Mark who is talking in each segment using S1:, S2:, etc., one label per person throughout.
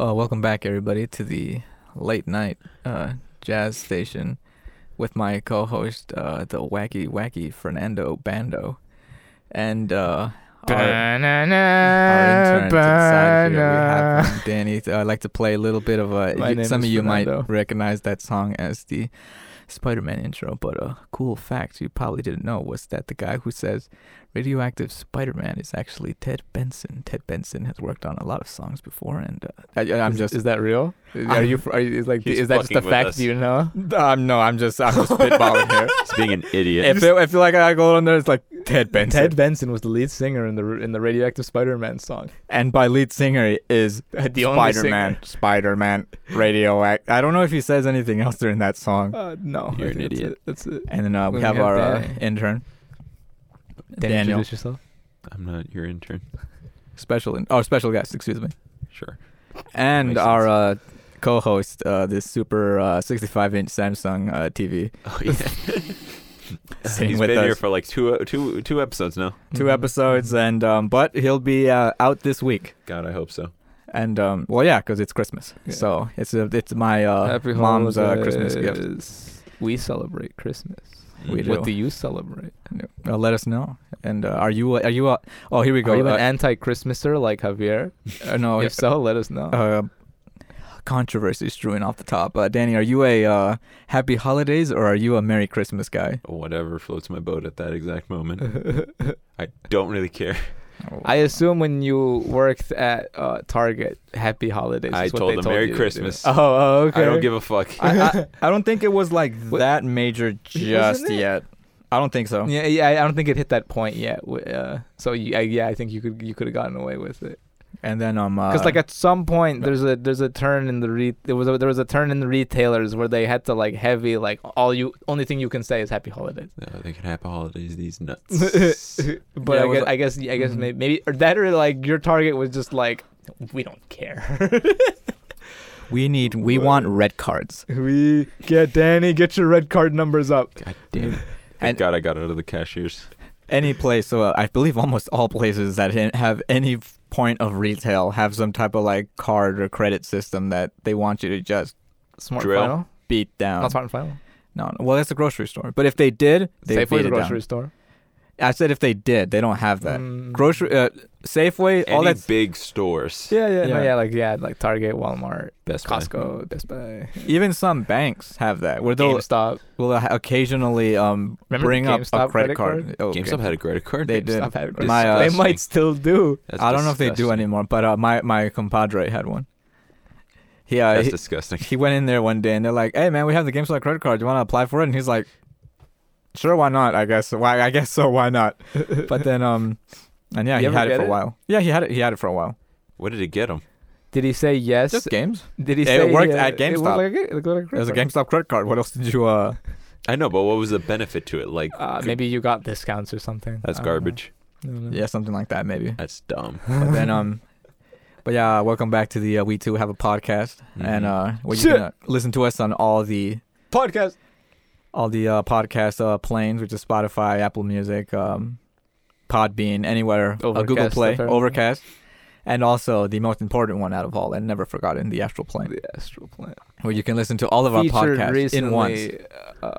S1: Uh, welcome back, everybody, to the late night uh, jazz station with my co host, uh, the wacky, wacky Fernando Bando. And uh, our, our intern to the side here, we have
S2: Banana.
S1: him, Danny. Uh, I'd like to play a little bit of uh,
S2: My
S1: you-
S2: name
S1: some of
S2: is
S1: you
S2: Fernando.
S1: might recognize that song as the Spider Man intro, but a cool fact you probably didn't know was that the guy who says radioactive Spider Man is actually Ted Benson. Ted Benson has worked on a lot of songs before, and uh, I, I'm
S2: is,
S1: just
S2: is that real? Are you? Are you? Is like?
S3: He's
S2: Is that just
S3: fucking
S2: a
S3: with
S2: fact
S3: us.
S2: you know?
S1: Um, no, I'm just I'm just spitballing here.
S3: He's being an idiot.
S1: If it, if like I go on there, it's like Ted Benson,
S2: Ted Benson was the lead singer in the in the Radioactive Spider-Man song.
S1: and by lead singer is
S2: The only
S1: Spider Man. Spider Man, radioact. I don't know if he says anything else during that song.
S2: Uh, no,
S3: You're
S2: I
S3: an
S2: think that's
S3: idiot.
S2: it. That's it.
S1: And then uh, we
S2: we
S1: have
S2: got
S1: our uh,
S2: Danny.
S1: intern,
S2: Danny,
S1: Daniel,
S2: introduce yourself.
S3: I'm not your intern.
S1: special in- oh special guest, excuse me,
S3: Sure.
S1: and
S3: Makes
S1: our uh, co-host, uh, this super uh, 65-inch Samsung uh, TV.
S3: Oh yeah.
S1: Sitting
S3: He's
S1: with
S3: been here
S1: us.
S3: for like two, two, two episodes now.
S1: Two episodes, and um, but he'll be uh, out this week.
S3: God, I hope so.
S1: And um, well, yeah, because it's Christmas,
S2: Yeah.
S1: so it's a, it's my uh, mom's uh, Christmas gift.
S2: gift. We celebrate Christmas.
S1: We do.
S2: What do you celebrate?
S1: Uh, let us know. And uh, are you are you uh, oh here we go.
S2: Are you an
S1: Uh,
S2: anti-Christmaser like Javier?
S1: uh, no,
S2: if so, let us know.
S1: uh, controversy strewing off the top. Uh, Danny, are you a uh, Happy Holidays or are you a Merry Christmas guy?
S3: Whatever floats my boat at that exact moment.
S1: Uh,
S3: I don't really care.
S2: I assume when you worked at uh, Target, Happy Holidays.
S3: I
S2: is what
S3: told
S2: they
S3: them
S2: told
S3: Merry
S2: you to do.
S3: Christmas.
S2: Oh, oh, okay.
S3: I don't give a fuck.
S1: I, I, I don't think it was like
S2: What-
S1: that major just
S2: Wasn't it?
S1: yet. I don't think so.
S2: Yeah, yeah. I- I don't think it hit that point yet. w- Uh, so you, I, yeah, I think you could you could have gotten away with it.
S1: And then um, uh,
S2: Because like at some point there's a there's a turn in the re- there was a, there was a turn in the retailers where they had to like heavy like all you only thing you can say is Happy Holidays.
S3: no, they can have holidays. These nuts.
S2: But
S1: Yeah, it
S2: I,
S1: was like-
S2: guess, I guess I guess
S1: Mhm.
S2: may- maybe or that or like your target was just like we don't care.
S1: we need we want red cards.
S2: we get Danny, get your red card numbers up.
S3: God damn it.
S1: And-
S3: Thank God I got out of the cashiers.
S1: Any place, so uh, I believe almost all places that ha- have any f- point of retail have some type of like card or credit system that they want you to just
S2: Smart
S3: Drill.
S2: final,
S1: beat down.
S2: not smart and final.
S1: No, no. well that's a grocery store. But if they did, they
S2: Safeway's
S1: beat
S2: a
S1: it down.
S2: grocery store.
S1: I said if they did, they don't have that.
S2: Mm.
S1: Grocery, uh, Safeway, all
S3: Any
S1: that.
S3: big stores.
S2: Yeah, yeah, yeah.
S1: Yeah.
S2: No, yeah, like yeah, like Target, Walmart,
S3: Best Buy.
S2: Costco, Best Buy,
S1: Even some banks have that, where they'll
S2: GameStop.
S1: will occasionally um
S2: Remember
S1: bring up a
S2: GameStop
S1: credit
S2: credit
S1: card. Oh, okay.
S3: GameStop had a credit card.
S1: They
S3: Damn,
S1: did.
S2: Stop having
S3: Disgusting.
S1: My, uh,
S2: they might still do.
S3: That's
S1: I don't know if they do
S3: disgusting.
S1: anymore, but uh, my my compadre had one. He, uh,
S3: That's
S1: he
S3: disgusting.
S1: he went in there one day and they're like, "Hey man, we have the GameStop credit card. Do you want to apply for it?" And he's like, "Sure, why not? I guess why I guess so. Why not?" But then um, and yeah,
S2: You
S1: he
S2: ever
S1: had it
S2: get
S1: for a
S2: it?
S1: while. Yeah, he had it. He had it for a while.
S3: What did it get them?
S2: Did he say yes?
S1: Just games.
S2: Did he
S1: it
S2: say
S1: worked
S2: uh,
S1: at
S2: it
S1: GameStop.
S2: worked like a- like a
S1: It
S2: credit
S1: was a
S2: card?
S1: GameStop credit card. What else did you uh?
S3: I know, but what was the benefit to it? Like,
S2: Uh, maybe you got discounts or something.
S3: that's
S2: I don't know.
S3: garbage.
S2: I don't know.
S1: Yeah, something like that maybe.
S3: That's dumb.
S1: But then um, but yeah, welcome back to the uh, We Too Have a Podcast, and
S3: Mhm.
S1: uh, well, you
S2: Mm-hmm. Shit.
S1: can uh, listen to us on all the
S2: Podcast.
S1: all the uh, podcast uh, planes, which is Spotify, Apple Music, um, Podbean, anywhere, uh, Google
S2: Overcast,
S1: Play,
S2: apparently.
S1: Overcast, and also the most important one out of all, and never forgotten, the Astral Plane,
S2: The astral plane.
S1: where you can listen to all of our
S2: featured
S1: podcasts
S2: recently,
S1: in once.
S2: Uh,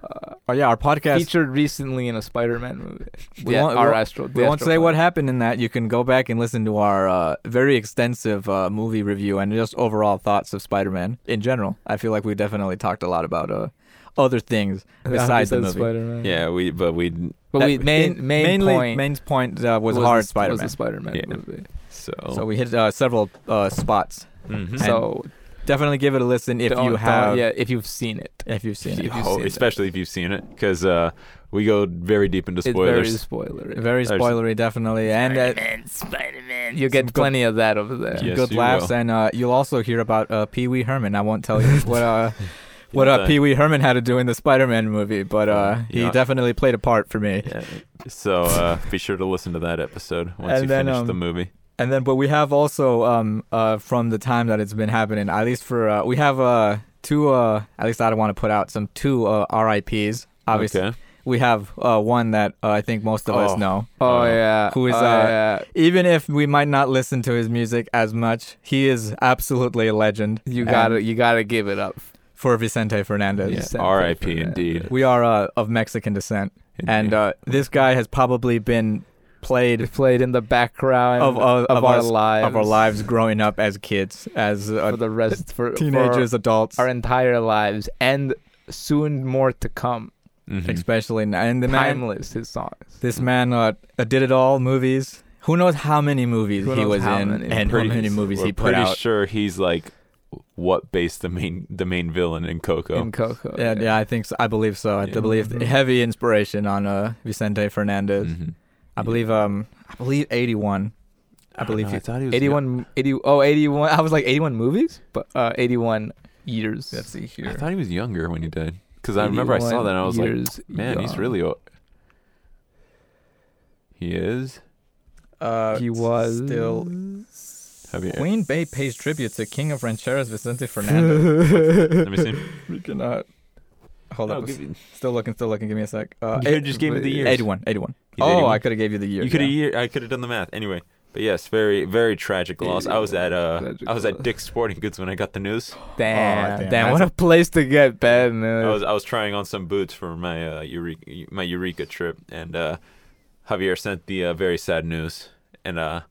S1: Oh yeah, our podcast.
S2: Featured recently in a Spider-Man movie.
S1: We
S2: yeah,
S1: won't-
S2: our
S1: we won't-
S2: astral.
S1: We won't say what happened in that. You can go back and listen to our uh, very extensive uh, movie review and just overall thoughts of Spider-Man in general. I feel like we definitely talked a lot about uh, other things besides the movie.
S2: Spider-Man.
S3: Yeah, we but we
S2: but
S1: That-
S2: we main
S1: in-
S2: main
S1: mainly
S2: point
S1: main's point uh, was,
S2: the-
S1: hard
S2: Was
S1: Spider-Man.
S2: the Spider-Man
S3: Yeah.
S2: movie.
S3: so
S1: so we hit uh, several uh, spots.
S2: Mm-hmm.
S3: Mhm.
S2: So
S1: Definitely give it a listen if
S2: don't-
S1: you
S2: don't-
S1: have
S2: yeah, if you've seen it,
S1: if you've seen it.
S2: you've
S3: Oh,
S2: seen
S3: especially if you've seen it, because uh, we go very deep into
S2: it's very
S3: spoilers.
S2: spoilery.
S1: Very
S3: There's-
S1: spoilery, definitely, and uh,
S2: Spider-Man. You
S1: Some
S2: get
S1: good-
S2: plenty of that over there.
S1: some
S3: Yes,
S1: good
S3: you
S1: laughs,
S3: will.
S1: and uh, you'll also hear about uh, Pee Wee Herman. I won't tell you what uh, what uh,
S3: Yeah.
S1: Pee Wee Herman had to do in the Spider-Man movie, but uh, he
S3: Yeah.
S1: definitely played a part for me.
S3: Yeah. So uh, be sure to listen to that episode once
S1: And
S3: you
S1: then,
S3: finish the
S1: um,
S3: movie.
S1: And then, but we have also um, uh, from the time that it's been happening, at least for uh, we have uh, two. Uh, at least I don't want to put out some two uh, RIPS. Obviously,
S3: okay.
S1: we have uh, one that uh, I think most of
S3: Oh.
S1: us know.
S2: Oh
S3: Uh,
S2: yeah.
S1: who is,
S2: oh,
S1: uh,
S2: yeah.
S1: Even if we might not listen to his music as much, he is absolutely a legend.
S2: You
S1: And
S2: gotta you gotta give it up.
S1: for Vicente Fernandez.
S2: Yeah.
S3: Yeah. R.I.P. Indeed.
S1: We are uh, of Mexican descent, and uh, this guy has probably been played
S2: It played in the background
S1: Of-
S2: of,
S1: of- of
S2: our
S1: us-
S2: lives
S1: of our lives growing up as kids, as
S2: for
S1: uh,
S2: the rest for for
S1: teenagers, adults,
S2: our entire lives and soon more to come.
S3: Mhm.
S1: especially.
S2: Mm-hmm.
S1: now. And the man,
S2: Timeless his songs.
S1: this man, uh, did it all. Movies. Who knows how many movies
S2: Who
S1: he
S2: knows
S1: was
S2: how
S1: in,
S2: many
S1: and
S3: Pretty-
S1: how many movies
S3: we're
S1: he put
S3: pretty
S1: out.
S3: sure he's like what based the main the main villain in Coco.
S2: in Coco.
S1: Yeah, yeah, I think so. I believe so. I
S3: Yeah. Mm-hmm.
S1: believe
S2: Mhm.
S1: heavy inspiration on uh, Vicente Fernandez.
S3: Mhm.
S1: I
S3: Yeah. Ah,
S1: believe um, I believe eighty one. I
S3: don't
S1: believe
S3: know,
S1: he-
S3: thought he was
S2: 81 80 oh 81 I was like 81 movies, but uh 81 years.
S1: Let's see
S3: Young. I
S1: here.
S3: thought he was younger when he died because I remember I saw
S2: 81
S3: that and I was like,
S2: years
S3: man, he's
S2: young.
S3: really. o- He is.
S1: Uh,
S2: he was
S1: still
S3: Have you-
S1: Queen Bay pays tribute to King of Rancheros Vicente Fernandez.
S3: Let me see.
S1: we cannot. Hold
S3: No,
S1: up.
S3: Oh, give you-
S1: Still looking, still looking. Give me a sec. Uh,
S3: You just gave me the years.
S1: 81, 81.
S3: He's
S1: Oh,
S3: 81.
S1: I could have gave you the year.
S3: You could have
S1: yeah.
S3: I could have done the math. Anyway, but yes, very very tragic loss. I was at uh
S2: Tragic
S3: I was
S2: loss.
S3: at Dick's Sporting Goods when I got the news.
S1: Oh,
S2: Damn,
S1: damn,
S2: damn,
S1: that's
S2: what a place to get bad news.
S3: I was I was trying on some boots for my uh, Eureka my Eureka trip, and uh, Javier sent the uh, very sad news. And uh,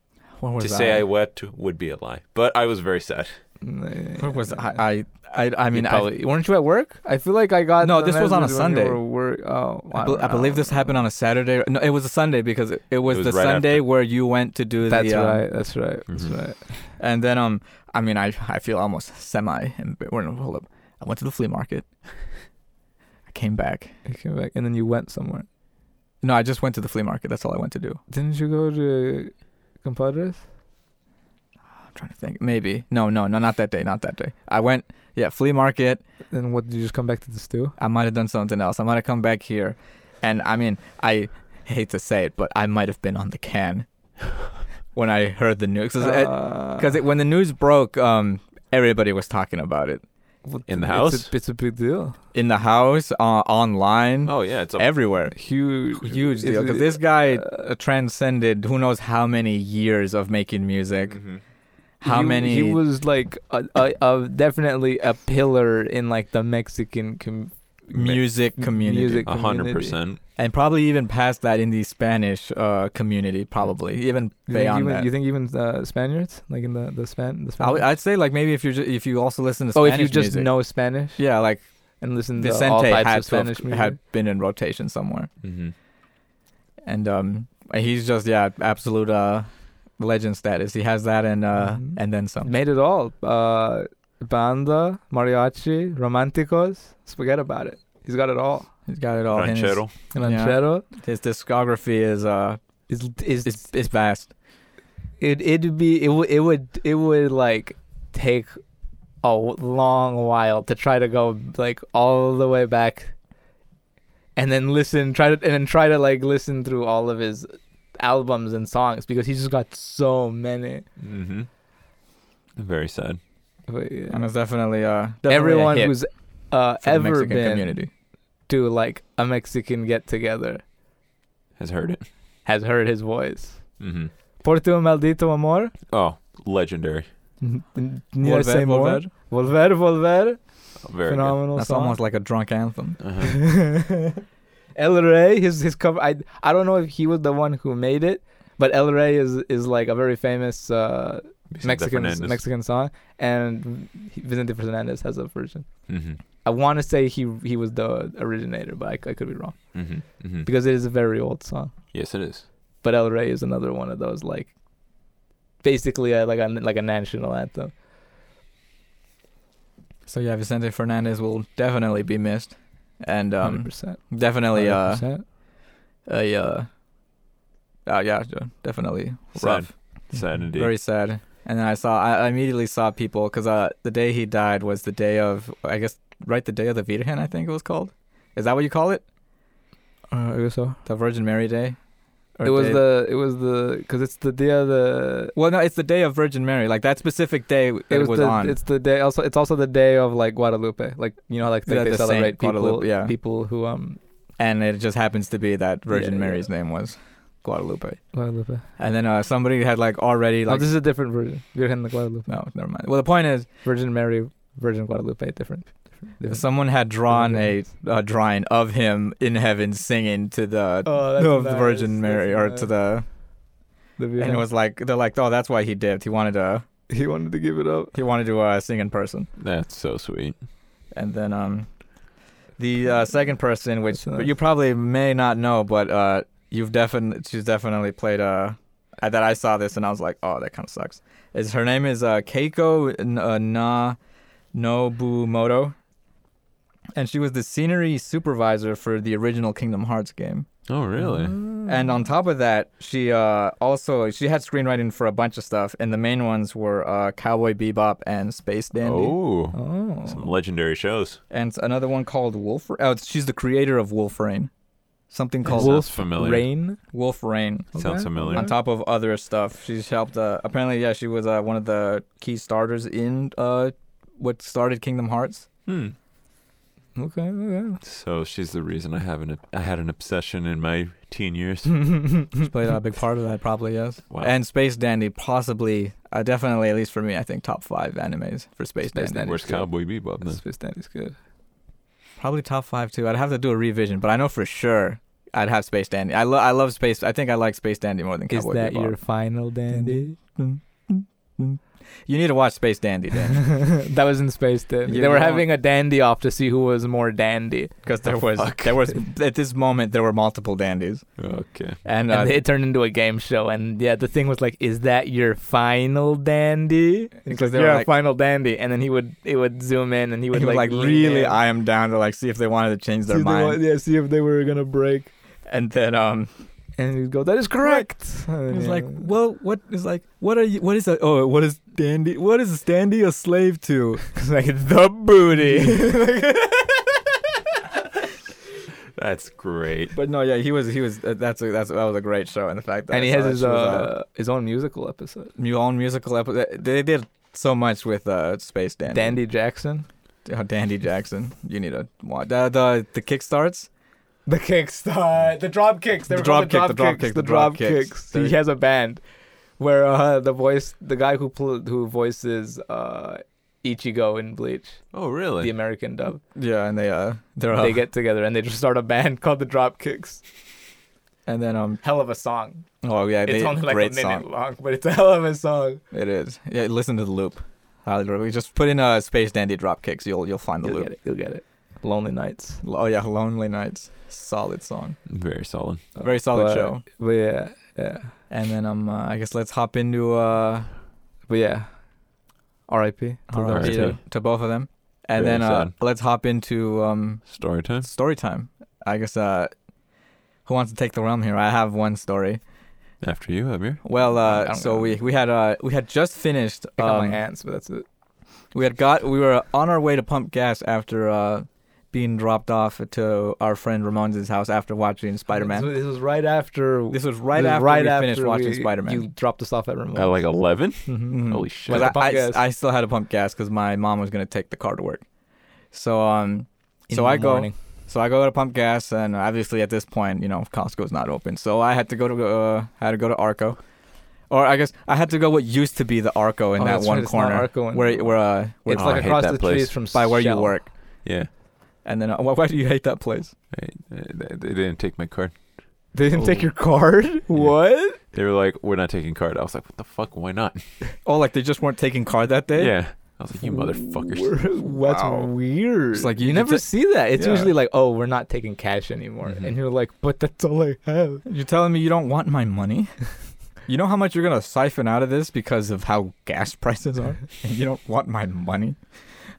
S1: Where was
S3: to
S1: I?
S3: say I wept would be a lie, but I was very sad.
S1: Where was I? I, I, I mean, I,
S2: probably, weren't you at work? I feel like I got
S1: No,
S2: the
S1: this was on a
S2: message when you
S1: Sunday.
S2: were wor- Oh,
S1: I, bel- I believe this happened on a Saturday. No, it was a Sunday because it, it was,
S3: was
S1: the
S3: right
S1: Sunday
S3: after.
S1: where you went to do
S2: That's
S1: the. um,
S2: right. That's right. That's
S3: Mhm.
S2: right.
S1: And then um, I mean, I I feel almost semi. embar- Wait, no, hold up. I went to the flea market. I came back.
S2: You came back, and then you went somewhere.
S1: No, I just went to the flea market. That's all I went to do.
S2: Didn't you go to Compadres?
S1: I'm trying to think. Maybe no, no, no, not that day. Not that day. I went. Yeah, flea market.
S2: Then what? Did you just come back to the stew?
S1: I might have done something else. I might have come back here, and I mean, I hate to say it, but I might have been on the can when I heard the news. uh, Because
S2: Because
S1: when the news broke, um, everybody was talking about it
S3: In
S2: It's
S3: the house?
S2: a, it's a big deal.
S1: in the house, uh, online,
S3: Oh yeah, it's a,
S1: everywhere.
S2: Huge.
S1: huge
S2: It's-
S1: deal because this guy uh, transcended who knows how many years of making music
S3: Mhm.
S1: how
S2: he,
S1: many
S2: He was like a, a, a definitely a pillar in like the Mexican com-
S1: music
S2: Mi-
S1: community Uh,
S2: music.
S3: a hundred percent.
S1: and probably even past that in the spanish uh, community probably even
S2: You think
S1: beyond
S2: even,
S1: that
S2: You think even uh, Spaniards like in the the Span the
S1: I w-
S2: Spanish?
S1: i'd say like maybe if you if you also listen to
S2: oh,
S1: spanish
S2: if you just
S1: music.
S2: know Spanish
S1: yeah like
S2: and listen to all
S1: vicente had,
S2: types of
S1: to have-
S2: Spanish music.
S1: had been in rotation somewhere
S3: Mm-hmm.
S1: and um he's just yeah absolute uh legend status he has that and uh
S2: Mhm.
S1: and then some
S2: made it all. Uh, banda, mariachi, romanticos. Forget about it. He's got it all.
S1: he's got it all in his-
S3: Ranchero.
S2: Ranchero.
S1: his discography is uh
S2: Is is
S1: it's, it's vast.
S2: it it'd be it would it would it would like take a w- long while to try to go like all the way back and then listen try to and then try to like listen through all of his albums and songs because he's just got so many
S3: Mm-hmm. Very sad.
S2: But, yeah.
S1: And it's definitely uh definitely a
S2: everyone
S1: hit
S2: who's uh,
S1: for the
S2: ever
S1: Mexican
S2: been
S1: community.
S2: to like a Mexican get together
S3: Has heard it.
S2: has heard his voice
S3: Mm-hmm.
S2: Por tu maldito amor
S3: Oh, legendary.
S2: Volver,
S1: Volver, Volver.
S2: Volver, volver.
S3: Very good.
S2: Phenomenal
S1: That's
S2: song.
S1: almost like a drunk anthem.
S3: Uh-huh.
S2: El Rey, his his cover. I I don't know if he was the one who made it, but El Rey is is like a very famous uh,
S3: Vicente
S2: Mexican
S3: Fernandez.
S2: Mexican song, and Vicente Fernandez has a version.
S3: Mhm.
S2: I want to say he he was the originator, but I, c- I could be wrong
S3: Mhm. Mhm.
S2: because it is a very old song.
S3: Yes, it is.
S2: But El Rey is another one of those like, basically uh like a like a national anthem.
S1: So yeah, Vicente Fernandez will definitely be missed, and um,
S2: 100%,
S1: definitely uh,
S2: 100%.
S1: a uh, uh, yeah, ju- definitely
S3: Sad.
S1: rough,
S2: Mm-hmm.
S3: Sad indeed.
S1: very sad. And then I saw, I I immediately saw people because uh, the day he died was the day of, I guess, right, the day of the Virgen, I think it was called. Is that what you call it?
S2: Uh, I guess so.
S1: The Virgin Mary Day. Or
S2: It was
S1: Day-
S2: the it was the because it's the Dia the
S1: Well, no, it's the day of Virgin Mary. Like that specific day that it was,
S2: the,
S1: on.
S2: It's the day. Also, it's also the day of like Guadalupe. Like you know, like they,
S1: Yeah,
S2: they
S1: the Saint
S2: celebrate people,
S1: Guadalupe, yeah.
S2: people who um
S1: and it just happens to be that Virgin
S2: Yeah, yeah.
S1: Mary's name was Guadalupe.
S2: Guadalupe.
S1: And then uh, somebody had like already
S2: oh,
S1: like
S2: this is a different version. Virgen de Guadalupe.
S1: no, never mind. Well, the point is,
S2: Virgin Mary, Virgin Guadalupe, different. different, different.
S1: someone had drawn a,
S2: Okay.
S1: a drawing of him in heaven singing to the
S2: Oh, that's
S1: of the
S2: nice,
S1: Virgin Mary
S2: that's
S1: or
S2: nice.
S1: to the
S2: The
S1: and
S2: Virgen.
S1: it was like they're like oh that's why he dipped. He wanted to
S2: he wanted to give it up.
S1: he wanted to uh, sing in person.
S3: That's so sweet.
S1: And then um, the uh, second person, which
S2: That's nice.
S1: you probably may not know, but uh, you've definitely she's definitely played uh, I- that I saw this and I was like, oh, that kind of sucks. Is her name is uh, Keiko N- uh, Na Nobumoto, and she was the scenery supervisor for the original Kingdom Hearts game.
S3: Oh,
S2: Ah.
S3: really?
S2: Mm-hmm.
S1: And on top of that, she uh, also she had screenwriting for a bunch of stuff, and the main ones were uh, Cowboy Bebop and Space Dandy
S3: Oh,
S2: Oh.
S3: some legendary shows.
S1: and another one called Wolf. Oh, she's the creator of Wolf Rain, something
S3: Sounds
S1: called
S2: Wolf-
S1: Wolf,
S3: familiar.
S2: Rain.
S1: Rain.
S3: Sounds familiar.
S1: On top of other stuff, she's helped. Uh, apparently, yeah, she was uh, one of the key starters in uh, what started Kingdom Hearts.
S3: Hmm.
S2: Okay, okay.
S3: So she's the reason I have an I had an obsession in my teen years.
S1: She played a big part of that, probably yes.
S3: Wow.
S1: And Space Dandy, possibly, uh, definitely, at least for me, I think top five animes for Space,
S2: Space
S1: Dandy.
S2: Dandy.
S3: Where's Cowboy Bebop then?
S2: Space Dandy's good.
S1: Probably top five too. I'd have to do a revision, but I know for sure I'd have Space Dandy. I love, I love Space. I think I like Space Dandy more than
S2: Is
S1: Cowboy
S2: that
S1: Bebop.
S2: your final dandy?
S1: You need to watch Space Dandy then,
S2: that was in Space Dandy.
S1: You
S2: they were
S1: know-
S2: having a dandy off to see who was more dandy.
S1: because there was there was at this moment there were multiple dandies,
S3: Okay.
S1: and, uh,
S2: And it turned into a game show. And yeah, the thing was like, is that your final dandy?
S1: because they
S2: You're
S1: were
S2: a
S1: like,
S2: final dandy. And then he would it would zoom in and he would
S1: he was
S2: like,
S1: like
S2: lean
S1: really,
S2: in.
S1: I am down to like see if they wanted to change
S2: See
S1: their
S2: if they wa-
S1: mind,
S2: yeah, see if they were gonna break.
S1: and then um,
S2: And he'd go, that is correct. And
S1: it was
S2: yeah.
S1: like, well, what is like, what are you, what is that? Oh, what is dandy? What is dandy a slave to?
S2: It's like the booty.
S3: That's great.
S1: But no, yeah, he was he was uh, that's a, that's that was a great show, and the fact that
S2: and
S1: I
S2: he
S1: saw
S2: has
S1: that
S2: his
S1: she was,
S2: uh, his own musical episode.
S1: mu- own musical episode. They did so much with uh, Space Dandy.
S2: Dandy Jackson.
S1: Oh, Dandy Jackson. You need to watch the the, the kickstarts.
S2: The kicks, the the drop kicks. They
S1: The
S2: were called
S1: drop kick, the drop kick,
S2: the drop kicks.
S1: There
S2: He
S1: you-
S2: has a band where uh, the voice, the guy who pl- who voices uh, Ichigo in Bleach,
S3: Oh,
S2: the
S3: really?
S2: American dub,
S1: Yeah, and they uh they're uh,
S2: they get together and they just start a band called the Drop Kicks.
S1: and then um
S2: Hell of a song.
S1: oh yeah
S2: it's
S1: they,
S2: only like a
S1: great
S2: minute
S1: song
S2: long, but it's a hell of a song.
S1: it is yeah listen to the loop highly recommend just put in uh space dandy drop kicks you'll you'll find the
S2: You'll get
S1: loop
S2: it. You'll get it. Lonely Nights.
S1: oh yeah lonely nights solid song
S3: Very solid.
S1: very solid
S2: But-
S1: show
S2: But yeah, yeah,
S1: and then um uh, I guess let's hop into uh
S2: but yeah. R.I.P. to
S1: R.I.P.
S2: those two.
S1: to, to both of them and
S3: Very
S1: then uh,
S3: sad.
S1: let's hop into um
S3: Story time.
S1: story time I guess uh who wants to take the realm here I have one story
S3: After you, Amir.
S1: Well,
S2: I
S1: uh,
S2: don't
S1: so
S2: know.
S1: we we had uh, we had just finished.
S2: I got my
S1: um,
S2: hands, but that's it.
S1: we had got we were on our way to pump gas after uh, being dropped off to our friend Ramon's house after watching Spider Man.
S2: This, was- this was right after.
S1: This was right
S2: this was
S1: after
S2: right
S1: we
S2: after
S1: finished watching
S2: we-
S1: Spider
S2: You
S1: Man.
S2: dropped us off at remote.
S3: At like 11?
S1: Mm-hmm.
S3: Holy shit.
S2: Had to pump
S1: I,
S2: gas.
S1: I still had to pump gas because my mom was gonna take the car to work. So um, so I go. So I go to pump gas, and obviously at this point, you know, Costco's not open. So I had to go to uh, had to go to Arco, or I guess I had to go what used to be the Arco in
S2: Oh,
S1: that
S2: that's
S1: one
S2: right, it's not
S1: corner
S2: Arco in-
S1: where where uh, where
S2: It's
S3: Oh, I
S2: like
S3: hate
S2: across
S3: that
S2: the
S3: place.
S2: trees from
S1: by where
S2: Shell.
S1: you work.
S3: Yeah.
S1: And then uh, why, why do you hate that place?
S3: Hey, They, they didn't take my card.
S2: They didn't take
S1: Oh.
S2: your card. What?
S3: They were like, we're not taking card. I was like, what the fuck? Why not?
S1: Oh, like they just weren't taking car that day.
S3: yeah. I was like, you motherfuckers.
S2: That's
S1: Wow.
S2: weird.
S1: It's like
S2: you,
S1: you
S2: never
S1: could ta-
S2: see that. It's
S1: Yeah. Mm-hmm.
S2: usually like, oh, we're not taking cash anymore,
S3: Mhm.
S2: and you're like, but that's all I have.
S1: You're telling me you don't want my money? you know how much you're gonna siphon out of this because of how gas prices are, and you don't want my money.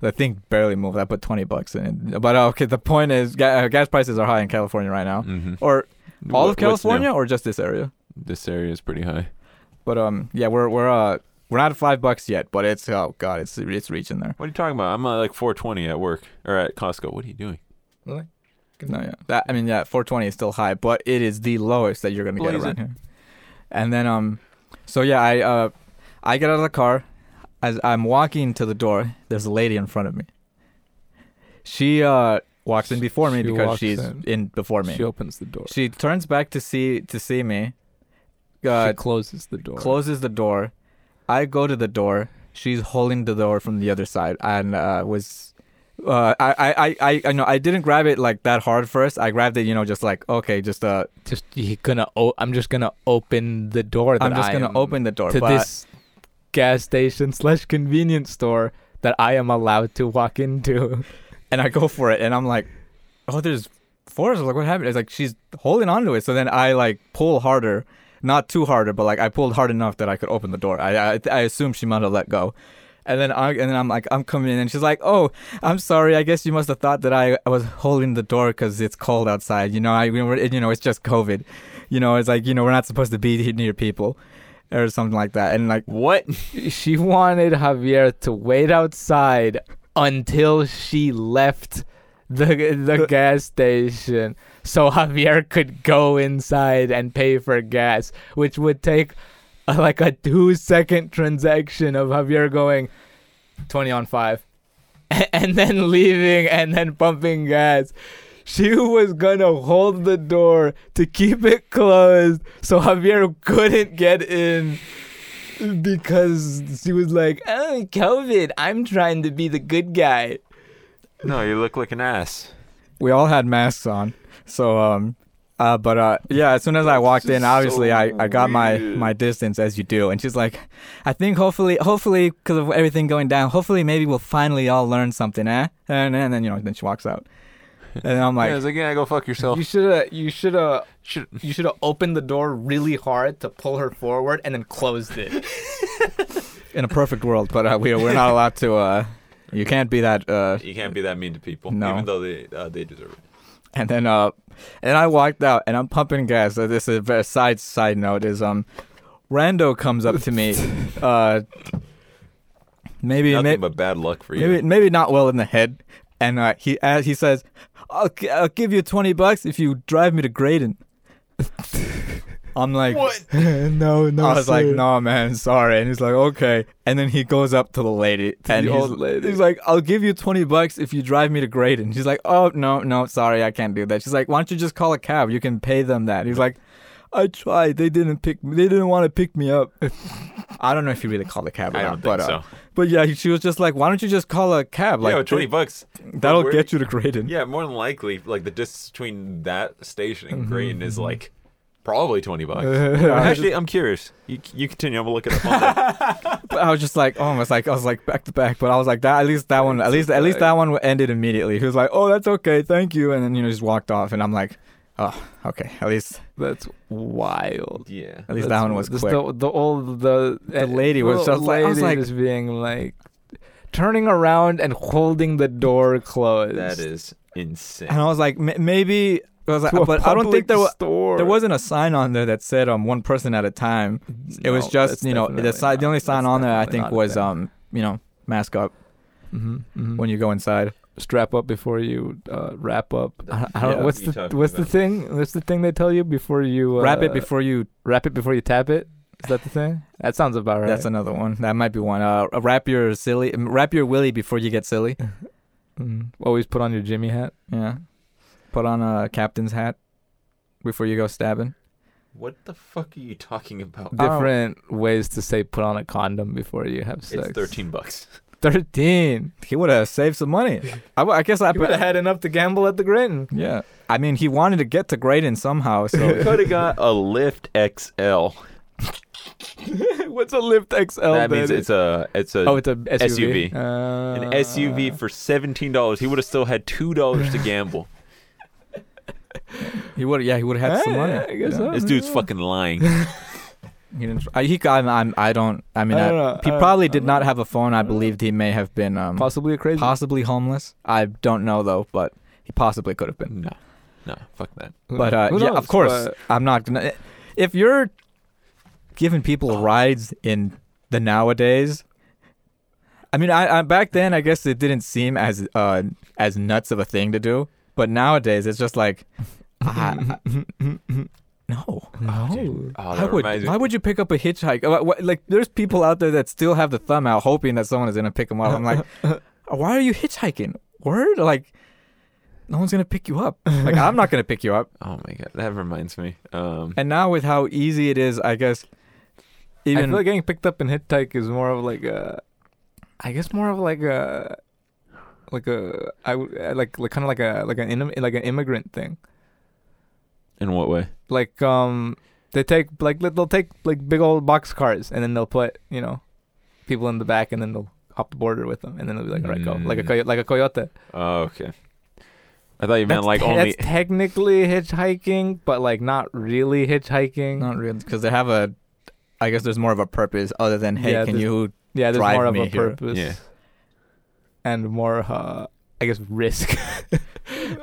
S1: The thing barely moved. I put twenty bucks in it, but uh, okay. The point is, ga- uh, gas prices are high in California right now,
S3: Mm-hmm.
S1: or all of
S3: What's new?
S1: California or just this area.
S3: This area is pretty high.
S1: But um, yeah, we're we're uh we're not at five bucks yet, but it's oh god, it's it's reaching there.
S3: What are you talking about? I'm uh, like 420 at work or at Costco. What are you doing?
S1: No, yeah, that I mean, yeah, 420 is still high, but it is the lowest that you're gonna get
S3: Blaze
S1: around here. And then um, so yeah, I uh, I get out of the car, as I'm walking to the door, there's a lady in front of me. She uh walks in before me
S2: She
S1: because
S2: walks
S1: she's in.
S2: in.
S1: before me.
S2: She opens the door.
S1: She turns back to see to see me. Uh,
S2: she closes the door.
S1: closes the door. I go to the door. She's holding the door from the other side, and uh, was uh, I, I, I, I, I know I didn't grab it like that hard first. I grabbed it, you know, just like okay, just uh,
S2: just he gonna. O- I'm just gonna open the door. That
S1: I'm just
S2: I
S1: gonna
S2: am
S1: open the door.
S2: to
S1: but
S2: this gas station slash convenience store that I am allowed to walk into.
S1: and I go for it, and I'm like, oh, there's force. Like, what happened? It's like she's holding onto it. So then I like pull harder, not too harder, but like I pulled hard enough that I could open the door. I I, I assume she might have let go. And then I and then I'm like I'm coming in and she's like oh I'm sorry I guess you must have thought that I, I was holding the door because it's cold outside you know I we were, you know it's just COVID you know it's like you know we're not supposed to be here near people or something like that and like
S3: What?
S2: she wanted Javier to wait outside until she left the the gas station so Javier could go inside and pay for gas, which would take uh, like a 2 second transaction of Javier going 20 on 5 and then leaving and then pumping gas. She was gonna hold the door to keep it closed so Javier couldn't get in because she was like, "Oh, COVID! I'm trying to be the good guy."
S3: No, you look like an ass.
S1: we all had masks on. So um uh but uh yeah, as soon as I walked in,
S3: just
S1: obviously
S3: so
S1: I I got my
S3: weird.
S1: my distance as you do. And she's like, "I think hopefully hopefully because of everything going down, hopefully maybe we'll finally all learn something, eh?" And, and then you know, then she walks out. And then I'm
S3: yeah,
S1: like,
S3: it's like, yeah, go fuck
S1: Oh.
S3: yourself.
S2: You shoulda, you shoulda,
S3: Should-
S2: you shoulda opened the door really hard to pull her forward and then closed it.
S1: in a perfect world, but uh, we we're not allowed to uh you can't be that uh
S3: You can't be that mean to people,
S1: No.
S3: even though they uh, they deserve it.
S1: And then uh, and I walked out and I'm pumping gas. So this is a very side side note is um, Rando comes up to me, uh, maybe
S3: Nothing
S1: maybe,
S3: but bad luck for you.
S1: maybe maybe not well in the head, and uh, he uh, he says, I'll, gi- "I'll give you twenty bucks if you drive me to Graydon." I'm like,
S2: no, no.
S1: I was like, "No, man, sorry." And he's like, "Okay." And then he goes up to the lady, and
S2: the
S1: he's,
S2: old lady.
S1: he's like, "I'll give you twenty bucks if you drive me to Graydon." She's like, "Oh no, no, sorry, I can't do that." She's like, "Why don't you just call a cab? You can pay them that." He's like, "I tried. They didn't pick. Me. They didn't want to pick me up." I don't know if he really called a cab. Or
S3: I
S1: not,
S3: don't think
S1: but,
S3: so.
S1: Uh, but yeah, he- she was just like, "Why don't you just call a cab? Like
S3: yeah, with twenty bucks.
S1: that'll
S3: Where-
S1: get you to Graydon."
S3: Yeah, more than likely, like the distance between that station
S2: Mm-hmm,
S3: and Graydon is like probably twenty bucks.
S2: Uh,
S3: Actually, I'm curious. You you continue. I'm gonna look it up. online.
S1: But I was just like, oh, I was like, I was like back to back, but I was like that. At least that one, at least, at least that one ended immediately. He was like, oh, that's okay, thank you, and then you know just walked off, and I'm like, oh, okay, at least,
S2: That's wild.
S3: yeah.
S1: at least
S2: That's-
S1: that one was
S2: this-
S1: quick.
S2: The, the old the eh,
S1: The lady was
S2: the
S1: just like- I was
S2: lady
S1: like-
S2: just being like turning around and holding the door closed.
S3: That is insane.
S1: And I was like, m- maybe, I was like,
S2: To a
S1: Uh, but I don't
S2: public
S1: think there was.
S2: store.
S1: There wasn't a sign on there that said um one person at a time. It was
S2: No,
S1: just
S2: that's
S1: you know the
S2: definitely
S1: si- the only
S2: not-
S1: sign
S2: that's
S1: on there I
S2: definitely
S1: think
S2: not a
S1: was
S2: thing.
S1: um you know mask up
S2: Mhm, mhm.
S1: when you go inside.
S2: strap up before you uh, wrap up. I, I
S3: Yeah,
S2: don't. what's
S3: what are you
S2: the
S3: talking
S2: what's
S3: about?
S2: the thing? What's the thing they tell you before you uh,
S1: Wrap it before you.
S2: wrap it before you tap it? Is that the thing? That sounds about right.
S1: That's another one. That might be one. Uh, wrap your silly. Wrap your willy before you get silly.
S2: Mm. Always put on your Jimmy hat.
S1: Yeah. Put on a captain's hat before you go stabbing.
S3: What the fuck are you talking about?
S1: Oh.
S2: Different ways to say put on a condom before you have sex.
S3: It's thirteen bucks.
S2: Thirteen.
S1: He would have saved some money. I, w- I guess I
S2: You would
S1: put.
S2: have had enough to gamble at the Grin.
S1: Yeah. I mean, he wanted to get to Graydon somehow, so Uh,
S3: Could have got a Lift XL.
S2: what's a lift XL?
S3: that means
S2: then?
S3: it's a it's a
S2: oh, it's a SUV.
S3: SUV.
S2: Uh,
S3: an SUV for seventeen dollars. He would have still had two dollars to gamble.
S1: he would. Yeah, he would have had some
S2: Yeah,
S1: money.
S2: I guess
S1: Yeah.
S2: so.
S3: This dude's fucking lying.
S1: He didn't. I, he. I'm, I'm. I don't. I mean,
S2: I
S1: I
S2: don't know.
S1: he
S2: I don't-
S1: probably
S2: I
S1: did
S2: don't
S1: not
S2: know.
S1: have a phone. I
S2: don't know.
S1: believed he may have been um,
S2: possibly a crazy.
S1: possibly homeless. I don't know though, but he possibly could have been.
S3: No, no, fuck that.
S1: But uh,
S2: Who
S1: yeah,
S2: knows?
S1: of course,
S2: But-
S1: I'm not gonna. eh, If you're giving people rides in the nowadays, I mean, I, I back then I guess it didn't seem as uh as nuts of a thing to do, but nowadays it's just like, I, no.
S2: no.
S3: Oh,
S1: Why
S3: that
S1: would,
S3: reminds me-
S1: why would you pick up a hitchhiker? Uh, wh- Like, there's people out there that still have the thumb out, "Oh, hoping that someone is gonna pick them up. I'm like, why are you hitchhiking? Word, like, no one's gonna pick you up. Like I'm not gonna pick you up.
S3: Oh my god, that reminds me. Um,
S1: And now with how easy it is, I guess.
S2: I
S1: Even
S2: feel like getting picked up and hit hike is more of like a, I guess more of like a, like a I would uh, like like kind of like a like an inim- like an immigrant thing.
S3: in what way?
S2: Like um, they take like they'll take like big old box cars and then they'll put you know, people in the back and then they'll hop the border with them and then they'll be like all right go like a
S3: Mm.
S2: coyote like a coyote.
S3: Oh, okay. I thought you meant
S2: That's
S3: like
S2: te-
S3: only.
S2: that's technically hitchhiking, but like not really hitchhiking.
S1: not really because they have a. I guess there's more of a purpose other than hey,
S2: Yeah,
S1: can
S2: there's-
S1: you?
S2: yeah, there's
S1: drive
S2: more of
S1: me
S2: a
S1: here.
S2: purpose.
S3: Yeah.
S2: And more, uh, I guess, risk.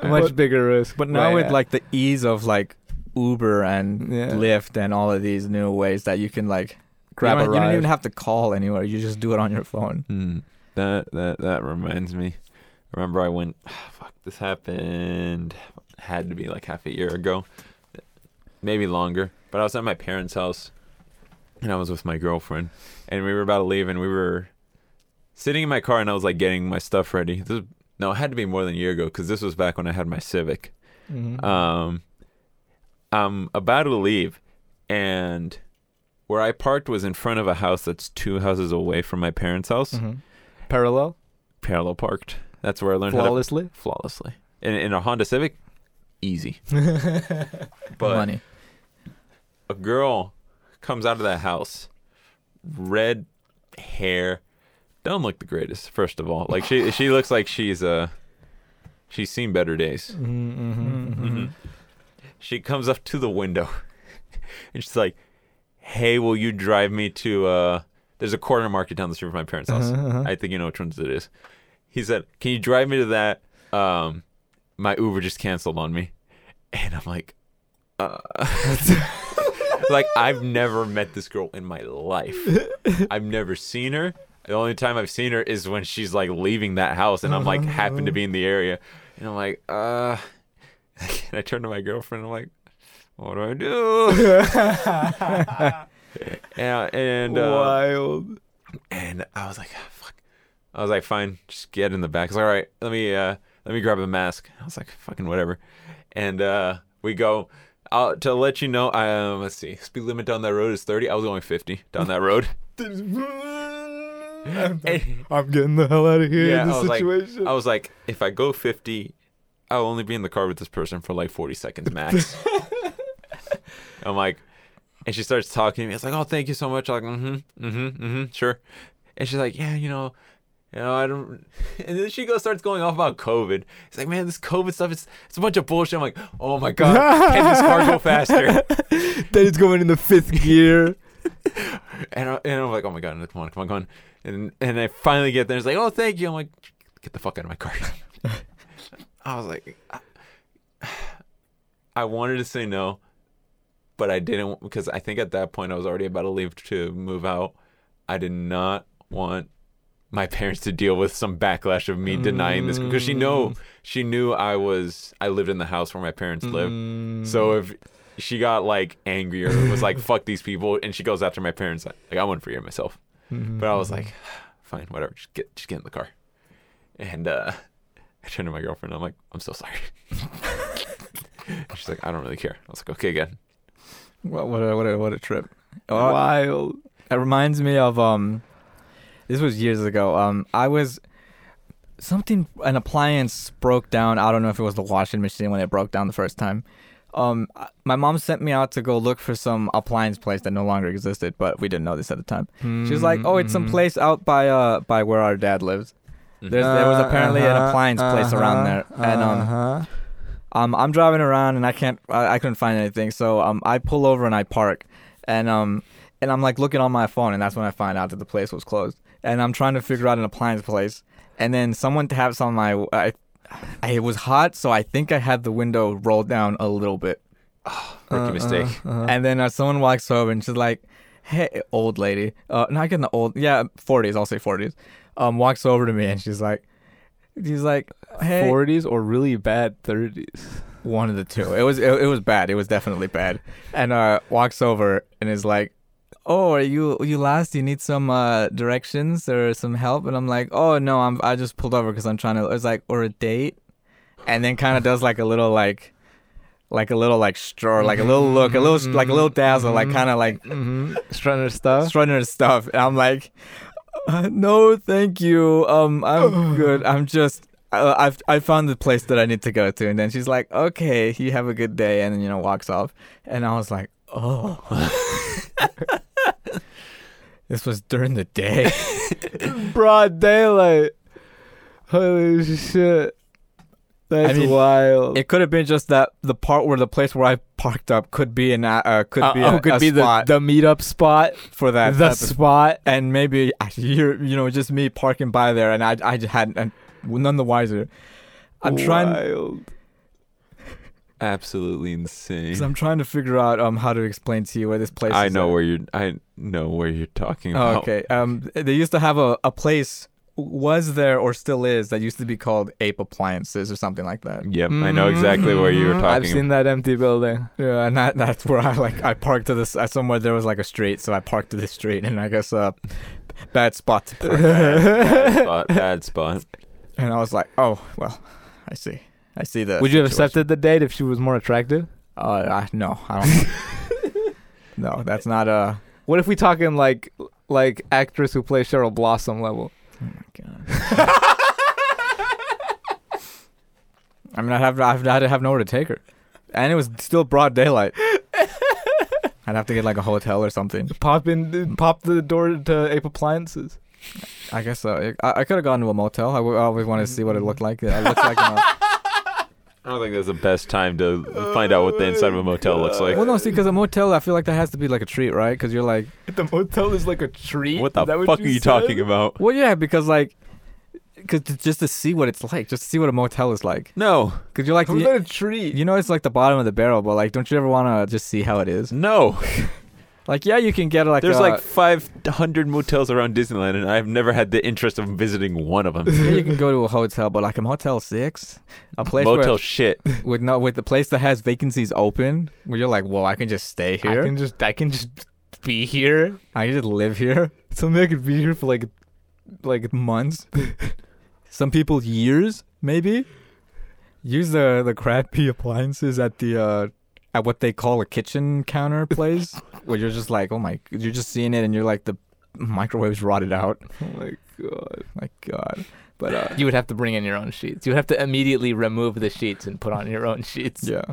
S2: Much
S1: But-
S2: bigger risk.
S1: But now
S2: Right,
S1: with
S2: yeah.
S1: like the ease of like Uber and
S2: Yeah.
S1: Lyft and all of these new ways that you can like grab a
S2: don't- you
S1: ride.
S2: don't
S1: You don't
S2: even
S1: even have to call anywhere. You just do it on your phone.
S3: Hmm. that that that reminds me. Remember, I went. fuck, this happened. Had to be like half a year ago, maybe longer. But I was at my parents' house, and I was with my girlfriend, and we were about to leave, and we were sitting in my car, and I was like getting my stuff ready. This was- no, it had to be more than a year ago because this was back when I had my Civic.
S2: Mhm.
S3: Um, I'm about to leave, and where I parked was in front of a house that's two houses away from my parents' house.
S2: Mhm. parallel,
S3: Parallel parked. That's where I learned
S2: flawlessly.
S3: how to flawlessly. In, in a Honda Civic, easy. But
S1: Money.
S3: a girl comes out of that house, red hair, don't look the greatest. First of all, like she she looks like she's uh she's seen better days.
S2: Mm-hmm.
S1: Mhm.
S3: she comes up to the window and she's like, Hey, will you drive me to uh there's a corner market down the street from my parents' house.
S2: Uh-huh, uh-huh.
S3: I think you know which ones it is. He said, Can you drive me to that? Um my Uber just canceled on me. And I'm like, uh
S2: uh-huh.
S3: like I've never met this girl in my life. I've never seen her. The only time I've seen her is when she's like leaving that house and I'm like happen to be in the area. And I'm like, uh and I turn to my girlfriend. I'm like, "What do I do?" yeah, and uh,
S2: Wild.
S3: and I was like, "Ah, "Fuck!" I was like, "Fine, just get in the back." It's like, all right. Let me uh, let me grab a mask. I was like, "Fucking whatever," and uh, we go. Uh, to let you know, um, let's see. Speed limit down that road is 30. I was going 50 down that road. And-
S2: I'm getting the hell out of here in
S3: Yeah, I
S2: this
S3: was like-
S2: situation.
S3: I was like, if I go 50, I'll only be in the car with this person for like 40 seconds max.
S2: oh,
S3: I'm like, and she starts talking to me. It's like, oh, thank you so much. I'm like, mm-hmm, mm-hmm, mm-hmm, sure. And she's like, yeah, you know, you know, I don't. And then she goes starts going off about COVID. It's like, man, this COVID stuff, it's it's a bunch of bullshit. I'm like, oh my god, can this car go faster?
S2: then it's going in the fifth gear.
S3: And, I, and I'm like, oh my god, come on, come on, come on. And and I finally get there. It's like, oh, thank you. I'm like, get the fuck out of my car. I was like, I, I wanted to say no, but I didn't because I think at that point I was already about to leave to move out. I did not want my parents to deal with some backlash of me denying this because she know
S2: Mm.
S3: she knew I was I lived in the house where my parents
S2: Mm-hmm.
S3: lived.
S1: Mm-hmm.
S3: So if she got like angrier and was like, fuck these people, and she goes after my parents, like, I wouldn't forgive myself. But I was like, fine, whatever, just get, just get in the car. And uh, I turned to my girlfriend, I'm like, I'm so sorry. She's like, I don't really care. I was like, okay, good.
S1: What what a, what a what a trip. Oh,
S2: wild.
S1: It reminds me of um, this was years ago. Um, I was something an appliance broke down. I don't know if it was the washing machine when it broke down the first time. Um, I- my mom sent me out to go look for some appliance place that no longer existed, but we didn't know this at the time. She was
S2: Mm,
S1: like, "Oh, it's some place out by uh by where our dad lives." There's, there
S2: Uh,
S1: was apparently
S2: uh-huh,
S1: an appliance place around there, and um, um, I'm driving around and I can't, I, I couldn't find anything. So um, I pull over and I park, and um, and I'm like looking on my phone, and that's when I find out that the place was closed. And I'm trying to figure out an appliance place, and then someone taps on my. I, I, it was hot, so I think I had the window rolled down a little bit,
S3: Rookie mistake.
S1: and then uh, someone walks over and she's like, "Hey, old lady, uh, not getting the old, yeah, 40s, I'll say 40s." Um, walks over to me and she's like, "She's like, hey,
S2: 40s or really bad 30s.
S1: One of the two. It was it, it was bad. It was definitely bad. And uh, walks over and is like, "Oh, are you you lost? You need some uh, directions or some help?" And I'm like, "Oh no, I'm I just pulled over because I'm trying to." It's like or a date, and then kind of does like a little like, like a little like straw, like a little look, a little like a little dazzle, like kind of like
S2: Mm-hmm. Strunner stuff.
S1: Strunner stuff. And I'm like, uh, no, thank you. Um, I'm good. I'm just. Uh, I've I found the place that I need to go to, and then she's like, "Okay, you have a good day," and then you know walks off, and I was like, "Oh, this was during the day."
S2: Broad daylight. Holy shit. That's
S1: mean,
S2: wild.
S1: It could have been just that the part where the place where I parked up could be an a- uh, could
S2: Uh,
S1: be
S2: oh,
S1: a,
S2: could
S1: a
S2: be the,
S1: spot
S2: the meetup spot.
S1: for that
S2: the
S1: episode.
S2: spot.
S1: and maybe you're you know just me parking by there and I I just had and none the wiser. I'm trying
S2: Wild.
S3: Absolutely insane.
S1: 'cause I'm trying to figure out um how to explain to you where this place.
S3: I
S1: is
S3: know
S1: at.
S3: where you're. I know where you're talking
S1: Oh,
S3: about.
S1: okay. Um, they used to have a a place was there or still is that used to be called Ape Appliances or something like that.
S2: Mm-hmm.
S3: Yep, I
S1: Mm.
S3: know exactly where you were
S2: Mhm.
S3: talking.
S2: I've seen that empty building.
S1: Yeah, and that, that's where I like I parked to this uh, somewhere there was like a street, so I parked to this street, and I guess uh, bad spot to park.
S3: bad spot. Bad spot.
S1: and I was like, oh well, I see, I see that.
S2: Would you have accepted the date if she was more attractive?
S1: Uh, I, no, I don't. no, that's not a.
S2: What if we talking like like actress who plays Cheryl Blossom level?
S1: Oh my god. I mean, I'd have I'd have to have nowhere to take her, and it was still broad daylight. I'd have to get like a hotel or something.
S2: Pop in, uh, pop the door to Ape Appliances.
S1: I guess so. I, I could have gone to a motel. I, w- I always wanted to see what it looked like. It looks like. in a-
S3: I don't think that's the best time to find out what the inside of a motel looks like.
S1: Well, no, Oh, see, because a motel, I feel like that has to be like a treat, right? Because you're like,
S2: The motel is like a tree.
S3: What the fuck are you talking about?
S1: well, yeah, because like, cause t- just to see what it's like, just to see what a motel is like.
S3: No,
S1: Because you're like,
S2: Who's
S1: you,
S2: that a tree?
S1: you know, it's like the bottom of the barrel, but like, don't you ever want to just see how it is?
S3: no.
S1: Like, yeah, you can get like,
S3: There's
S1: a-
S3: like 500 motels around Disneyland, and I've never had the interest of visiting one of them.
S1: yeah, you can go to a hotel, but like a Motel Six, a place
S3: Motel shit.
S1: where, with no with the place that has vacancies open, where you're like, well, I can just stay here,
S2: I can just I can just be here.
S1: just live here
S2: Something I could be here for like like
S1: months, some people years maybe. Use the the crappy appliances at the uh at what they call a kitchen counter place, where you're just like, oh my, you're just seeing it, and you're like the microwave's rotted out,
S2: oh my god.
S1: my god, but uh.
S2: You would have to bring in your own sheets. You would have to immediately remove the sheets and put on your own sheets.
S1: Yeah.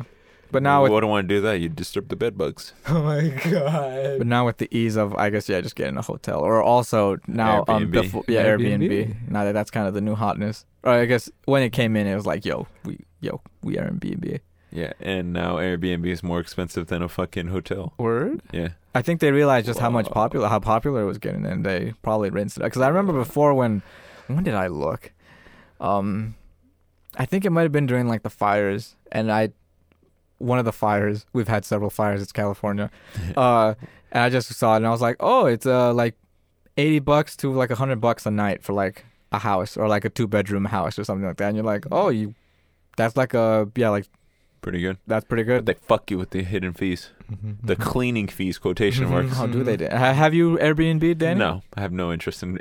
S1: But now with
S3: I don't want to do that. You disturb the bed bugs.
S2: Oh my god.
S1: but now with the ease of I guess yeah, just getting a hotel or also now um
S3: Airbnb.
S1: the, fu- yeah Airbnb.
S2: Airbnb.
S1: Now that that's kind of the new hotness. Or I guess when it came in, it was like yo we yo we Airbnb.
S3: Yeah, and now Airbnb is more expensive than a fucking hotel.
S2: Word?
S3: Yeah.
S1: I think they realized just how much
S2: Wow.
S1: popular how popular it was getting, and they probably rinsed it out. Because I remember before when when did I look? Um, I think it might have been during like the fires, and I one of the fires we've had several fires. It's California, uh, and I just saw it and I was like, oh, it's uh like eighty bucks to like hundred bucks a night for like a house or like a two bedroom house or something like that. And you're like, oh, you that's like a yeah like
S3: Pretty good.
S1: that's pretty
S3: But
S1: good.
S3: they fuck you with the hidden fees. The cleaning fees, quotation marks.
S1: How Mm-hmm. do they? do- Ha- Have you Airbnb, Danny?
S3: No, I have no interest in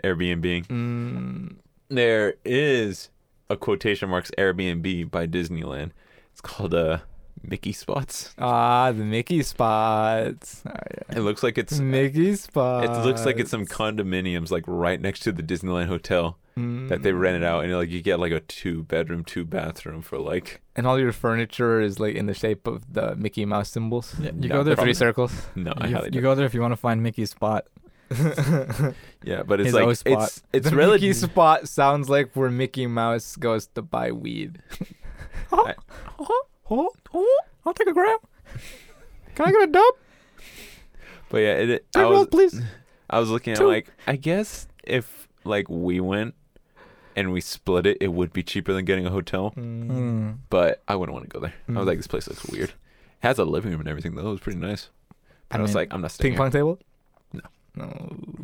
S3: Airbnb.
S2: Mm,
S3: There is a quotation marks Airbnb by Disneyland. It's called uh, Mickey Spots.
S2: ah, the Mickey spots.
S1: Oh, yeah.
S3: It looks like it's
S2: Mickey spots.
S3: it looks like it's
S1: uh,
S3: some condominiums like right next to the Disneyland hotel that they rented
S1: Mm-hmm.
S3: out and like you get like a two bedroom, two bathroom for like
S2: And all your furniture is like in the shape of the Mickey Mouse symbols.
S3: Yeah,
S1: you
S3: no,
S1: go there
S3: they're
S1: for
S2: Three
S3: probably-
S2: circles.
S3: no, Oh, I
S1: you,
S3: highly
S1: you
S3: doubt-
S1: go there if you want to find Mickey's spot.
S3: Yeah, but it's
S1: his
S3: like
S1: O
S3: it's
S1: spot.
S3: it's
S2: the Mickey
S3: relative
S2: spot sounds like where Mickey Mouse goes to buy weed.
S1: Oh, oh, I'll take a gram. Can I get a dub?
S3: But yeah, it, it- I was
S1: please.
S3: I was looking at
S1: Two.
S3: like I guess if like we went and we split it, it would be cheaper than getting a hotel.
S2: Mm.
S3: But I wouldn't want to go there. I
S1: Mm.
S3: was like, this place looks weird. It has a living room and everything though. It was pretty nice.
S1: I
S3: And I, was
S1: mean,
S3: like, I'm not
S2: Ping
S3: staying. here.
S2: pong table?
S3: No.
S2: No.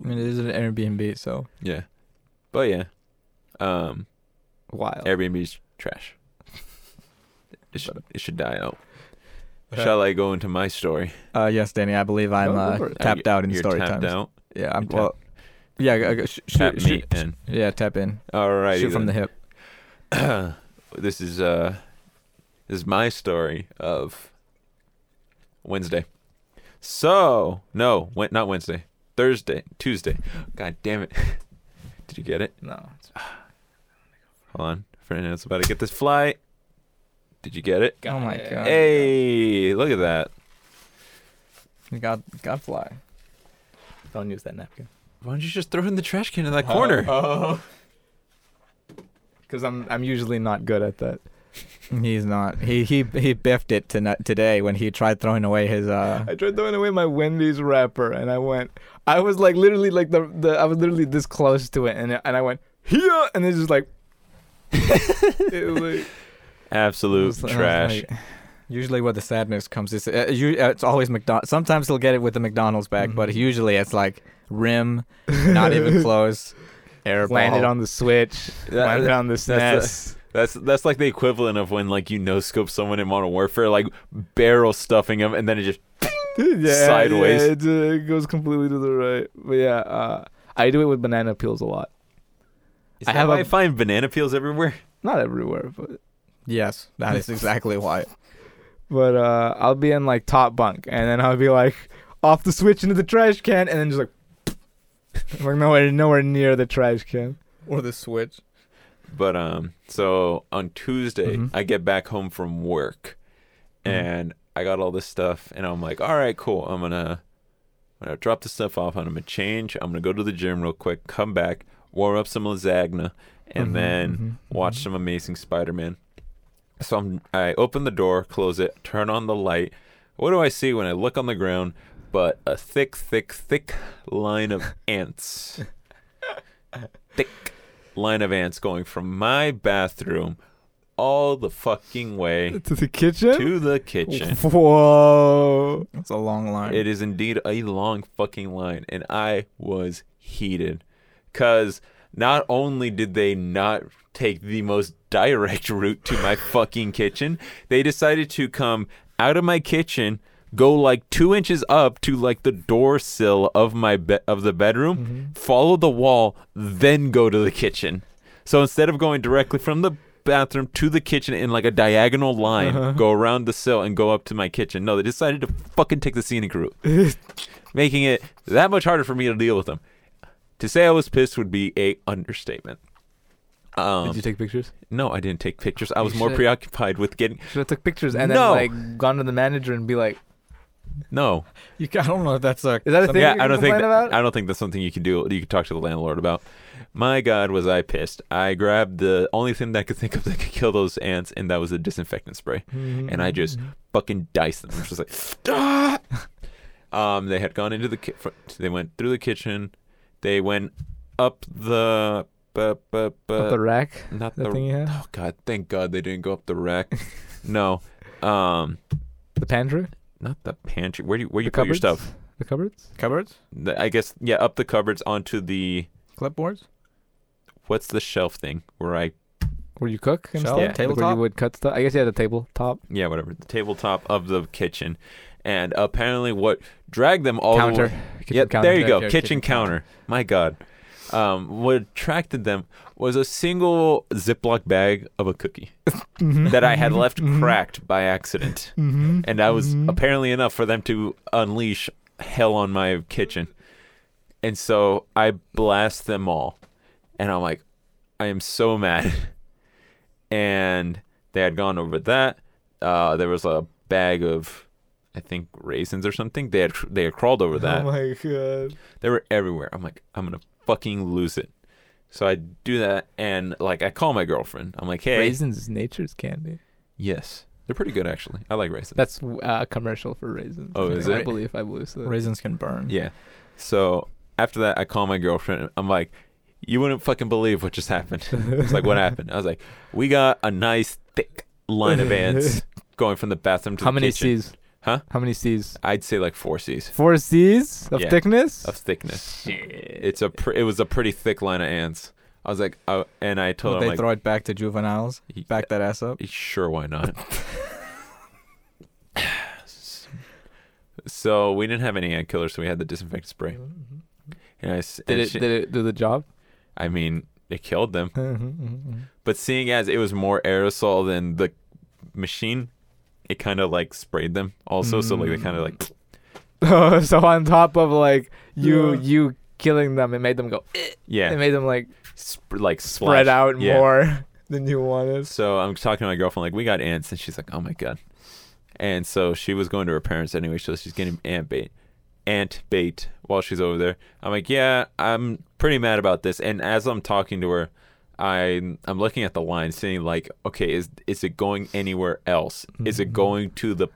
S1: I mean, it is an Airbnb, so
S3: Yeah, but yeah, um,
S1: Oh.
S2: Wild.
S3: Airbnb's trash. It should,
S1: uh,
S3: it should die out.
S2: Okay.
S3: Shall I go into my story?
S1: uh, yes, Danny, I believe I'm
S2: go
S1: uh,
S2: for it.
S3: Are
S1: tapped
S3: you-
S1: out in
S3: you're
S1: story
S3: tapped
S1: times.
S3: out.
S1: Yeah, I'm
S3: You're
S1: well. Yeah, I- I- sh- sh-
S3: Tap
S1: sh-
S3: me
S1: sh-
S3: in.
S1: yeah, tap in.
S3: All right.
S1: Shoot from the hip.
S3: this is uh is my story of Wednesday. So no, Wed- not Wednesday. Thursday, Tuesday. God damn it! Did you get it?
S2: No.
S3: Hold on, Fernando's about to get this flight. Did you get it?
S1: Oh my God.
S3: Hey, look at that.
S1: God, God fly.
S2: Don't use that napkin.
S3: Why don't you just throw it in the trash can in that corner?
S2: Oh. Because I'm I'm usually not good at that.
S1: He's not. He he he biffed it tonight today when he tried throwing away his uh.
S2: I tried throwing away my Wendy's wrapper, and I went. I was like literally like the, the I was literally this close to it, and and I went here, and it's just like. it was like-
S3: Absolute
S2: It's like-
S3: trash.
S1: Usually, where the sadness comes is uh, you, uh, it's always McDonald's. Sometimes he'll get it with the McDonald's bag, but
S2: Mhm.
S1: usually it's like rim, not even close, air
S2: landed
S1: ball.
S2: on the Switch,
S3: That-
S2: landed on the
S3: that's
S2: SNES.
S3: That's that's like the equivalent of when like you no scope someone in Modern Warfare, like barrel stuffing them, and then it just
S2: E yeah,
S3: sideways.
S2: yeah, it, uh, it goes completely to the right. But yeah, uh, I do it with banana peels a lot.
S3: I
S2: I have a-
S3: I find banana peels everywhere.
S2: Not everywhere, but
S1: Yes, that is exactly why.
S2: but uh, I'll be in like top bunk, and then I'll be like off the switch into the trash can, and then just like, I'm, like nowhere nowhere near the trash can.
S1: Or the switch.
S3: But um, so on Tuesday
S1: Mhm.
S3: I get back home from work,
S1: Mhm.
S3: and I got all this stuff, and I'm like, all right, cool. I'm gonna, I'm gonna drop this stuff off. I'm gonna change. I'm gonna go to the gym real quick. Come back, warm up some lasagna, and then
S2: Mm-hmm.
S3: watch some amazing Spider-Man. So I'm, I open the door, close it, turn on the light. What do I see when I look on the ground? But a thick, thick, thick line of ants. thick line of ants going from my bathroom all the fucking way
S2: Mm-hmm. To the kitchen.
S3: to the kitchen.
S2: Whoa!
S1: It's a long line.
S3: It is indeed a long fucking line, and I was heated, cause not only did they not take the most direct route to my fucking kitchen, they decided to come out of my kitchen, go like two inches up to like the door sill of my be- of the bedroom,
S2: Mm-hmm.
S3: follow the wall, then go to the kitchen. So instead of going directly from the bathroom to the kitchen in like a diagonal line,
S2: Uh-huh.
S3: go around the sill and go up to my kitchen. No, they decided to fucking take the scenic route, making it that much harder for me to deal with them. To say I was pissed would be a understatement. Um,
S2: Did you take pictures?
S3: no, I didn't take pictures. I was
S1: You
S3: more
S1: should-
S3: preoccupied with getting.
S2: Should have took pictures and
S3: No.
S2: then like gone to the manager and be like,
S3: No,
S1: You, ca- I don't know if that's uh, a.
S2: Is that a thing?
S3: yeah,
S2: you
S3: I
S2: can
S3: don't think
S2: complain
S3: that-
S2: about?
S3: I don't think that's something you can do. You can talk to the landlord about. My God, was I pissed! I grabbed the only thing that I could think of that could kill those ants, and that was a disinfectant spray.
S2: Mm-hmm.
S3: And I just fucking diced them. I was just like, "Ah!" um, they had gone into the ki- fr- they went through the kitchen, they went up the, bu- bu- bu-
S2: Up the rack.
S3: not
S2: The
S3: uh, the,
S2: thing you have.
S3: oh God, thank God they didn't go up the rack. no, um,
S2: The pantry.
S3: not the pantry. Where do you where do you
S2: the
S3: put your
S2: cupboards.
S3: stuff?
S2: The cupboards.
S1: Cupboards?
S3: The- I guess yeah, up the cupboards onto the
S1: Clipboards?
S3: what's the shelf thing where I
S2: Where you cook and
S1: Shelf?
S2: stuff.
S3: Yeah.
S2: Like, Where
S1: Tabletop?
S2: you would cut stuff. I guess yeah, the tabletop.
S3: yeah whatever the tabletop of the kitchen, and apparently what dragged them all
S2: Counter.
S3: The way,
S2: Kitchen
S3: yeah,
S2: counter.
S3: there you go,
S1: Yeah, kitchen
S3: kitchen, counter. My God, um, what attracted them was a single Ziploc bag of a cookie that I had left cracked by accident,
S2: Mm-hmm.
S3: and that was apparently enough for them to unleash hell on my kitchen, and so I blast them all, and I'm like, I am so mad. and they had gone over that. Uh, there was a bag of, I think raisins or something. They had they had crawled over that.
S2: Oh my god.
S3: they were everywhere. I'm like, I'm gonna fucking lose it. So I do that, and like I call my girlfriend. I'm like, hey,
S2: Raisins is nature's candy.
S3: yes, they're pretty good actually. I like raisins.
S2: That's uh, a commercial for raisins.
S3: Oh,
S2: I
S3: is
S2: think. I
S3: it?
S2: believe I believe so.
S1: Raisins can burn.
S3: yeah. So after that, I call my girlfriend. I'm like, you wouldn't fucking believe what just happened. It's like, what happened? I was like, we got a nice thick line of ants going from the bathroom to
S2: How
S3: the
S2: many
S3: kitchen.
S2: C's?
S3: Huh?
S2: How many C's?
S3: I'd say like four C's
S2: Four C's of
S3: Yeah.
S2: thickness.
S3: of thickness.
S2: Shit.
S3: It's a pr- it was a pretty thick line of ants. I was like, I, and I told
S1: Would
S3: him
S1: they
S3: like,
S1: throw it back to juveniles?
S3: "Y-
S1: Back that ass up?
S3: sure, why not? so we didn't have any ant killer, so we had the disinfectant spray. And I s-
S2: Did
S3: and
S2: it
S3: she-
S2: did it do the job?
S3: I
S2: Mm-hmm.
S3: mean, it killed them. But seeing as it was more aerosol than the machine, it kind of like sprayed them also. So like they kind of like
S2: so on top of like you
S1: Yeah.
S2: you killing them, it made them go. "Eh." It
S3: yeah,
S2: made them like
S3: sp- like
S2: spread
S3: splash.
S2: out
S3: Yeah.
S2: more than you wanted.
S3: So I'm talking to my girlfriend like we got ants, and she's like, oh my god. And so she was going to her parents anyway, so she's getting ant bait, ant bait while she's over there. I'm like, yeah, I'm pretty mad about this. And as I'm talking to her, I I'm looking at the line, seeing like, okay, is is it going anywhere else? Is it going to the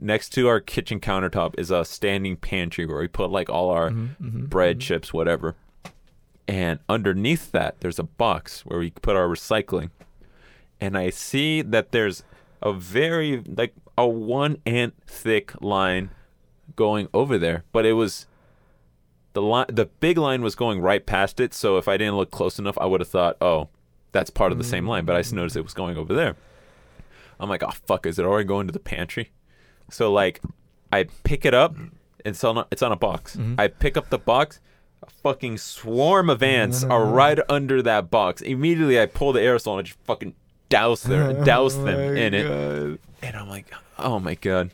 S3: next to our kitchen countertop is a standing pantry where we put like all our
S2: Mm-hmm.
S3: bread, chips, whatever. And underneath that, there's a box where we put our recycling. And I see that there's a very like a one ant thick line going over there, but it was the line. The big line was going right past it, so if I didn't look close enough, I would have thought, oh, that's part of the same line. But I just noticed it was going over there. I'm like, oh fuck, is it already going to the pantry? So like, I pick it up. It's on a, it's on a box.
S2: Mm-hmm.
S3: I pick up the box. A fucking swarm of ants
S2: Mm-hmm.
S3: are right under that box. Immediately, I pull the aerosol and I just fucking douse their
S2: Oh
S3: douse them in it. And I'm like, oh my god.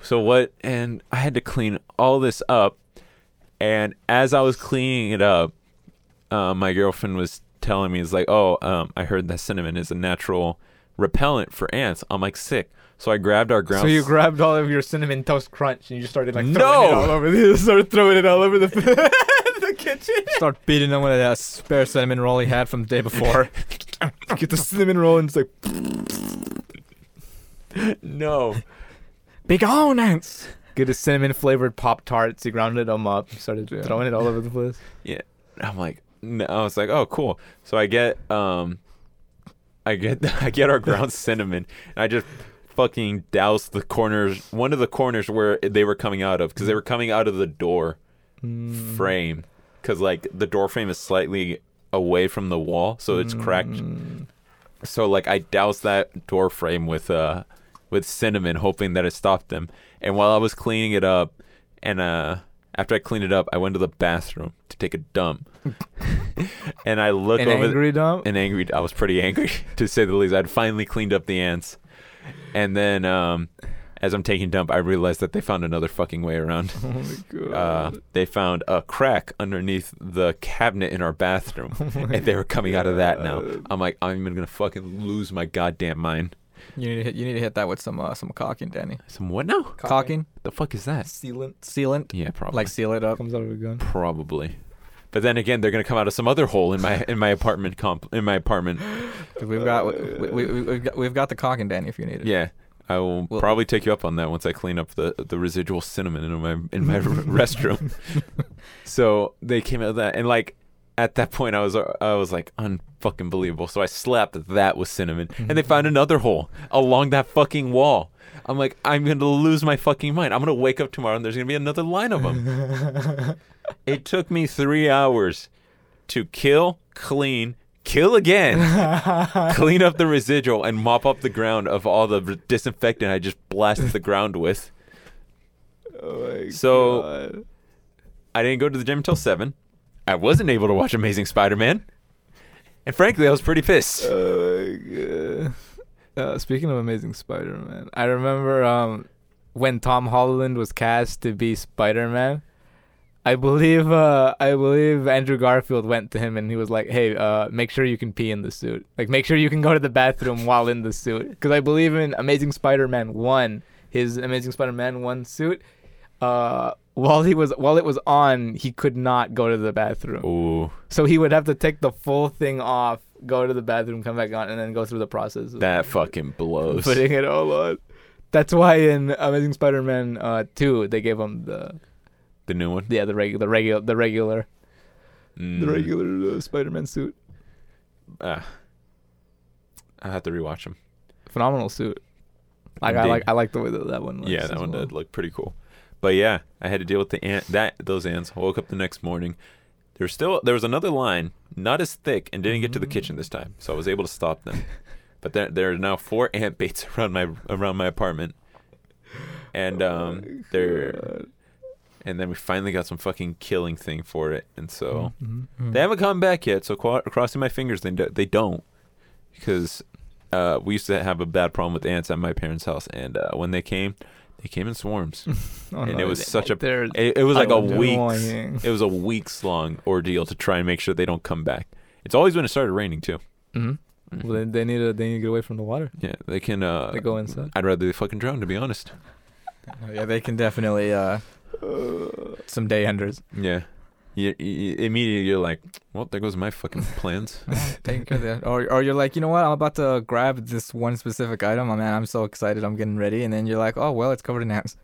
S3: So what? And I had to clean all this up. And as I was cleaning it up, uh, my girlfriend was telling me, "It's like, oh, um, I heard that cinnamon is a natural repellent for ants." I'm like, sick. So I grabbed our ground.
S2: So you grabbed all of your cinnamon toast crunch and you just started like throwing it
S3: No!
S2: all over the started throwing it all over the, the kitchen.
S1: Start beating him with that spare cinnamon roll he had from the day before.
S2: Get the cinnamon roll and it's like
S3: no.
S1: Big on ants.
S2: get a cinnamon flavored pop tarts. You grounded them up. You started throwing it all over the place.
S3: I'm like, no. I was like, oh, cool. So I get, um, I get, I get our ground cinnamon, and I just fucking douse the corners, one of the corners where they were coming out of, because they were coming out of the door
S2: Mm.
S3: frame, because like the door frame is slightly away from the wall, so it's cracked.
S2: Mm.
S3: So like I doused that door frame with uh with cinnamon, hoping that it stopped them. And while I was cleaning it up, and uh after I cleaned it up, I went to the bathroom to take a dump. and I look
S2: An
S3: over
S2: angry dump.
S3: and angry. I was pretty angry to say the least. I'd finally cleaned up the ants, and then um, as I'm taking dump, I realized that they found another fucking way around.
S2: Oh my god.
S3: Uh, they found a crack underneath the cabinet in our bathroom,
S2: Oh
S3: and they were coming out of that now. I'm like, I'm even gonna fucking lose my goddamn mind.
S1: You need to hit, you need to hit that with some uh, some caulking, Danny.
S3: Some what now?
S1: Caulking,
S3: The fuck is that?
S2: Sealant
S1: sealant,
S3: Yeah, probably.
S1: like seal it up.
S2: comes out of a gun.
S3: probably. But then again, they're gonna come out of some other hole in my in my apartment comp in my apartment.
S1: 'Cause We've got we, we, we, we've got we've got the caulking, Danny, if you need it.
S3: Yeah, I will
S1: Well-
S3: probably take you up on that once I clean up the, the residual cinnamon in my in my r- restroom. so they came out of that, and like at that point, I was uh, I was like unfucking believable. So I slapped that with cinnamon, and they found another hole along that fucking wall. I'm like, I'm gonna lose my fucking mind. I'm gonna wake up tomorrow, and there's gonna be another line of them. it took me three hours to kill, clean, kill
S2: Oh
S3: again clean up the residual and mop up the ground of all the r- disinfectant I just blasted the ground with. So- I didn't go to the gym until seven. I wasn't able to watch Amazing Spider-Man, and frankly, I was pretty pissed.
S2: Uh, uh, speaking of Amazing Spider-Man, I remember um, when Tom Holland was cast to be Spider-Man. I believe uh, I believe Andrew Garfield went to him and he was like, "Hey, uh, make sure you can pee in the suit. Like, make sure you can go to the bathroom while in the suit." Because I believe in Amazing Spider-Man one, his Amazing Spider-Man one suit. Uh, while he was while it was on, he could not go to the bathroom.
S3: Ooh,
S2: So he would have to take the full thing off, go to the bathroom, come back on, and then go through the process of
S3: that fucking blows.
S2: putting it all on. That's why in Amazing Spider-Man uh, two they gave him the
S3: the new one.
S2: yeah the regular the regular the regular the
S3: Mm,
S2: regular uh, Spider-Man suit,
S3: ah. I have to rewatch them.
S2: phenomenal suit. Like I
S3: Indeed.
S2: like I like the way that that one looks.
S3: Yeah, that
S2: as
S3: one
S2: well.
S3: did look pretty cool. But yeah, I had to deal with the ant that those ants. I woke up the next morning. There's still there was another line, not as thick, and didn't get to the kitchen this time, so I was able to stop them. but there there are now four ant baits around my around my apartment, and
S2: Oh
S3: um they're and then we finally got some fucking killing thing for it, and so
S2: Mhm.
S3: they haven't come back yet. So qu- crossing my fingers, they do, they don't because uh, we used to have a bad problem with ants at my parents' house, and uh, when they came, they came in swarms. And it was such a-
S2: Oh, They're
S3: It, it was like a weeks.
S2: annoying.
S3: It was a weeks long ordeal to try and make sure they don't come back. It's always when it started raining too.
S2: hmm
S3: Mm-hmm.
S2: Well, then they need to they need to get away from the water.
S3: Yeah, they can. Uh,
S2: They go inside.
S3: I'd rather they fucking drown, to be honest.
S1: yeah, they can definitely uh, some day enders.
S3: Yeah. You, you- immediately you're like, well, there goes my fucking plans.
S1: Taking care of that. Or, or you're like, you know what? I'm about to grab this one specific item. Oh, man, I'm so excited. I'm getting ready. And then you're like, oh, well, it's covered in ants.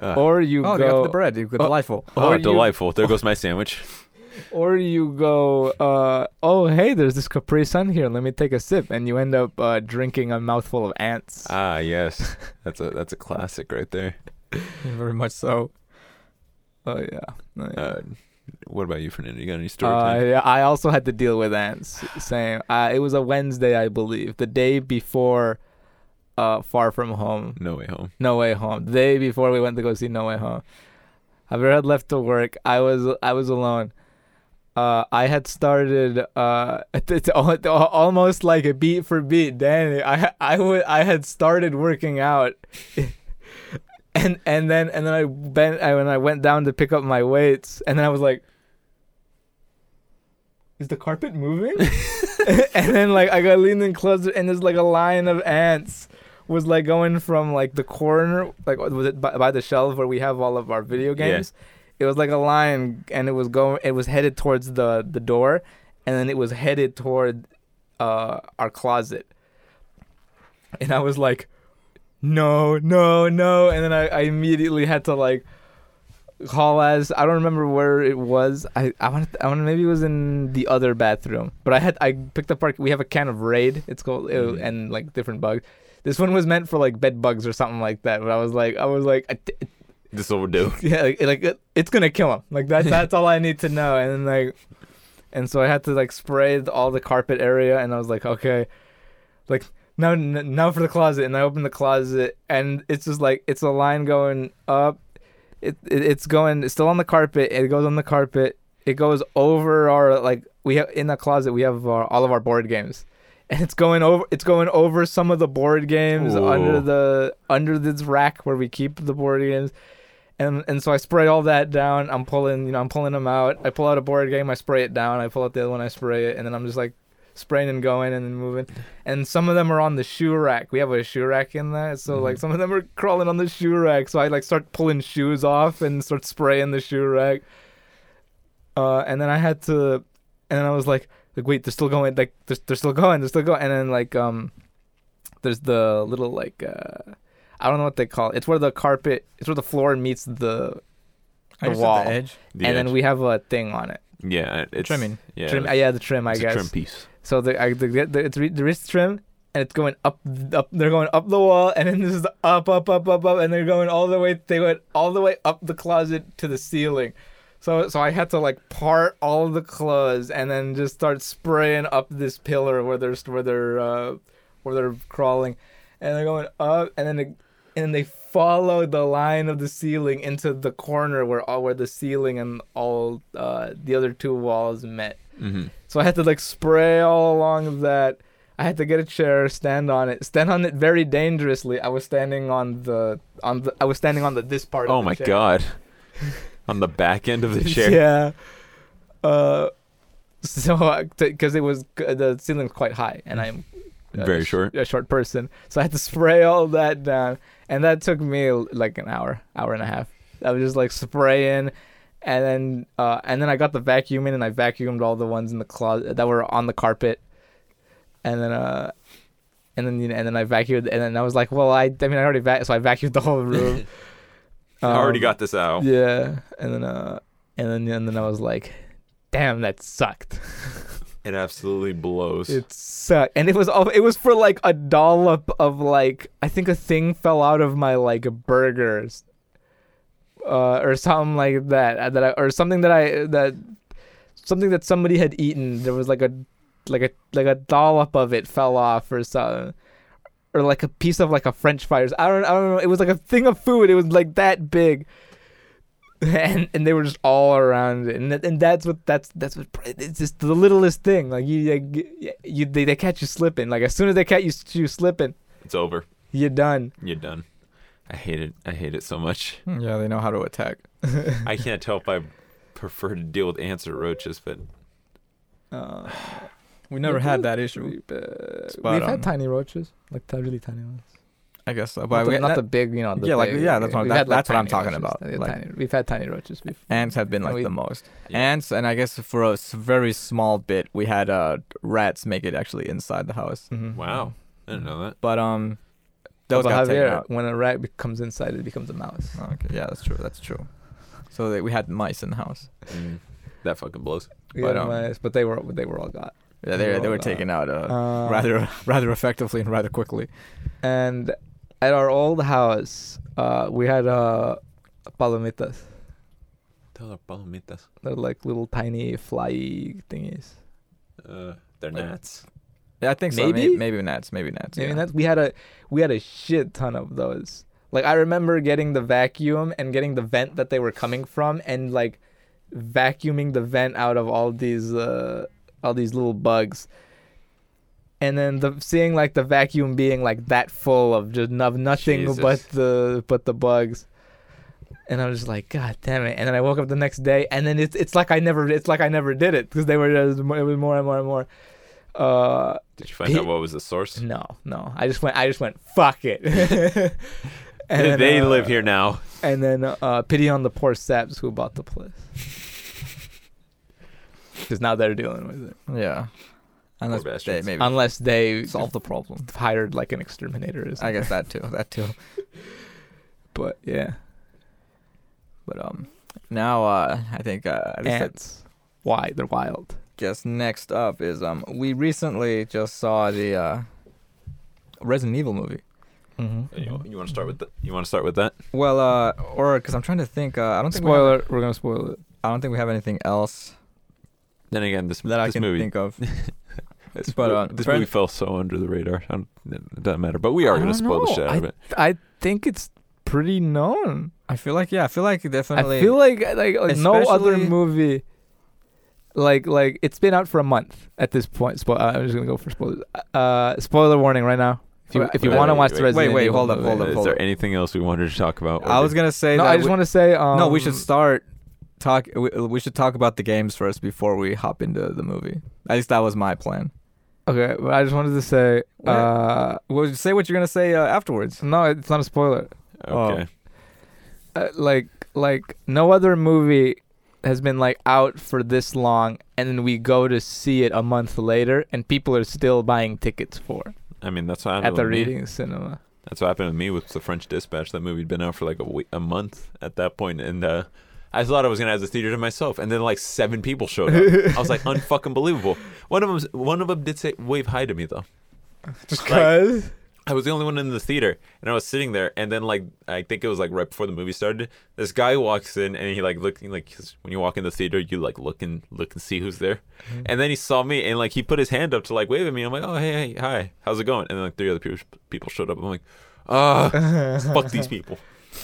S3: Uh,
S2: Or you
S1: oh, they got
S2: go
S1: the bread. You've got
S2: Oh.
S1: the delightful.
S3: oh,
S2: or you-
S3: delightful! There goes my sandwich.
S2: or you go uh oh hey there's this Capri Sun here let me take a sip and you end up uh, drinking a mouthful of ants.
S3: Ah, yes, that's a that's a classic right there.
S1: Very much so.
S2: oh yeah. Oh, yeah.
S3: Uh, what about you, Fernando? You got any story
S2: Uh,
S3: time?
S2: yeah, I also had to deal with ants. Same. Uh, it was a Wednesday, I believe, the day before uh, Far From Home,
S3: No way home.
S2: No Way Home, the day before we went to go see No Way Home. Javier had left to work. I was I was alone. Uh, I had started uh, it's al- almost like a beat for beat, Danny. I I would I had started working out, and and then and then I bent I, when I went down to pick up my weights, and then I was like, "Is the carpet moving?" and then like I got leaned in closer, and there's like a line of ants was like going from like the corner, like was it by, by the shelf where we have all of our video
S3: Yeah.
S2: games. It was like a line, and it was going. It was headed towards the the door, and then it was headed toward uh, our closet. And I was like, no, no, no. And then I, I immediately had to like call as I don't remember where it was. I I want I want maybe it was in the other bathroom. But I had I picked up our we have a can of Raid. It's called uh,
S3: Mhm.
S2: and like different bugs. This one was meant for like bed bugs or something like that. But I was like I was like I t-
S3: This will do.
S2: yeah, like, like it, it's gonna kill him. Like that's that's all I need to know. And then like, and so I had to like spray th- all the carpet area, and I was like, okay, like now n- now for the closet, and I open the closet, and it's just like it's a line going up, it, it it's going it's still on the carpet. It goes on the carpet. It goes over our like we have in the closet. We have our, all of our board games. And it's going over. It's going over some of the board games
S3: Ooh.
S2: under the under this rack where we keep the board games and and so I spray all that down. I'm pulling, you know, I'm pulling them out. I pull out a board game, I spray it down. I pull out the other one, I spray it, and then I'm just like spraying and going and then moving. And some of them are on the shoe rack. We have a shoe rack in there, so
S3: Mm-hmm.
S2: like some of them are crawling on the shoe rack. So I like start pulling shoes off and start spraying the shoe rack. Uh, and then I had to, and then I was like, like wait, they're still going, like they're, they're still going, they're still going. And then like um, there's the little like uh, I don't know what they call it. It's where the carpet, it's where the floor meets the
S1: I
S2: The
S1: just
S2: wall.
S1: At the edge.
S3: The
S2: and
S3: edge.
S2: then we have a thing on it.
S3: yeah, it's
S1: Trimming.
S3: Yeah,
S2: trim, yeah, the trim, I
S3: it's
S2: guess.
S3: a trim piece.
S2: So the, I, the, the it's re, the wrist trim, and it's going up, up. They're going up the wall, and then this is the up, up, up, up, up, and they're going all the way. They went all the way up the closet to the ceiling. So so I had to like part all the clothes, and then just start spraying up this pillar where they're where they're uh, where they're crawling, and they're going up, and then it, and then they follow the line of the ceiling into the corner where all where the ceiling and all uh, the other two walls met.
S3: Mm-hmm.
S2: So I had to like spray all along that. I had to get a chair, stand on it, stand on it very dangerously. I was standing on the on the I was standing on the this part.
S3: Oh
S2: of the
S3: my
S2: chair.
S3: god, on the back end of the chair.
S2: Yeah. Uh, so because it was the ceiling's quite high, and I'm uh,
S3: Very
S2: sh-
S3: short.
S2: a short person, so I had to spray all that down, and that took me like an hour, hour and a half. I was just like spraying, and then uh, and then I got the vacuum in, and I vacuumed all the ones in the closet that were on the carpet, and then uh. And then you know, and then I vacuumed, and then I was like, "Well, I, I mean, I already vac, so I vacuumed the whole room."
S3: I already
S2: Um,
S3: got this out.
S2: yeah, and then uh, and then and then I was like, "Damn, that sucked.
S3: It absolutely blows.
S2: It sucked." And it was all it was for like a dollop of like I think a thing fell out of my like burgers, uh, or something like that. uh, That I, or something that I that something that somebody had eaten. There was like a like a like a dollop of it fell off or something. Or like a piece of like a French fries. I don't. I don't know. It was like a thing of food. It was like that big. and and they were just all around it, and that, and that's what that's that's what it's just the littlest thing. Like you, like, you they, they catch you slipping. Like as soon as they catch you, you slipping,
S3: It's over.
S2: you're done.
S3: You're done. I hate it. I hate it so much.
S1: Yeah, they know how to attack.
S3: I can't tell if I prefer to deal with ants or roaches, but
S2: Uh,
S1: We never had that issue.
S2: we've, uh,
S1: Spot
S2: we've
S1: on.
S2: had tiny roaches, like t- really tiny ones.
S1: I guess so.
S2: Not,
S1: But
S2: the,
S1: we,
S2: not
S1: that-
S2: the big, you know. The
S1: yeah, like-
S2: big-
S1: yeah, that's what-
S2: we've
S1: that-
S2: had, like,
S1: that's what I'm
S2: tiny
S1: talking
S2: roaches.
S1: about,
S2: Yeah,
S1: like-
S2: tiny- we've had tiny roaches before.
S1: ants have been like
S2: and we-
S1: the most.
S3: Yeah.
S1: Ants, and I guess for a s- very small bit, we had uh, rats make it actually inside the house.
S2: Mhm.
S3: wow, I didn't know that.
S1: But um, Mm-hmm. those
S2: But
S1: got taken
S2: Javier,
S1: out.
S2: when a rat be- comes inside, it becomes a mouse.
S1: Oh, okay. Yeah, that's true. That's true. So that we had mice in the house.
S3: Mm. That fucking blows.
S2: We
S1: But,
S2: had
S1: um,
S2: mice, but they were they were all got.
S1: Yeah, they they
S2: Well,
S1: were
S2: uh,
S1: taken out uh,
S2: Uh,
S1: rather rather effectively and rather quickly.
S2: And at our old house, uh, we had uh, palomitas.
S3: Those are palomitas.
S2: They're like little tiny fly thingies.
S3: Uh, they're
S1: Like-
S3: gnats.
S1: Yeah, I think so. May-
S2: Maybe?
S1: Maybe, gnats. Maybe gnats.
S2: I
S1: yeah.
S2: mean, that's we had a we had a shit ton of those. Like I remember getting the vacuum and getting the vent that they were coming from, and like vacuuming the vent out of all these uh, all these little bugs. And then the seeing like the vacuum being like that full of just of nothing
S3: Jesus.
S2: but the but the bugs. And I was just like, God damn it! And then I woke up the next day, and then it's it's like I never it's like I never did it because they were just it was more and more and more. Uh,
S3: Did you find
S2: He-
S3: out what was the source?
S2: no, no. I just went. I just went. Fuck it. and then,
S3: they
S2: uh,
S3: live here now.
S2: And then uh, pity on the poor saps who bought the place. Because now they're dealing with it.
S1: yeah. Unless they
S3: bastards.
S1: maybe
S2: Unless they
S1: solve the problem.
S2: hired like an exterminator. Or something.
S1: I guess that too. That too.
S2: But yeah,
S1: But um, now uh, I think uh, at least I
S2: ants. Why they're wild?
S1: guess next up is um, we recently just saw the uh, Resident Evil movie. Mm-hmm.
S3: You, you want to start with the, You want to start with that?
S1: Well, uh, or because I'm trying to think. Uh, I don't think we have-
S2: Spoiler. We're gonna spoil it.
S1: I don't think we have anything else
S3: Then again, this
S1: that I
S3: this
S1: can
S3: movie,
S1: think of.
S3: this,
S1: but, uh,
S3: this
S1: Brent-
S3: movie fell so under the radar. I don't, it doesn't matter. But we are
S2: I
S3: going to
S2: don't
S3: spoil the
S2: know.
S3: shit out of it.
S2: I think it's pretty known.
S1: I feel like yeah. I feel like definitely.
S2: I feel like like, like no other
S1: especially-
S2: movie. Like like it's been out for a month at this point. Spo- uh, I'm just gonna go for spoilers. Uh, spoiler warning right now. If you
S1: Wait,
S2: if you
S3: wait,
S2: want to
S3: wait,
S2: watch
S3: wait,
S2: the
S3: wait,
S2: Resident
S1: wait,
S2: Evil
S1: hold up,
S2: movie-
S1: hold up.
S3: Is there anything else we wanted to talk about? or
S1: I was
S3: did-
S1: gonna say
S2: No,
S1: that.
S2: I just
S1: we-
S2: want to say um,
S1: no, we should start talk. We, we should talk about the games first before we hop into the movie. At least that was my plan.
S2: Okay, but I just wanted to say uh,
S1: Well, say what you're gonna say uh, afterwards.
S2: no, it's not a spoiler. oh.
S3: Okay.
S2: Uh, like like no other movie has been like out for this long, and then we go to see it a month later, and people are still buying tickets for
S3: I mean, that's what happened
S2: at the
S3: with me.
S2: reading cinema.
S3: That's what happened to me with the French Dispatch. That movie had been out for like a week, a month at that point, and uh, I thought I was gonna have the theater to myself. And then like seven people showed up. I was like, unfucking believable. One of them, one of them did say wave hi to me though. Just like- I was the only one in the theater, and I was sitting there. And then, like, I think it was like right before the movie started. This guy walks in, and he like looking like 'cause when you walk in the theater, you like look and look and see who's there.
S2: Mhm.
S3: And then he saw me, and like he put his hand up to like wave at me. I'm like, oh hey, hey hi, how's it going? And then like three other people people showed up. I'm like, ah, fuck these people.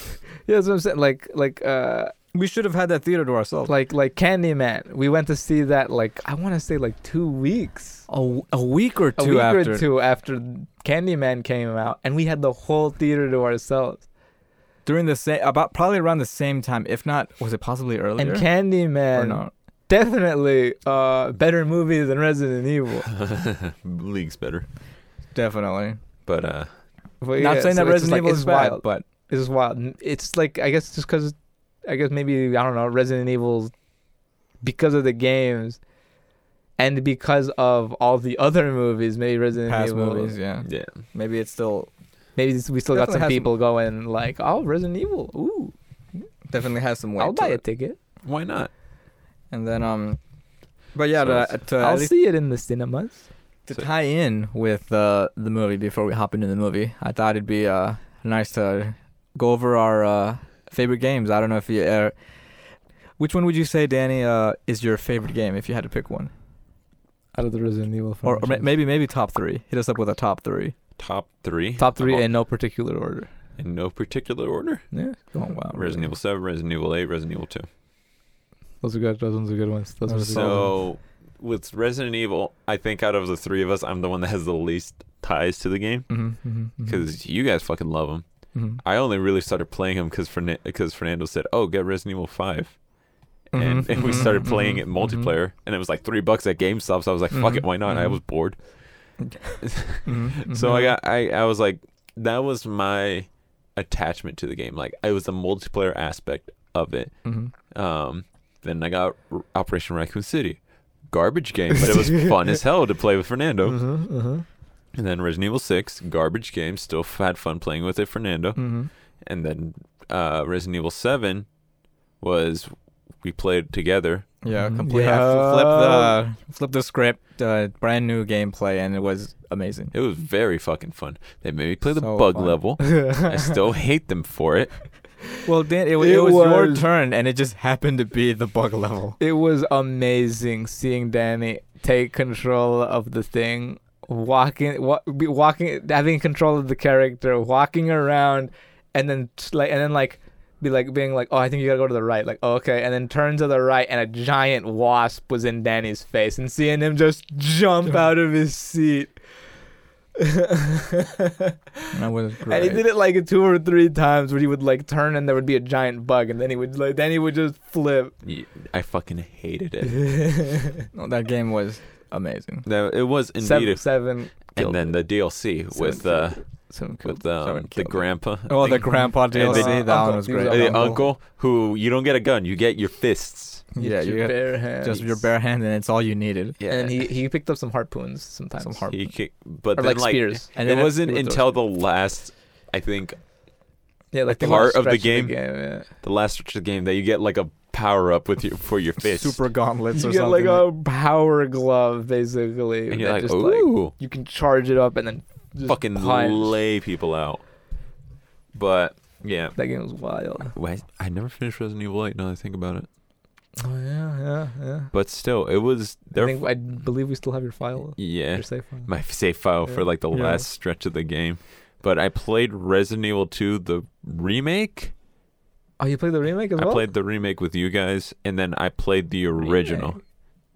S2: Yeah, that's what I'm saying. Like, like, uh,
S1: We should have had that theater to ourselves.
S2: like, like Candyman. We went to see that. Like, I want to say like two weeks,
S1: a, a week or
S2: a
S1: two
S2: week
S1: after.
S2: or two after Candyman came out, and we had the whole theater to ourselves.
S1: During the same, about probably around the same time, if not, was it possibly earlier?
S2: And
S1: Oh, or
S2: Candyman,
S1: not?
S2: definitely uh, better movie than Resident Evil.
S3: League's better,
S1: Definitely.
S3: but uh,
S2: But
S1: not
S2: yeah,
S1: saying
S2: so
S1: that
S2: it's just,
S1: Resident
S2: like,
S1: Evil
S2: it's
S1: is bad,
S2: wild.
S1: but
S2: It's wild. N- It's like I guess just because, I guess maybe I don't know Resident Evil, because of the games, and because of all the other movies, maybe Resident
S1: past
S2: Evil.
S1: movies, yeah.
S3: yeah,
S1: Maybe it's still
S2: Maybe this- we still got
S1: Definitely
S2: some
S1: has some-
S2: people going like, "Oh, Resident Evil. Ooh,
S1: definitely has some weight.
S2: I'll
S1: to
S2: buy
S1: it.
S2: a ticket.
S3: why not?
S1: And then um, but yeah,
S3: So
S1: to, uh,
S3: it's-
S1: to, at
S2: I'll
S1: least
S2: see it in the cinemas."
S1: to
S3: so-
S1: tie in with uh, the movie before we hop into the movie, I thought it'd be uh nice to go over our uh, favorite games. I don't know if you. Uh, which one would you say, Danny, uh, is your favorite game if you had to pick one,
S2: Out of the Resident Evil,
S1: or, or ma- maybe maybe top three? Hit us up with a top three.
S3: Top three,
S2: top three
S3: I'm all-
S2: in no particular order.
S3: in no particular order.
S1: Yeah, going wild.
S3: Resident Evil 7, Resident Evil 8, Resident Evil 2.
S2: Those are good. Those ones are good ones. Those ones are good ones.
S3: So with Resident Evil, I think out of the three of us, I'm the one that has the least ties to the game
S2: Mm-hmm, mm-hmm,
S3: because you guys fucking love them.
S2: hmm
S3: I only really started playing them because Fernando said, "Oh, get Resident Evil 5. and,
S2: Mm-hmm,
S3: and we started playing it multiplayer, and it was like three bucks at GameStop. So I was like, "Fuck it,
S2: Mhm,
S3: why not?" I
S2: mhm.
S3: was bored,
S2: mm-hmm,
S3: so I got I, I was like, that was my attachment to the game. Like it was the multiplayer aspect of it.
S2: hmm
S3: Um, then I got R- Operation Raccoon City, garbage game, but it was fun as hell to play with Fernando.
S2: hmm
S3: And then Resident Evil Six, garbage game, still f- had fun playing with it, Fernando.
S2: hmm
S3: And then uh, Resident Evil Seven was we played together.
S1: Yeah,
S2: Mhm.
S1: complete. I
S2: Yeah.
S1: fl- flipped the flipped the script, uh, brand new gameplay, and it was amazing.
S3: It was very fucking fun. They made me play the
S1: So
S3: bug
S1: fun.
S3: level. I still hate them for it.
S1: Well, Dan, it,
S2: It
S1: it was, your
S2: was-
S1: turn, and it just happened to be the bug level.
S2: It was amazing seeing Danny take control of the thing, walking, wa- be walking, having control of the character, walking around, and then t- like, and then like, be like being like, oh, I think you gotta go to the right, like, oh, okay, and then turn to the right, and a giant wasp was in Danny's face, and seeing him just jump out of his seat.
S1: That was great.
S2: And he did it like two or three times where he would like turn and there would be a giant bug and then he would like then he would just flip.
S3: Y- I fucking hated it.
S2: seven,
S1: No, that game was amazing.
S3: No, it was indeed. a-
S2: seven
S3: and
S2: killed
S3: then
S2: it.
S3: the DLC
S2: Seven
S3: with
S2: killed
S3: uh,
S2: it. Seven killed
S3: with um,
S1: Someone
S3: the
S1: killed it.
S3: grandpa. I
S1: Oh, the
S3: think.
S1: grandpa
S3: And they-
S1: DLC. that
S2: Uncle,
S1: one was
S2: he was
S1: great.
S2: an
S3: the
S2: uncle.
S3: uncle who you don't get a gun, you get your fists.
S2: it.
S1: Yeah,
S2: your
S1: you got
S2: bare hands.
S1: just your bare hand, and it's all you needed.
S3: Yeah,
S2: And he he picked up some harpoons sometimes.
S1: Some harp-
S3: he kick, but
S2: or
S3: then
S2: like,
S3: like
S2: spears.
S1: And
S3: it
S1: then
S3: wasn't
S2: it was
S3: until the last, I think,
S2: Yeah, like the
S3: part
S2: last
S3: of the
S2: stretch
S3: game.
S2: yeah.
S3: the last stretch of the game that you get like a power up with your for your fist.
S1: super gauntlets
S2: You
S1: or
S2: get
S1: something.
S2: like a power glove basically.
S3: and you're
S2: that
S3: like,
S2: just like
S3: ooh,
S2: you can charge it up and then just
S3: fucking
S2: punch.
S3: lay people out. But yeah,
S2: That game was wild.
S3: Wait, I never finished Resident Evil 8. Now that I think about it,
S2: Oh yeah, yeah, yeah.
S3: but still, it was
S2: I
S3: their
S2: think I believe we still have your file.
S3: yeah
S2: Your safe file.
S3: my save file for
S2: Yeah.
S3: like the
S1: Yeah.
S3: last stretch of the game. But I played Resident Evil 2 the remake.
S2: Oh, you played the remake as
S3: I
S2: well.
S3: played the remake with you guys, and then I played the original.
S2: Remake.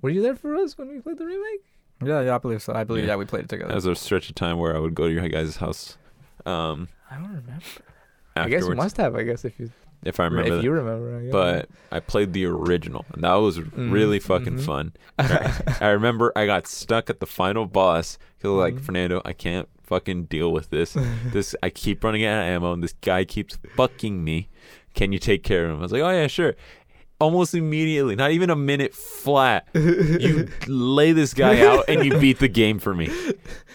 S2: Were you there for us when we played the remake?
S1: yeah, yeah, I believe so. I believe
S3: Yeah.
S1: yeah, we played it
S3: That
S1: together.
S3: was a stretch of time where I would go to your guys' house. Um,
S2: I don't remember. I guess
S3: afterwards,
S2: you must have. I guess if you
S3: if I remember.
S2: if
S3: that.
S2: you remember. I guess.
S3: but I played the original, and that was really fucking
S2: mhm.
S3: fun. I, I remember I got stuck at the final boss because like
S2: Mhm.
S3: Fernando, I can't fucking deal with this. this I keep running out of ammo, and this guy keeps fucking me. Can you take care of him? I was like, oh yeah, sure. Almost immediately, not even a minute flat, you lay this guy out and you beat the game for me.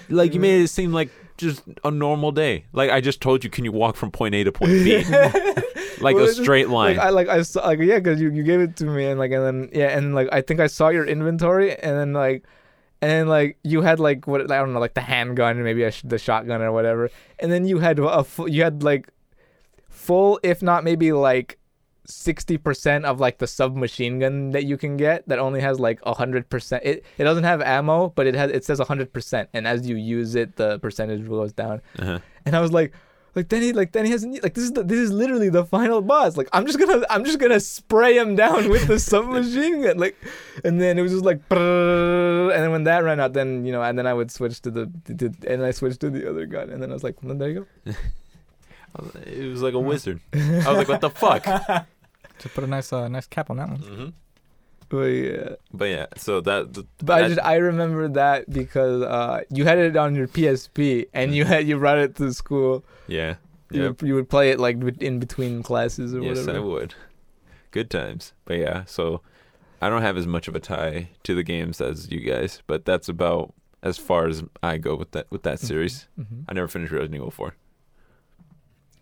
S3: Like you made it seem like just a normal day. Like I just told you, can you walk from point A to point B? like
S2: Well,
S3: a
S2: it's just-
S3: straight line.
S2: Like I like I saw like yeah because you, you gave it to me and like and then yeah and like I think I saw your inventory and then like and then like you had like what I don't know like the handgun maybe a sh- the shotgun or whatever and then you had a fu- you had like full if not maybe like sixty percent of like the submachine gun that you can get that only has like hundred percent it it doesn't have ammo but it has it says hundred percent and as you use it the percentage goes down
S3: uh-huh.
S2: and I was like, like Denny, like Denny hasn't like this is the, this is literally the final boss. Like I'm just gonna I'm just gonna spray him down with the submachine gun. Like, and then it was just like, brrrr, and then when that ran out, then you know, and then I would switch to the to- to- and I switched to the other gun, and then I was like, well, there you go.
S3: I was- It was like a wizard. I was like, what the fuck?
S1: Just put a nice, uh, nice cap on that one.
S3: Mhm.
S2: But yeah,
S3: But yeah, so that th-
S2: but I
S3: that-
S2: just I remember that because uh, you had it on your PSP and you had you brought it to school.
S3: yeah,
S2: You,
S3: yeah,
S2: would, you would play it like bet- in between classes or
S3: yes, I
S2: whatever.
S3: would. Good times. But yeah, so I don't have as much of a tie to the games as you guys, but that's about as far as I go with that with that series.
S2: Mhm.
S3: I never finished Resident Evil Four.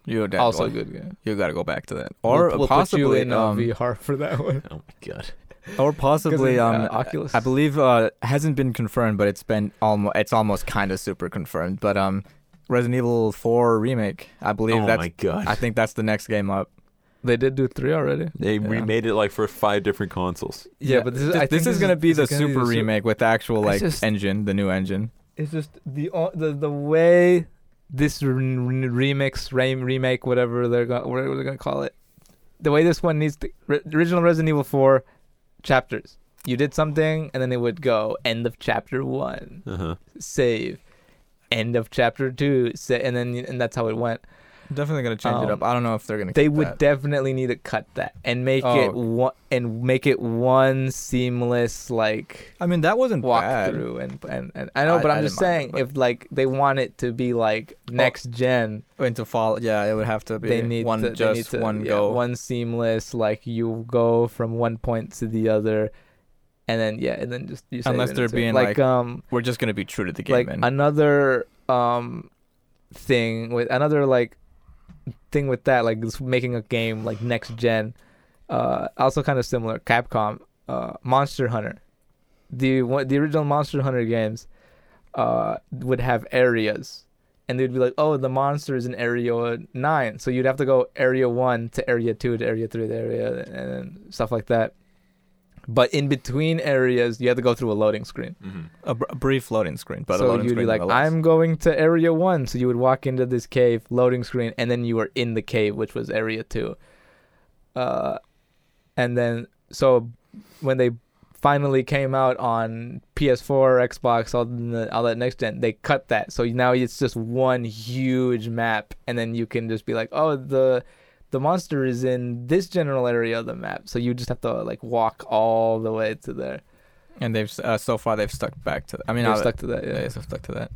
S1: You would
S2: Also
S1: definitely-
S2: good game.
S1: You got to go back to that, or
S2: we'll, we'll put
S1: possibly,
S2: you in
S1: um,
S2: uh, VR for that one.
S3: Oh my god.
S1: or possibly,
S2: it's,
S1: um,
S2: uh, Oculus.
S1: I believe uh, hasn't been confirmed, but it's been almost, it's almost kind of super confirmed. But um, Resident Evil 4 remake, I believe
S3: Oh
S1: that's,
S3: my god.
S1: I think that's the next game up.
S2: They did do three already.
S3: they
S1: yeah.
S3: remade it like for five different consoles.
S2: Yeah, but this is- I think
S1: this
S2: this
S1: is gonna
S2: is-
S1: be
S2: this
S1: the
S2: is gonna be
S1: super
S2: the su-
S1: remake with the actual
S2: It's
S1: like
S2: just-
S1: engine, the new engine.
S2: It's just the o- the the way this r- r- remix, rem- remake, whatever they're going, whatever they're going to call it, the way this one needs to ri- original Resident Evil Four chapters. You did something, and then it would go end of chapter one,
S3: Uh-huh.
S2: save, end of chapter two, sa- and then and that's how it went.
S1: Definitely gonna change it
S2: Um,
S1: up. I don't know if they're gonna.
S2: They
S1: keep
S2: would
S1: that.
S2: definitely need to cut that and make
S1: Oh.
S2: it one and make it one seamless like
S1: I mean, that wasn't
S2: walk
S1: bad.
S2: through and, and and I know,
S1: I-
S2: but
S1: I
S2: I'm just
S1: didn't mind it,
S2: saying
S1: but-
S2: if like they want it to be like next gen,
S1: I mean, to follow, yeah, it would have to be
S2: they need
S1: one
S2: to, they
S1: just
S2: need to-
S1: one
S2: yeah,
S1: go.
S2: one seamless. Like you go from one point to the other, and then yeah, and then just you save
S1: Unless
S2: it
S1: they're
S2: into it.
S1: being,
S2: like,
S1: like,
S2: um
S1: We're just gonna be true to the game.
S2: like
S1: and
S2: another um thing with another like thing with that like this- making a game like next gen uh also kind of similar capcom uh monster hunter the one the original monster hunter games uh would have areas and they'd be like oh the monster is in area 9 so you'd have to go area 1 to area 2 to area 3 to area and then stuff like that but in between areas you have to go through a loading screen
S3: Mhm.
S1: a, br- a brief loading screen, but a
S2: so
S1: loading
S2: you'd be
S1: screen
S2: like,
S1: nonetheless.
S2: I'm going to area one. So you would walk into this cave, loading screen, and then you were in the cave, which was area two. Uh, and then so when they finally came out on PS4, Xbox, all the, all that next gen, they cut that. So now it's just one huge map, and then you can just be like, oh the the monster is in this general area of the map. So you just have to like walk all the way to there.
S1: and they've s- uh, so far they've stuck back to. I mean,
S2: They've
S1: I-
S2: stuck to that.
S1: Yeah,
S2: yeah.
S1: they've stuck to that.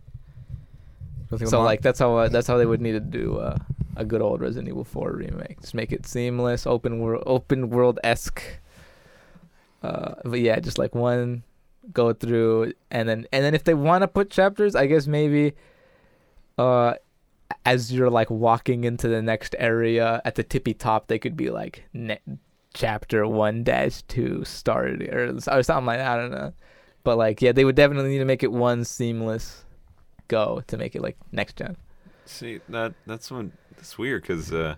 S1: With
S2: So
S1: Mon-
S2: like that's how uh, that's how they would need to do uh, a good old Resident Evil 4 remake. Just make it seamless, open world, open world esque. Uh, but yeah, just like one go through, and then and then if they want to put chapters, I guess maybe, uh, as you're like walking into the next area at the tippy top, they could be like ne- chapter one dash two started or, or something like that. I don't know, but like yeah, they would definitely need to make it one seamless go to make it like next gen.
S3: See that that's when that's weird because uh,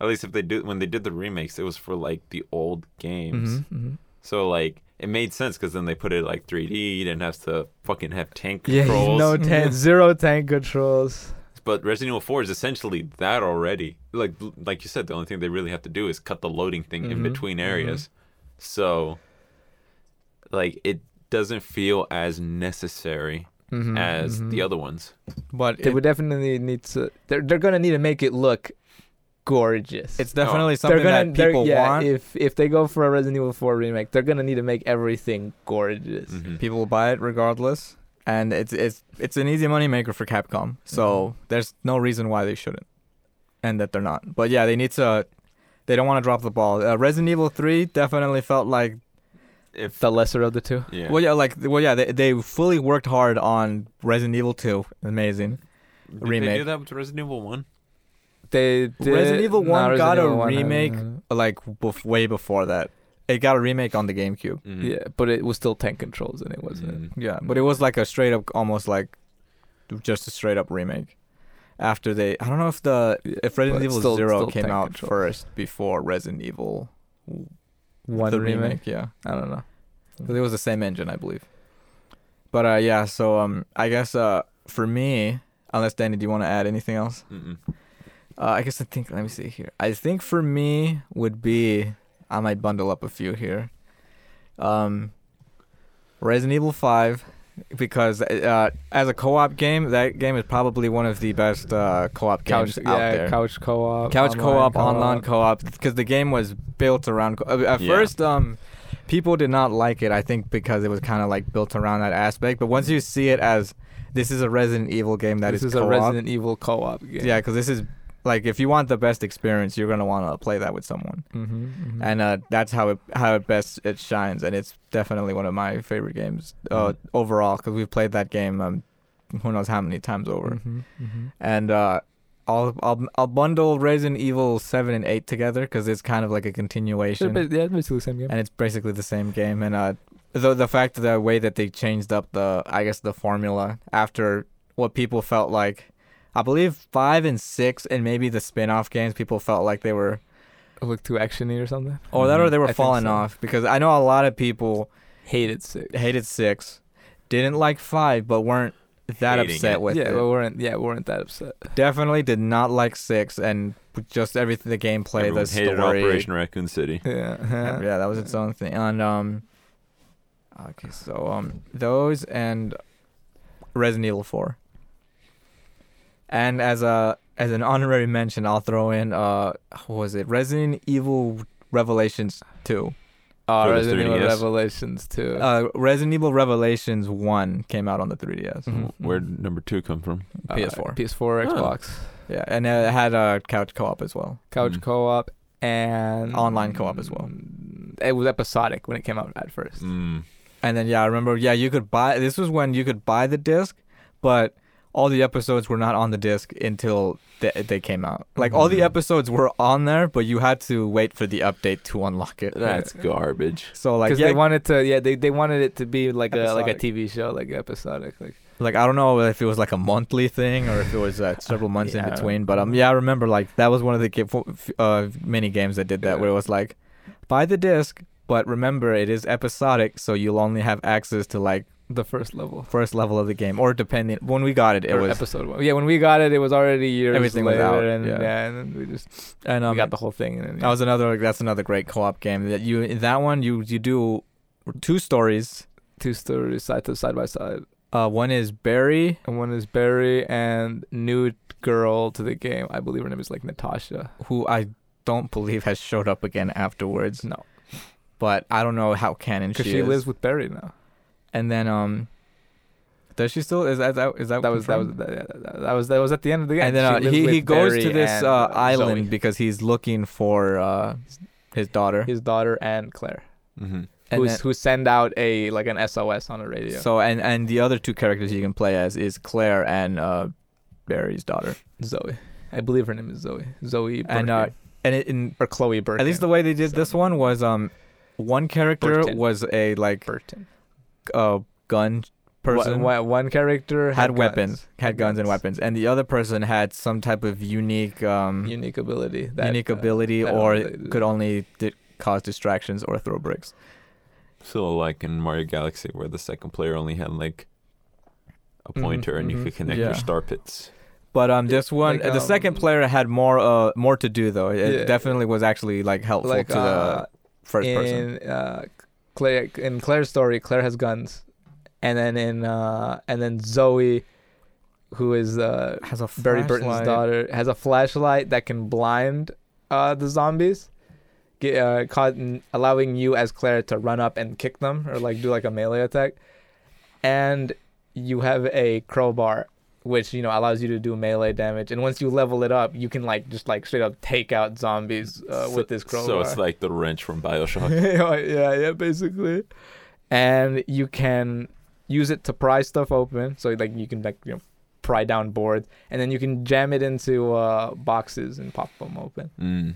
S3: at least if they do when they did the remakes, it was for like the old games.
S2: mm-hmm.
S3: So like it made sense because then they put it like 3D. You didn't have to fucking have tank
S2: Yeah,
S3: controls.
S2: no tank, zero tank controls.
S3: But Resident Evil 4 is essentially that already. Like like you said, the only thing they really have to do is cut the loading thing in
S2: Mhm,
S3: between areas. So like it doesn't feel as necessary
S2: Mm-hmm.
S3: as the other ones.
S1: but
S2: they
S1: it-
S2: would definitely need to. They're they're gonna need to make it look gorgeous.
S1: it's definitely
S2: they're
S1: something
S2: gonna
S1: that
S2: they're-
S1: people
S2: yeah,
S1: want.
S2: If if they go for a Resident Evil 4 remake, they're gonna need to make everything gorgeous.
S3: Mhm.
S1: people will buy it regardless, and it's it's it's an easy moneymaker for Capcom.
S2: Mm-hmm.
S1: So there's no reason why they shouldn't, and that they're not. But yeah, they need to. They don't want to drop the ball. Uh, Resident Evil Three definitely felt like
S3: If
S2: The lesser of the two.
S3: yeah.
S1: well, yeah, like well, yeah, they they fully worked hard on Resident Evil Two. Amazing.
S3: Did they
S1: remake.
S3: do that with Resident Evil 1?
S2: They did,
S1: Resident Evil
S2: nah,
S1: 1
S2: Resident
S1: got a
S2: Evil 1 had-
S1: remake, like bef- way before that. It got a remake on the GameCube.
S3: Mhm.
S2: Yeah, but it was still tank controls, and
S1: Mm.
S2: it wasn't.
S3: Mhm.
S1: Yeah, but it was like a straight up, almost like just a straight up remake. After they, I don't know if the if Resident
S2: But
S1: Evil
S2: still-
S1: Zero
S2: still
S1: came
S2: tank
S1: out
S2: controls.
S1: first before Resident Evil
S2: One
S1: the
S2: remake. Hmm.
S1: remake. Yeah,
S2: I don't know.
S1: 'Cause it was the same engine, I believe. But uh, yeah, so um, I guess uh, for me, unless Danny, do you want to add anything else?
S3: Mm-mm.
S1: Uh, I guess I think. Let me see here. I think for me would be I might bundle up a few here. Um, Resident Evil Five, because uh, as a co-op game, that game is probably one of the best uh, co-op games
S2: Couch,
S1: out
S2: yeah,
S1: there.
S2: couch co-op,
S1: Couch
S2: online
S1: co-op, online co-op, because the game was built around. Co- at
S3: Yeah.
S1: first, um, people did not like it. I think because it was kind of like built around that aspect. But once you see it as this is a Resident Evil game that
S2: this is
S1: co-op,
S2: a Resident Evil co-op game.
S1: yeah, because this is like if you want the best experience, you're gonna want to play that with someone,
S2: Mm-hmm,
S1: and uh, that's how it how it best it shines, and it's definitely one of my favorite games uh,
S3: Mhm.
S1: overall because we've played that game um, who knows how many times over,
S2: Mm-hmm.
S1: and uh, I'll, I'll I'll bundle Resident Evil seven and eight together because it's kind of like a continuation,
S2: yeah, basically the same game.
S1: and it's basically the same game, and uh, the the fact the way that they changed up the I guess the formula after what people felt like I believe five and six and maybe the spin off games people felt like they were
S2: look too actiony or something.
S1: or that or they
S2: Mhm. I
S1: were
S2: think
S1: falling
S2: so.
S1: off because I know a lot of people
S2: Hated six.
S1: hated six, didn't like five but weren't that
S3: hating
S1: upset
S3: it.
S1: with
S2: yeah,
S1: it.
S2: but weren't yeah weren't that upset.
S1: Definitely did not like six and just everything the gameplay,
S3: Everyone
S1: the
S3: hated
S1: story.
S3: Operation Raccoon City.
S2: Yeah,
S1: yeah, that was its own thing. And um, okay, so um, those and Resident Evil Four. And as a as an honorary mention, I'll throw in uh, what was it Resident Evil Revelations Two?
S2: Oh,
S3: For the
S2: Resident Evil
S3: 3DS.
S2: Revelations too.
S1: Uh, Resident Evil Revelations One came out on the 3DS.
S3: Mm-hmm.
S2: Mhm.
S3: Where'd number two come from?
S2: Uh,
S1: PS4.
S2: PS4,
S3: Huh.
S2: Xbox,
S1: Yeah, and it had a couch co-op as well.
S2: couch
S3: Mm.
S2: co-op, and
S1: Online co-op as well.
S2: It was episodic when it came out at first.
S3: Mm.
S1: And then yeah, I remember yeah, you could buy this was when you could buy the disc, but all the episodes were not on the disc until they, they came out. Like all
S2: Hmm.
S1: the
S3: Mhm.
S1: episodes were on there, but you had to wait for the update to unlock it.
S3: That's garbage.
S1: so like
S2: Because
S1: yeah,
S2: they wanted to, yeah, they, they wanted it to be like a like a
S1: Episodic.
S2: TV show, like episodic, like
S1: like I don't know if it was like a monthly thing or if it was uh, several months in
S2: Yeah.
S1: between, but um yeah, I remember like that was one of the ga- fo- f- uh mini games that did that where it was like buy the disc, but remember it is episodic, so you'll only have access to like
S2: the first level.
S1: first level of the game or depending when we got it it
S2: Or
S1: was
S2: episode one. Yeah, when we got it, it was already years
S1: Everything was
S2: later,
S1: out,
S2: and
S1: yeah.
S2: and then we just
S1: and um,
S2: we got the whole thing. And then,
S1: That was another. That's another great co-op game. That you in that one you you do two stories.
S2: two stories side to side by side,
S1: Uh, one is Barry.
S2: and one is Barry and new girl to the game. I believe her name is like Natasha.
S1: who I don't believe has showed up again afterwards.
S2: No.
S1: but I don't know how canon she,
S2: because she,
S1: is.
S2: lives with Barry now.
S1: and then um, does she still is that is that, is that
S2: That was that was
S1: confirmed?
S2: that, that, that was that was at the end of the game.
S1: and then
S2: She
S1: uh,
S2: lives
S1: he he
S2: with
S1: goes
S2: Barry
S1: to this
S2: and,
S1: uh, island
S2: Zoe,
S1: because he's looking for uh his daughter.
S2: his daughter and Claire,
S3: Mm-hmm.
S1: and
S2: who's,
S1: then-
S2: who send out a like an SOS on a radio.
S1: so and and the other two characters you can play as is Claire and uh Barry's daughter.
S2: Zoe, I believe her name is Zoe. Zoe
S1: And, uh,
S2: Berkin.
S1: And it, in
S2: or Chloe Burton.
S1: At least the way they did this one was um one character
S2: Burton.
S1: was a like
S2: Burton
S1: uh gun person
S2: One- one- one character
S1: had,
S2: guns.
S1: weapons, had guns and weapons, and the other person had some type of unique um
S2: unique ability. That,
S1: unique
S2: uh,
S1: ability
S2: that
S1: or
S2: only-
S1: could only di- cause distractions or throw bricks.
S3: So like in Mario Galaxy, where the second player only had like a
S2: Mhm,
S3: pointer and you
S2: mhm.
S3: could connect
S1: Yeah.
S3: your star pits.
S1: But um this one
S2: like,
S1: the second
S2: um,
S1: player had more uh more to do though. It
S2: Yeah.
S1: definitely was actually like helpful
S2: like
S1: to
S2: uh,
S1: the first person.
S2: in uh, Claire in Claire's story, Claire has guns, and then in uh, and then Zoe, who is uh,
S1: Has a
S2: Barry Burton's
S1: flashlight.
S2: daughter, has a flashlight that can blind uh, the zombies, get, uh, caught in, allowing you as Claire to run up and kick them or like do like a melee attack, and you have a crowbar. Which you know allows you to do melee damage, and once you level it up, you can like just like straight up take out zombies uh,
S3: so,
S2: with this crowbar.
S3: So it's like the wrench from Bioshock.
S2: yeah, yeah, yeah, basically. And you can use it to pry stuff open. So like you can like you know pry down boards, and then you can jam it into uh, boxes and pop them open.
S3: mm.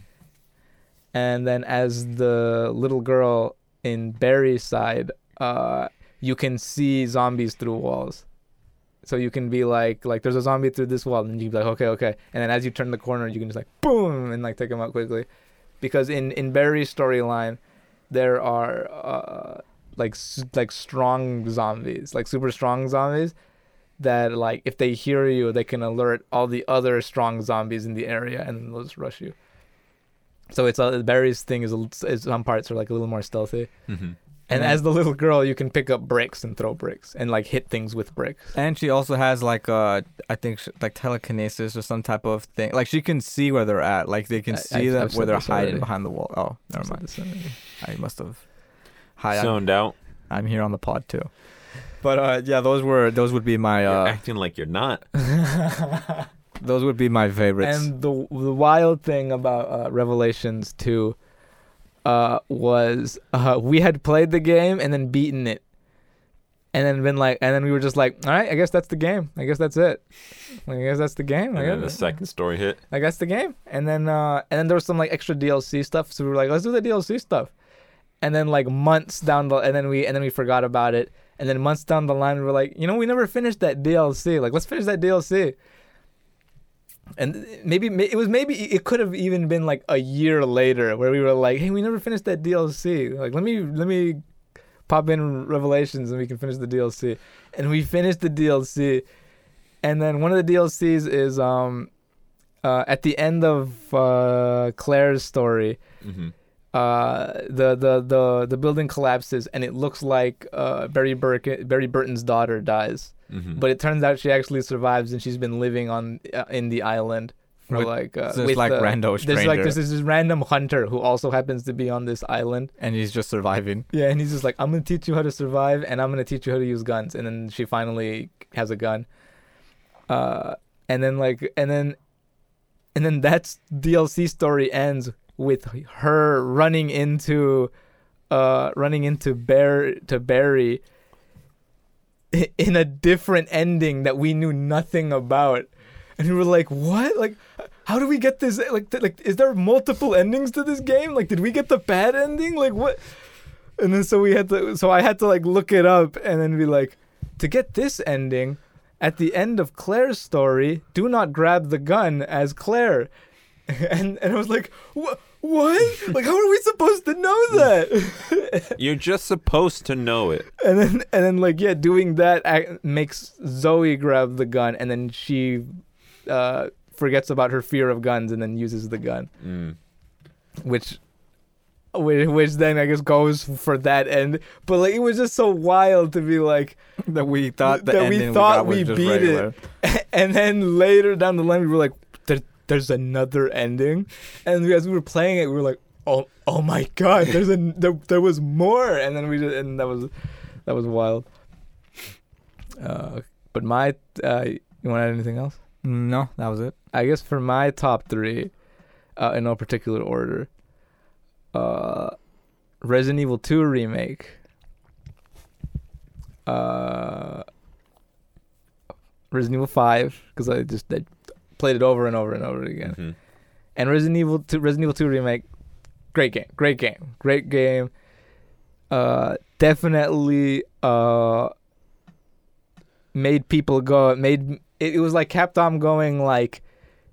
S2: And then as the little girl in Barry's side, uh, you can see zombies through walls. So you can be like, like there's a zombie through this wall, and you can be like, okay, okay. And then as you turn the corner, you can just like boom and like take them out quickly, because in in Barry's storyline, there are uh, like s- like strong zombies, like super strong zombies, that like if they hear you, they can alert all the other strong zombies in the area, and they'll just rush you. So it's uh, Barry's thing is, a l- is some parts are like a little more stealthy.
S3: hmm
S2: And
S1: Yeah.
S2: as the little girl, you can pick up bricks and throw bricks and like hit things with bricks.
S1: And she also has like uh, I think sh- like telekinesis or some type of thing. Like she can see where they're at. Like they can
S2: I-
S1: see
S2: I've-
S1: them
S2: I've said
S1: where they're
S2: this
S1: hiding
S2: already.
S1: behind the wall. Oh, never
S2: So
S1: mind.
S2: this, uh,
S1: I must have. Hi, I'm,
S3: Zoned out.
S1: I'm here on the pod too. But uh, yeah, those were those would be my
S3: You're
S1: uh,
S3: acting like you're not.
S1: those would be my favorites.
S2: and the the wild thing about uh, Revelations two uh, was uh, we had played the game and then beaten it, and then been like, and then we were just like, all right, I guess that's the game. I guess that's it. I guess that's the game.
S3: And
S2: I
S3: then the
S2: guess-
S3: second story hit.
S2: like that's the game and then uh and then there was some like extra dlc stuff so we were like let's do the dlc stuff and then like months down the and then we and then we forgot about it and then months down the line we were like you know we never finished that dlc like let's finish that dlc and maybe ma- it was maybe it could have even been like a year later where we were like hey we never finished that dlc like let me let me pop in Revelations and we can finish the DLC. And we finished the DLC. And then one of the DLCs is um uh, at the end of uh, Claire's story,
S3: Mm-hmm.
S2: uh, the, the the the building collapses and it looks like uh, Barry Burke Barry Burton's daughter dies.
S3: Mm-hmm.
S2: But it turns out she actually survives and she's been living on uh, in the island for
S1: With-
S2: like uh,
S1: so it's
S2: with,
S1: like
S2: uh,
S1: rando stranger,
S2: There's like there's this random hunter who also happens to be on this island.
S1: and he's just surviving.
S2: Yeah, and he's just like, I'm gonna teach you how to survive, and I'm gonna teach you how to use guns. And then she finally has a gun. Uh, and then like, and then, and then that's DLC story ends with her running into, uh, running into Bear to Barry. i- In a different ending that we knew nothing about, and we were like, "What? Like, how do we get this? Like, th- like, is there multiple endings to this game? Like, did we get the bad ending? Like, what? And then so we had to, so I had to like look it up and then be like, to get this ending, at the end of Claire's story, do not grab the gun as Claire. And and I was like, what? What? Like, how are we supposed to know that?
S3: You're just supposed to know it.
S2: and then and then like yeah, doing that ac- makes Zoe grab the gun and then she uh, forgets about her fear of guns and then uses the gun
S3: Mm.
S2: which which, which then I guess goes for that end. But like it was just so wild to be like,
S1: That we thought the
S2: That we
S1: ending
S2: thought
S1: got was
S2: we
S1: just
S2: beat it.
S1: regular.
S2: and then later down the line we were like, there, there's another ending, and as we were playing it, we were like, oh oh my god, there's a there, there was more, and then we just, and that was that was wild. Uh, but my uh, you want to add anything else?
S1: No, that was it.
S2: I guess for my top three, uh, in no particular order, uh, Resident Evil 2 remake, uh, Resident Evil 5 because I just I played it over and over and over again,
S3: Mhm.
S2: and Resident Evil 2, Resident Evil 2 remake, great game, great game, great game. Uh, definitely uh, made people go. It made it, it was like Capcom going like,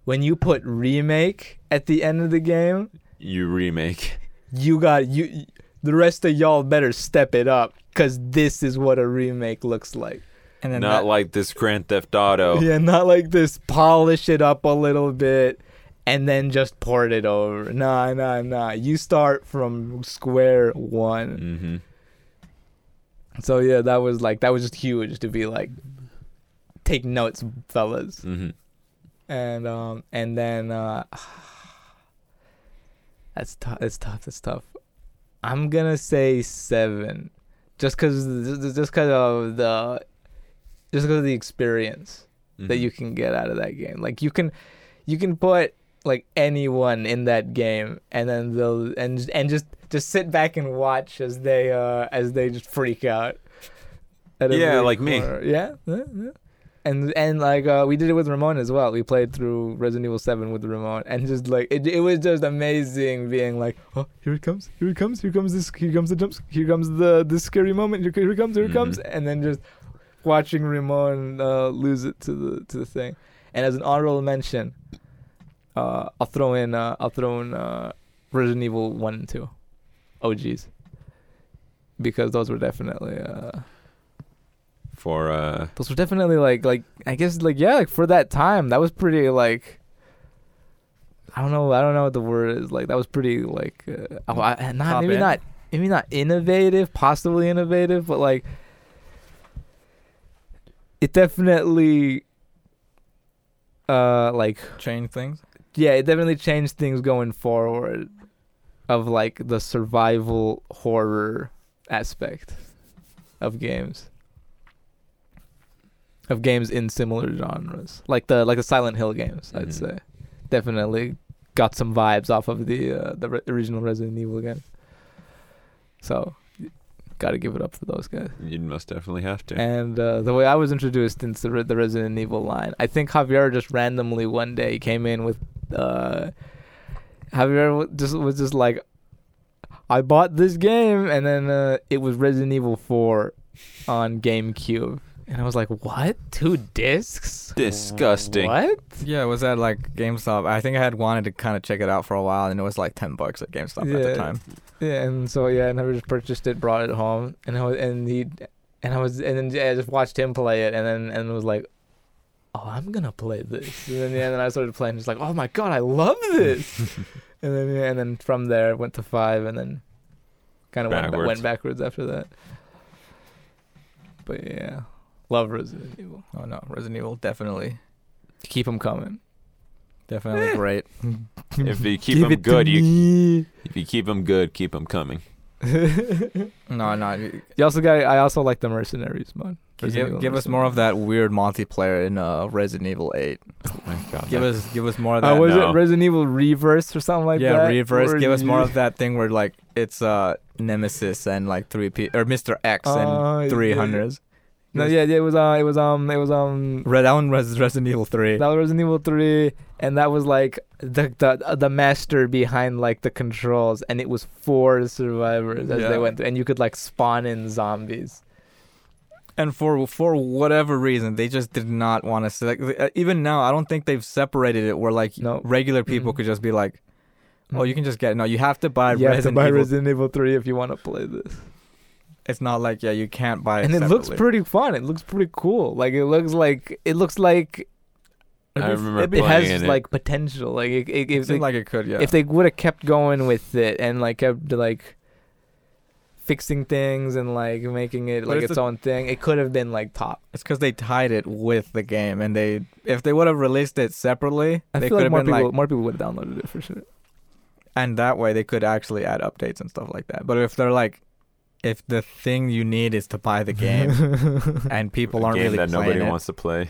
S2: when you put remake at the end of the game,
S3: You remake.
S2: you got you. The rest of y'all better step it up, cause this is what a remake looks like.
S1: And then
S3: Not
S1: that-
S3: like this Grand Theft Auto.
S2: Yeah, not like this. Polish it up a little bit and then just port it over. Nah, nah, nah. You start from square one.
S3: Mm-hmm.
S2: So yeah, that was like that was just huge to be like take notes, fellas.
S3: Mm-hmm.
S2: And um and then uh that's tough. That's tough. That's tough. I'm gonna say seven, just cause just- just cause of the just cause of the experience. that
S3: Mm-hmm.
S2: you can get out of that game. Like you can, you can put like anyone in that game, and then they'll and and just just sit back and watch as they uh as they just freak out. at
S3: Yeah,
S2: every
S3: like me.
S2: corner. Yeah, yeah, yeah. And and like uh, we did it with Ramon as well. We played through Resident Evil Seven with Ramon, and just like it, it was just amazing being like, oh, here it comes, here it comes, here comes this, here comes the jumps, here comes the this scary moment, here, here it comes, here it comes,
S3: Mhm.
S2: and then just watching Ramon uh, lose it to the to the thing. And as an honorable mention, uh, I'll throw in uh, I'll throw in uh, Resident Evil One and Two, OGs, because those were definitely uh,
S3: for uh
S2: those were definitely like like I guess like yeah like for that time that was pretty like. I don't know. I don't know what the word is. Like that was pretty like uh, oh, I, not
S1: Top
S2: maybe
S1: end?
S2: not maybe not innovative, possibly innovative, but like it definitely uh like
S1: change things.
S2: yeah, it definitely changed things going forward of like the survival horror aspect of games. Of games in similar genres. Like the like the Silent Hill games, I'd
S3: Mhm.
S2: say. Definitely got some vibes off of the uh, the re- original Resident Evil again. So, got to give it up for those guys.
S3: you most definitely have to.
S2: And uh, the way I was introduced into re- the Resident Evil line, I think Javier just randomly one day came in with uh, Javier w- just was just like, I bought this game, and then uh, it was Resident Evil Four on GameCube, And I was like, what? Two discs?
S3: Disgusting.
S2: What?
S1: Yeah, it was at like GameStop. I think I had wanted to kind of check it out for a while, and it was like ten bucks at GameStop at
S2: Yeah.
S1: the time.
S2: Yeah, and so yeah, and I just purchased it, brought it home, and I was, and he, and I was, and then yeah, I just watched him play it, and then and was like, oh, I'm gonna play this, and then yeah, and then I started playing, just like, oh my god, I love this, and then yeah, and then from there went to five, and then kind of went, ba-
S3: Backwards.
S2: went backwards after that. But yeah, love Resident Evil.
S1: Oh no, Resident Evil definitely, Eh.
S2: Keep them coming.
S1: definitely great.
S3: If you keep them good, you if you keep them good, keep them coming.
S2: you
S1: No, no, you-
S2: also got. I also like the mercenaries mod. Resident
S1: give,
S2: Evil
S1: give us
S2: Mercenaries.
S1: more of that weird multiplayer in uh, Resident Evil Eight.
S3: Oh my god.
S1: Give
S3: that-
S1: us, give us more of that.
S2: Uh, was
S3: no.
S2: it Resident Evil Reverse or something like
S1: yeah,
S2: that?
S1: reverse.
S2: Where
S1: Give us more
S2: you-
S1: of that thing where like it's uh Nemesis and like three P or Mr. X
S2: Oh, yeah.
S1: and three hundreds.
S2: No, yeah, yeah, it was. Uh, it was. Um, it was. Um,
S1: Red Allen was Resident Evil Three.
S2: that was Resident Evil Three, and that was like the the uh, the master behind like the controls, and it was four survivors as
S1: Yeah.
S2: they went, through, and you could like spawn in zombies.
S1: and for for whatever reason, they just did not want to. se- Like, uh, even now, I don't think they've separated it where like
S2: No.
S1: regular people
S2: Mm-mm.
S1: could just be like, "Oh, you can just get." No, you have to buy
S2: you have to
S1: Resident
S2: buy
S1: Evil.
S2: Resident Evil Three if you want to play this,
S1: it's not like yeah, you can't buy it.
S2: and it looks
S1: separately.
S2: pretty fun. It looks pretty cool. Like it looks like it looks like
S3: I remember
S2: it
S3: playing
S2: has
S3: it.
S2: like potential. Like it, it,
S1: It
S2: it,
S1: seemed like it could. Yeah.
S2: if they would have kept going with it and like kept like fixing things and like making it
S1: But
S2: like
S1: it's
S2: its,
S1: a-
S2: own thing, it could have been like top.
S1: It's because they tied it with the game, and they if they would have released it separately,
S2: I
S1: they
S2: feel
S1: could
S2: like
S1: have
S2: more
S1: been
S2: people
S1: like,
S2: more people would have downloaded it for sure.
S1: and that way they could actually add updates and stuff like that. But if they're like, if the thing you need is to buy the game, and people
S3: a
S1: aren't
S3: game
S1: really
S3: that
S1: playing
S3: nobody
S1: it,
S3: wants to play.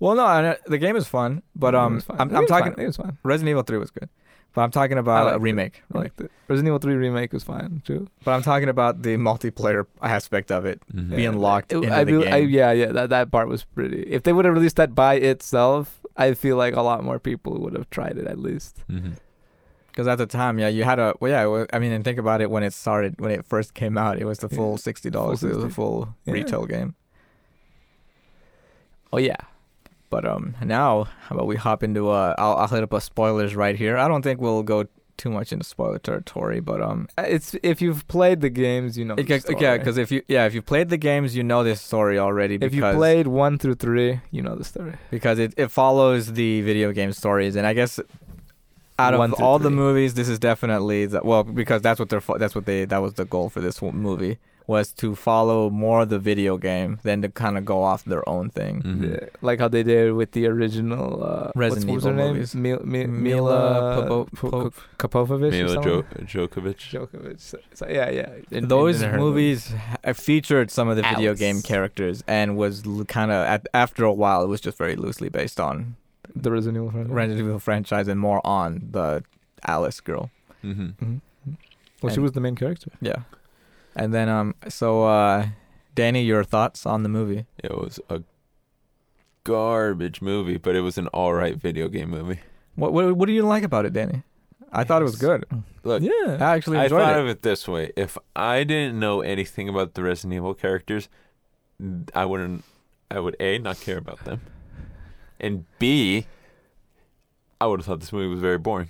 S1: well, no, I, the game is fun, but
S2: It
S1: um,
S2: was fine.
S1: I'm,
S2: It
S1: I'm
S2: was
S1: talking
S2: fine. It was fine.
S1: Resident Evil Three was good, but I'm talking about
S2: liked
S1: a
S2: it.
S1: remake,
S2: I
S1: really.
S2: liked it. Resident Evil Three remake was fine too.
S1: But I'm talking about the multiplayer aspect of it
S3: Mhm.
S1: being locked
S2: It-
S1: into
S2: I
S1: the
S2: feel-
S1: game.
S2: I- yeah, yeah, that that part was pretty. If they would have released that by itself, I feel like a lot more people would have tried it at least.
S3: Mhm.
S1: Because at the time, yeah, you had a well, yeah. well, I mean, and think about it when it started, when it first came out, it was the
S2: Yeah.
S1: full sixty dollars.
S2: Full
S1: It was a
S2: 60.
S1: full
S2: Yeah.
S1: retail game.
S2: Oh yeah,
S1: But um, now how about we hop into uh, I'll I'll hit up a spoilers right here. I don't think we'll go too much into spoiler territory, but um,
S2: Uh, it's if you've played the games, you know.
S1: it
S2: the
S1: gets, yeah,
S2: story.
S1: because if you yeah if you played the games, you know this story already.
S2: if
S1: Because,
S2: you played one through three, you know the story.
S1: because it it follows the video game stories, and I guess out
S2: One
S1: of
S2: through
S1: all the
S2: three.
S1: movies, this is definitely the, well because that's what they're fo- that's what they that was the goal for this w- movie was to follow more of the video game than to kind of go off their own thing.
S3: Mhm.
S2: Yeah, like how they did with the original uh,
S1: Mm-hmm. Resident
S2: what's, what's
S1: Evil
S2: her name?
S1: movies.
S2: Mil- Mi-
S1: Mila
S2: Mila
S1: Popo-
S2: Po- Popovich or
S3: Mila
S2: something?
S3: jo- Djokovic.
S2: Djokovic. So, so, yeah, yeah. In-
S1: Those
S2: in her
S1: movies ha- featured some of the video
S2: Alice.
S1: game characters and was kind of after a while it was just very loosely based on
S2: movie, the Resident Evil franchise.
S1: Resident Evil franchise and more on the Alice girl.
S3: Mm-hmm.
S2: Well, she
S1: and-
S2: was the main character.
S1: Yeah. And then um so uh Danny, your thoughts on the movie?
S3: It was a garbage movie, but it was an all right video game movie.
S1: What what what do you like about it, Danny? I thought it was good.
S3: Look,
S2: Yeah.
S1: I actually
S3: I
S1: enjoyed
S3: thought
S1: it.
S3: of it this way: if I didn't know anything about the Resident Evil characters, I wouldn't. I would a not care about them, and b. I would have thought this movie was very boring.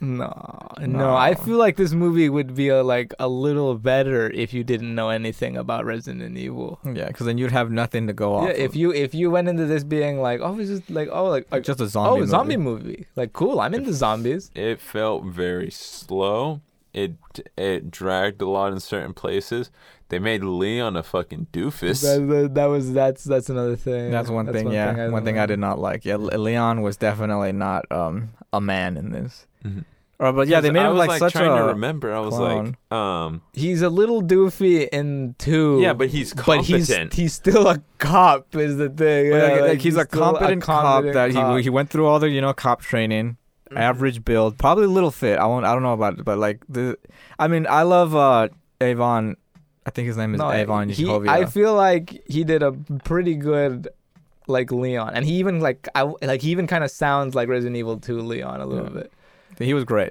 S2: No,
S1: No.
S2: no. I feel like this movie would be a, like a little better if you didn't know anything about Resident Evil.
S1: Yeah, because then you'd have nothing to go off.
S2: Yeah, if
S1: of.
S2: you if you went into this being like, oh, it's just like oh, like, like
S1: just uh, a zombie.
S2: oh, zombie movie. Like cool, I'm into zombies.
S3: It felt very slow. It it dragged a lot in certain places. They made Leon a fucking doofus.
S2: That, that, that was that's that's another thing.
S1: That's one thing. yeah, one
S2: don't
S1: thing I
S2: like.
S1: did not like. Yeah, Le- Leon was definitely not um a man in this.
S3: Mhm.
S1: Or, but yeah, they made
S3: I
S1: him
S3: was
S1: like, such
S3: trying to
S1: a.
S3: remember. I was like, um,
S2: He's a little doofy in two.
S3: yeah, but he's
S2: but
S3: competent.
S2: he's he's still a cop is the thing.
S1: Like,
S2: Yeah,
S1: like,
S2: like,
S1: he's, a
S2: still
S1: competent, cop
S2: competent
S1: that
S2: cop. Mm-hmm.
S1: he he went through all the you know cop training, average build, probably a little fit. I won't. I don't know about it, but like the, I mean, I love uh Avon. I think his name is
S2: No,
S1: Avon
S2: he-
S1: Yachovia.
S2: I feel like he did a pretty good like Leon, and he even like I like he even kind of sounds like Resident Evil 2 Leon a little
S1: Yeah.
S2: bit.
S1: he was great.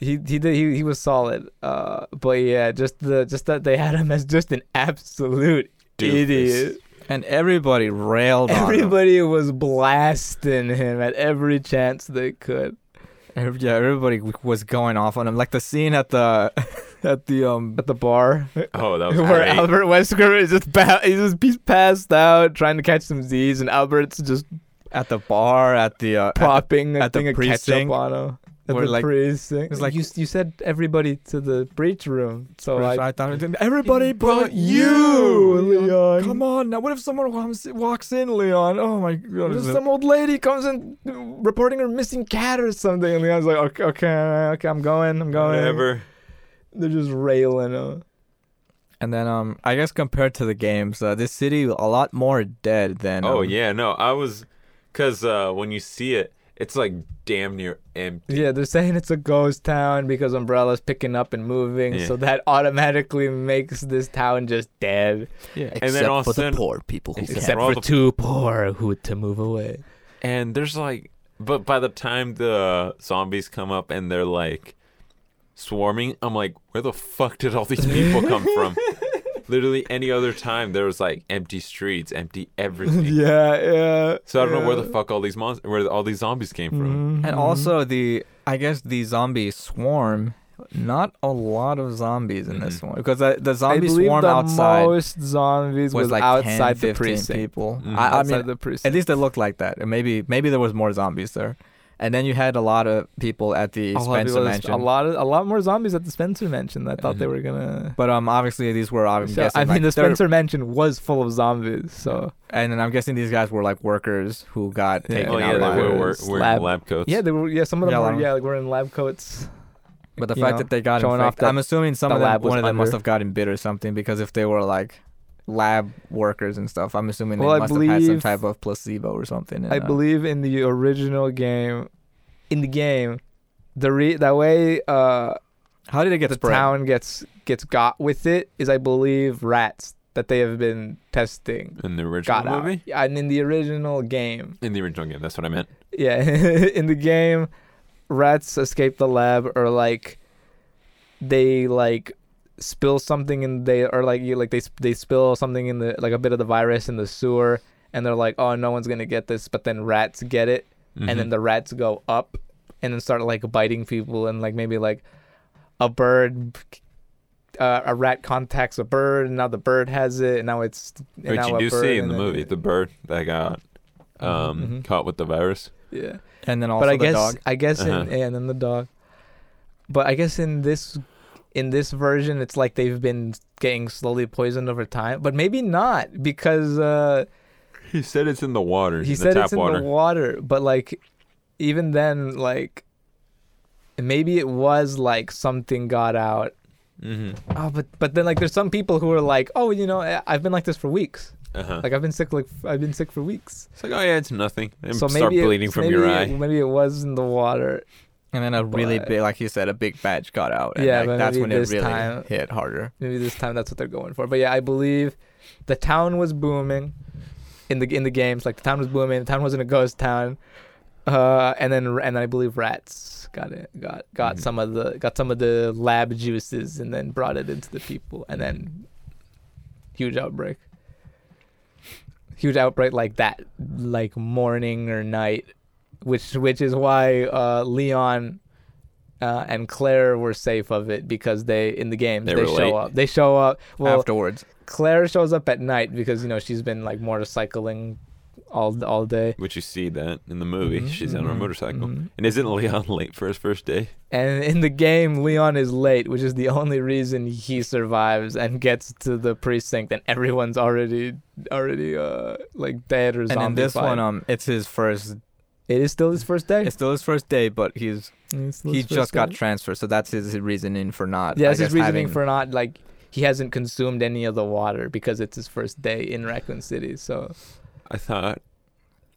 S2: he he did he, he was solid. Uh, but yeah, just the just that they had him as just an absolute
S3: Doofus.
S2: idiot.
S1: and everybody railed on
S2: Everybody was blasting him at every chance they could.
S1: him. Every- yeah, everybody w- was going off on him. Like the scene at the at the um
S2: At the bar,
S3: Oh, that was
S2: where
S3: great.
S2: Albert Wesker is just ba- he's just he's passed out trying to catch some Z's, and Albert's just
S1: at the bar at the uh, at the-
S2: popping a
S1: at the
S2: thing of ketchup
S1: precinct,
S2: on him. At
S1: where,
S2: the
S1: like-
S2: precinct.
S1: it's like-
S2: you, you said everybody to the breach room, so
S1: Bruce,
S2: I
S1: I thought it didn't- everybody but
S2: you,
S1: you.
S2: Leon.
S1: Come on now. What if someone comes- walks in, Leon? Oh my god.
S2: There's
S1: is it-
S2: some old lady comes in uh, reporting her missing cat or something, and Leon's like, okay, okay, okay, I'm going, I'm going.
S3: Whatever.
S2: They're just railing him.
S1: And then um, I guess compared to the games, uh, this city a lot more dead than.
S3: Oh
S1: um,
S3: yeah, no, I was, cause uh, when you see it, it's like damn near empty.
S2: Yeah, they're saying it's a ghost town because Umbrella's picking up and moving,
S3: Yeah.
S2: so that automatically makes this town just dead.
S1: yeah.
S3: And then all of a sudden-
S4: poor people who
S3: Except
S4: can't.
S2: Except
S3: for all
S2: for
S3: the-
S2: too poor who to move away.
S3: And there's like, but by the time the zombies come up and they're like swarming, I'm like, where the fuck did all these people come from? Literally, any other time there was like empty streets, empty everything.
S2: yeah, yeah.
S3: So I don't know where the fuck all these monsters, where all these zombies came from.
S2: Mm-hmm.
S1: And also the I guess the zombie swarm. Not a lot of zombies in this
S3: Mhm.
S1: one because the, the
S2: I
S1: zombie
S2: believe
S1: swarm
S2: the
S1: outside
S2: most zombies
S1: was
S2: was
S1: like 10,
S2: outside the
S1: 15
S2: precinct.
S1: people.
S3: Mhm.
S1: I, I
S2: outside
S1: mean,
S2: the
S1: At
S2: precinct.
S1: least it looked like that. And maybe maybe there was more zombies there. And then you had a lot of people at the
S2: a lot, of
S1: Spencer
S2: people- there's
S1: Mansion.
S2: a lot, of, a lot more zombies at the Spencer Mansion. I thought they were gonna.
S1: But um, obviously these were I'm
S2: So,
S1: guessing
S2: I mean,
S1: like,
S2: the
S1: they're-
S2: Spencer Mansion was full of zombies, so
S1: and then I'm guessing these guys were like workers who got
S2: Yeah.
S1: taken
S3: Oh yeah,
S1: out.
S3: they
S1: by
S3: were
S1: the-
S3: wear-
S2: Slab.
S3: wearing lab coats.
S2: yeah, they were. Yeah, some of them
S1: Yeah,
S2: were.
S1: like-
S2: Yeah, like we're in lab coats.
S1: But the
S2: you
S1: fact
S2: know,
S1: that they got
S2: showing off
S1: infected,
S2: that
S1: I'm assuming some
S2: the
S1: of them,
S2: lab was
S1: one of them must
S2: under.
S1: have gotten bit or something because if they were like lab workers and stuff, I'm assuming
S2: Well, I
S1: they must have had some
S2: believe-
S1: type of placebo or something. and,
S2: I
S1: uh,
S2: believe in the original game, in the game, the re- that way uh,
S1: How did it get
S2: the
S1: spread?
S2: town gets gets got with it is I believe rats that they have been testing
S3: in the original
S2: got out,
S3: movie.
S2: Yeah, and in the original game,
S3: In the original game, that's what I meant.
S2: Yeah, in the game, rats escape the lab or like they like spill something and they or like you like they s- they spill something in the like a bit of the virus in the sewer and they're like, "Oh, no one's going to get this," but then rats get it and
S3: Mm-hmm.
S2: then the rats go up and then start like biting people and like maybe like a bird uh, a rat contacts a bird and now the bird has it and now it's and
S3: which
S2: now
S3: you
S2: a
S3: do
S2: bird
S3: see in
S2: and
S3: the
S2: then-
S3: movie, the bird that got um,
S2: Mhm.
S3: caught with the virus.
S2: yeah
S1: and then also
S2: but I
S1: the
S2: guess
S1: dog.
S2: I guess in,
S3: Uh-huh.
S2: and then the dog. But I guess in this in this version, it's like they've been getting slowly poisoned over time. But maybe not because uh,
S3: He said it's in the water.
S2: he
S3: in
S2: said
S3: the tap
S2: it's in
S3: water.
S2: the water. But like even then, like maybe it was like something got out.
S3: mm-hmm.
S2: Oh, but but then like there's some people who are like, oh, you know, I- I've been like this for weeks.
S3: uh-huh.
S2: Like I've been sick like I've been sick for weeks.
S3: it's like, oh yeah, it's nothing. And
S2: so maybe
S3: start
S2: it-
S3: bleeding from
S2: maybe
S3: your
S2: it-
S3: eye.
S2: Maybe it was in the water.
S1: and then a really
S2: but-
S1: big, like you said, a big batch got out. And
S2: Yeah,
S1: like,
S2: but
S1: that's
S2: maybe
S1: when it
S2: this
S1: really
S2: time-
S1: hit harder.
S2: maybe this time that's what they're going for. But yeah, I believe the town was booming in the in the games. Like the town was booming. The town wasn't a ghost town. Uh, and then and I believe rats got it got got
S3: Mhm.
S2: some of the got some of the lab juices and then brought it into the people and then huge outbreak. Huge outbreak like that, like morning or night, which which is why uh, Leon uh, and Claire were safe of it because they in the games
S3: They
S2: they,
S3: were late.
S2: show up. They show up. Well,
S1: Afterwards,
S2: Claire shows up at night because you know she's been like motorcycling all all day.
S3: Which you see that in the movie.
S2: Mhm,
S3: She's on her
S2: mhm,
S3: motorcycle.
S2: mhm.
S3: And isn't Leon late for his first day?
S2: And in the game, Leon is late, which is the only reason he survives and gets to the precinct, and everyone's already already uh like dead or
S1: and in this one,
S2: zombified.
S1: um, it's his first.
S2: it is still his first day.
S1: It's still his first day, but he's
S2: It's still
S1: he
S2: his first
S1: just got
S2: day.
S1: transferred, so that's his reasoning for not.
S2: yeah,
S1: I
S2: that's his
S1: guess,
S2: reasoning
S1: having-
S2: for not like he hasn't consumed any of the water because it's his first day in Raccoon City. So
S3: I thought.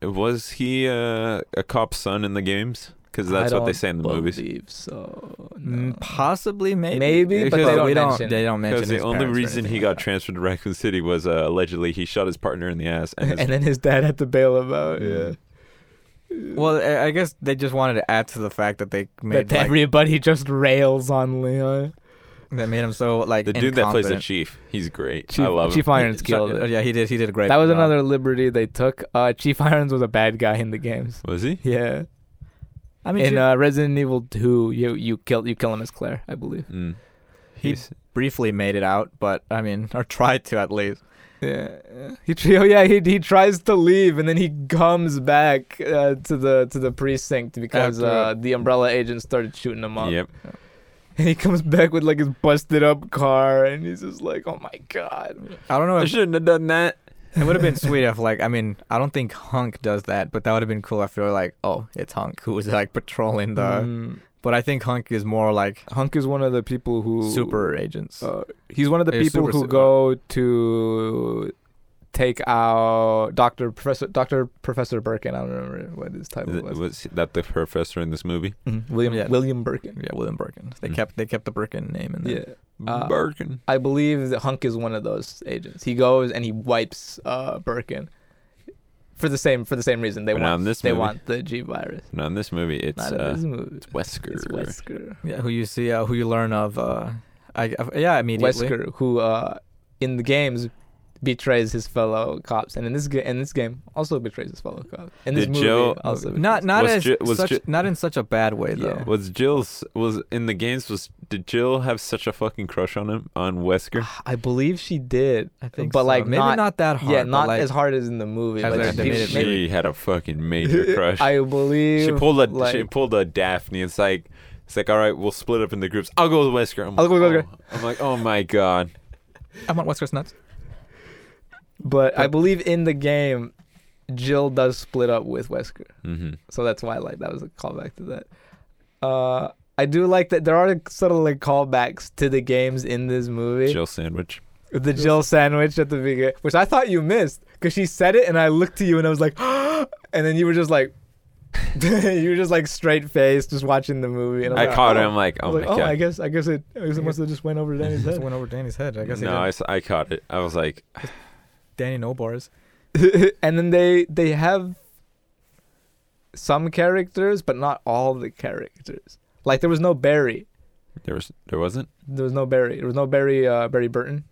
S3: Was he uh, a cop's son in the games? Because that's
S2: I
S3: what they
S2: don't
S3: say in the
S2: believe
S3: movies.
S2: So
S1: Mm,
S2: no.
S1: Possibly, maybe,
S2: Maybe, but
S1: because
S2: they don't
S1: we don't.
S2: mention-
S1: They don't mention
S3: Because the
S1: his
S3: only
S1: parents or
S3: reason he
S1: anything
S3: got
S1: like that.
S3: transferred to Raccoon City was uh, allegedly he shot his partner in the ass. And his,
S2: and then his dad had to bail him out. Yeah.
S3: Mhm.
S1: Well, I- I guess they just wanted to add to the fact that they made
S2: that
S1: like,
S2: everybody just rails on Leon.
S1: that made him so like
S3: The dude that plays the
S1: incompetent.
S3: chief, he's great.
S2: Chief,
S3: I love
S2: Chief
S3: him.
S2: Irons killed.
S1: So-
S2: it.
S1: yeah, he did. He did a great.
S2: that was
S1: job.
S2: another liberty they took. Uh, Chief Irons was a bad guy in the games.
S3: Was he?
S2: Yeah.
S1: I mean,
S2: In
S1: Chief
S2: uh, Resident Evil 2, you you kill you kill him as Claire, I believe.
S3: Mm.
S1: He-
S3: He's
S1: briefly made it out, but I mean, or tried to at least.
S2: Yeah. He tr- oh, yeah, he he tries to leave and then he comes back uh, to the to the precinct because
S1: After-
S2: uh, the umbrella agent started shooting him up.
S3: yep.
S2: And he comes back with like his busted up car and he's just like, "Oh my god."
S1: I don't know.
S3: I
S1: If,
S3: shouldn't have done that.
S1: it would have been sweet if, like, I mean, I don't think Hunk does that, but that would have been cool if they were like, oh, it's Hunk who was like patrolling the.
S2: Mm.
S1: But I think Hunk is more like
S2: Hunk is one of the people who
S1: super agents.
S3: Oh.
S2: uh, he's one of the
S1: He's
S2: people
S1: super
S2: who
S1: su-
S2: go to take out Dr. Professor Dr. Professor Birkin. I don't remember what his title
S3: Th-
S2: was.
S3: Was that the professor in this movie?
S2: Mhm. William
S1: Yeah.
S2: William Birkin.
S1: yeah, William Birkin. They
S3: Mm.
S1: kept they kept the Birkin name in there.
S2: Yeah. Uh,
S3: Birkin.
S2: I believe that Hunk is one of those agents. He goes and he wipes uh, Birkin for the same for the same reason they
S3: But not
S2: want
S3: in this
S2: they
S3: movie.
S2: want the G virus.
S3: Now in this movie, it's
S2: Not in
S3: uh,
S2: this movie.
S3: Wesker.
S2: It's Wesker.
S1: Yeah, who you see, uh, who you learn of. Uh, I, I yeah, immediately.
S2: Wesker, who uh, in the games betrays his fellow cops, and in this ga- in this game also betrays his fellow cops. In this
S3: Did
S2: movie
S3: Joe-
S2: also
S1: Not
S2: betrays-
S1: not
S3: Was
S1: as
S3: Ju- was
S1: such,
S3: Ju-
S1: not in such a bad way though.
S2: Yeah.
S3: Was Jill's was in the games? Was did Jill have such a fucking crush on him on Wesker?
S2: I believe she did.
S1: I think,
S2: but
S1: so.
S2: like
S1: maybe
S2: not,
S1: not, that hard.
S2: yeah,
S1: but,
S2: not
S1: like,
S2: as hard as in the movie.
S1: As
S2: but
S1: I
S2: she-
S1: maybe-
S3: she
S1: maybe-
S3: had a fucking major crush.
S2: I believe
S3: she pulled a she
S2: like-
S3: pulled a Daphne. It's like it's like all right, we'll split up into groups. I'll go with Wesker. I'm
S2: I'll go with
S3: like, oh. I'm like, oh my god.
S1: I want Wesker's nuts.
S2: But I
S1: But-
S2: believe in the game, Jill does split up with Wesker,
S3: Mm-hmm.
S2: so that's why like that was a callback to that. Uh, I do like that there are like, subtle like callbacks to the games in this movie.
S3: Jill sandwich.
S2: The Jill sandwich at the beginning, which I thought you missed because she said it, and I looked to you and I was like, and then you were just like, you were just like straight faced, just watching the movie. And I'm
S3: I
S2: like,
S3: caught
S2: oh.
S3: her. I'm like,
S2: I
S3: oh
S2: was
S3: my
S2: like, oh, I
S3: god.
S2: guess I guess it I guess it must have just went over to Danny's
S1: Just
S2: head.
S1: went over Danny's head. I guess he
S3: no, I,
S1: did.
S3: s- I caught it. I was like,
S1: Danny no bars.
S2: and then they they have some characters, but not all the characters. Like there was no Barry.
S3: there was there wasn't.
S2: There was no Barry. There was no Barry. Uh, Barry Burton.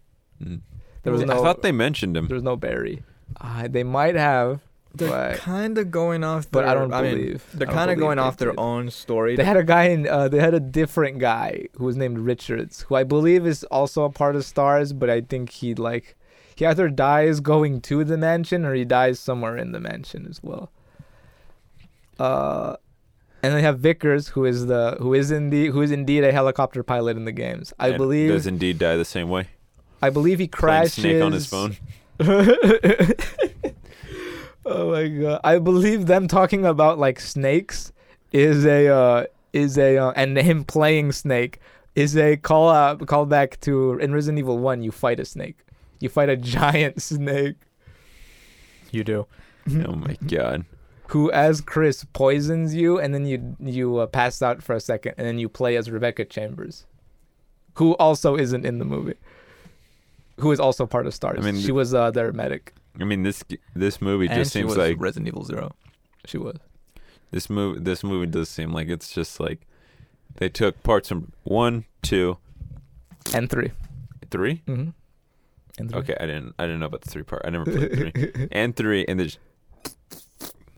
S3: Mm.
S2: There was
S3: I
S2: no.
S3: thought they mentioned him.
S2: there was no Barry. Uh, they might have,
S1: They're
S2: but
S1: kind of going off.
S2: but I
S1: their-
S2: don't
S1: mean,
S2: believe.
S1: they're
S2: I don't
S1: kind of
S2: believe
S1: going
S2: they
S1: off their
S2: did.
S1: own story.
S2: They had a guy in. Uh, they had a different guy who was named Richards, who I believe is also a part of Stars, but I think he like he either dies going to the mansion or he dies somewhere in the mansion as well. Uh, and they have Vickers, who is the who is in the who is indeed a helicopter pilot in the games. I
S3: And
S2: believe.
S3: does indeed die the same way.
S2: I believe he
S3: Playing
S2: crashes.
S3: Snake on his phone.
S2: oh my god! I believe them talking about like snakes is a uh, is a uh, and him playing snake is a call out call back to in Resident Evil One. You fight a snake. You fight a giant snake
S1: you do.
S3: Oh my god.
S2: who, as Chris, poisons you, and then you you uh, pass out for a second, and then you play as Rebecca Chambers, who also isn't in the movie. Who is also part of Stars?
S3: I mean,
S2: she was uh, their medic.
S3: I mean this g- this movie
S1: and
S3: just
S1: she
S3: seems
S1: was
S3: like
S1: Resident Evil Zero.
S2: She was.
S3: this movie this movie does seem like it's just like they took parts from one, two,
S2: And 3
S3: three.
S2: Mm-hmm. And three.
S3: Okay, I didn't I didn't know about the three part. I never played three. and three and they just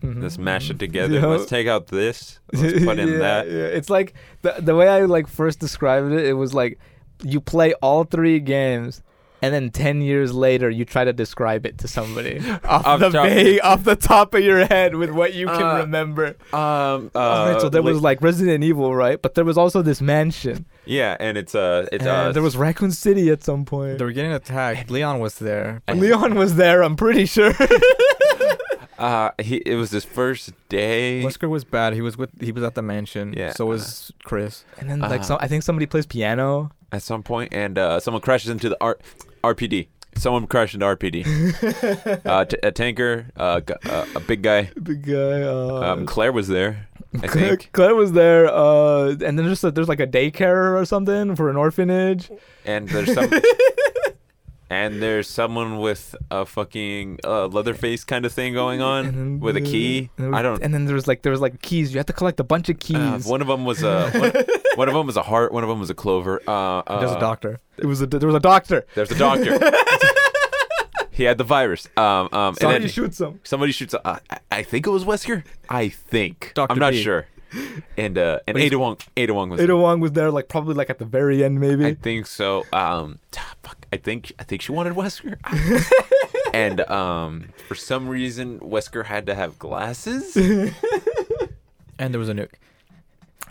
S2: Mhm.
S3: let's mash it together.
S2: Yeah.
S3: Let's take out this. Let's put in
S2: Yeah,
S3: that.
S2: yeah. It's like the the way I like first described it. It was like you play all three games. And then ten years later, you try to describe it to somebody off,
S3: Off
S2: the
S3: top-
S2: vague, off the top of your head with what you can
S3: Uh,
S2: remember.
S3: Um
S2: All right, so
S3: uh,
S2: there
S3: like-
S2: was like Resident Evil, right? But there was also this mansion.
S3: Yeah, and it's uh it's uh
S2: And there was Raccoon City at some point.
S1: They were getting attacked. Leon was there. but-
S2: Leon was there, I'm pretty sure.
S3: uh he it was his first day.
S1: Wesker was bad. He was with. He was at the mansion.
S3: Yeah.
S1: So was Chris.
S2: and then like
S3: Uh.
S2: some, I think somebody plays piano.
S3: at some point, and uh, someone crashes into the R- RPD. Someone crashed into RPD. uh, t- a tanker, uh, g- uh, a big guy.
S2: The guy. Uh,
S3: Um, Claire was there, I
S2: Claire,
S3: think.
S2: Claire was there, uh, and then there's a, there's like a daycare or something for an orphanage.
S3: And there's some. And there's someone with a fucking uh, leather face kind of thing going
S2: And
S3: on
S2: then
S3: with a
S2: the-
S3: key.
S2: and there was-
S3: I don't.
S2: And then there was like there was like keys. You had to collect a bunch of keys.
S3: Uh, one of them was a one, One of them was a heart. One of them was a clover. Uh, uh,
S2: There's a doctor. It was a, there was a doctor.
S3: There's a doctor. he had the virus. Um, um, and
S2: Somebody
S3: then
S2: shoots him.
S3: somebody shoots. Uh, I, I think it was Wesker. I think.
S1: Dr.
S3: I'm not
S1: B.
S3: sure. And uh, and Ada Wong. Ada Wong was.
S2: Ada Wong was there, like probably like at the very end, maybe.
S3: I think so. Um, t- fuck, I think I think she wanted Wesker. and um, for some reason, Wesker had to have glasses. And
S1: And there was a nuke.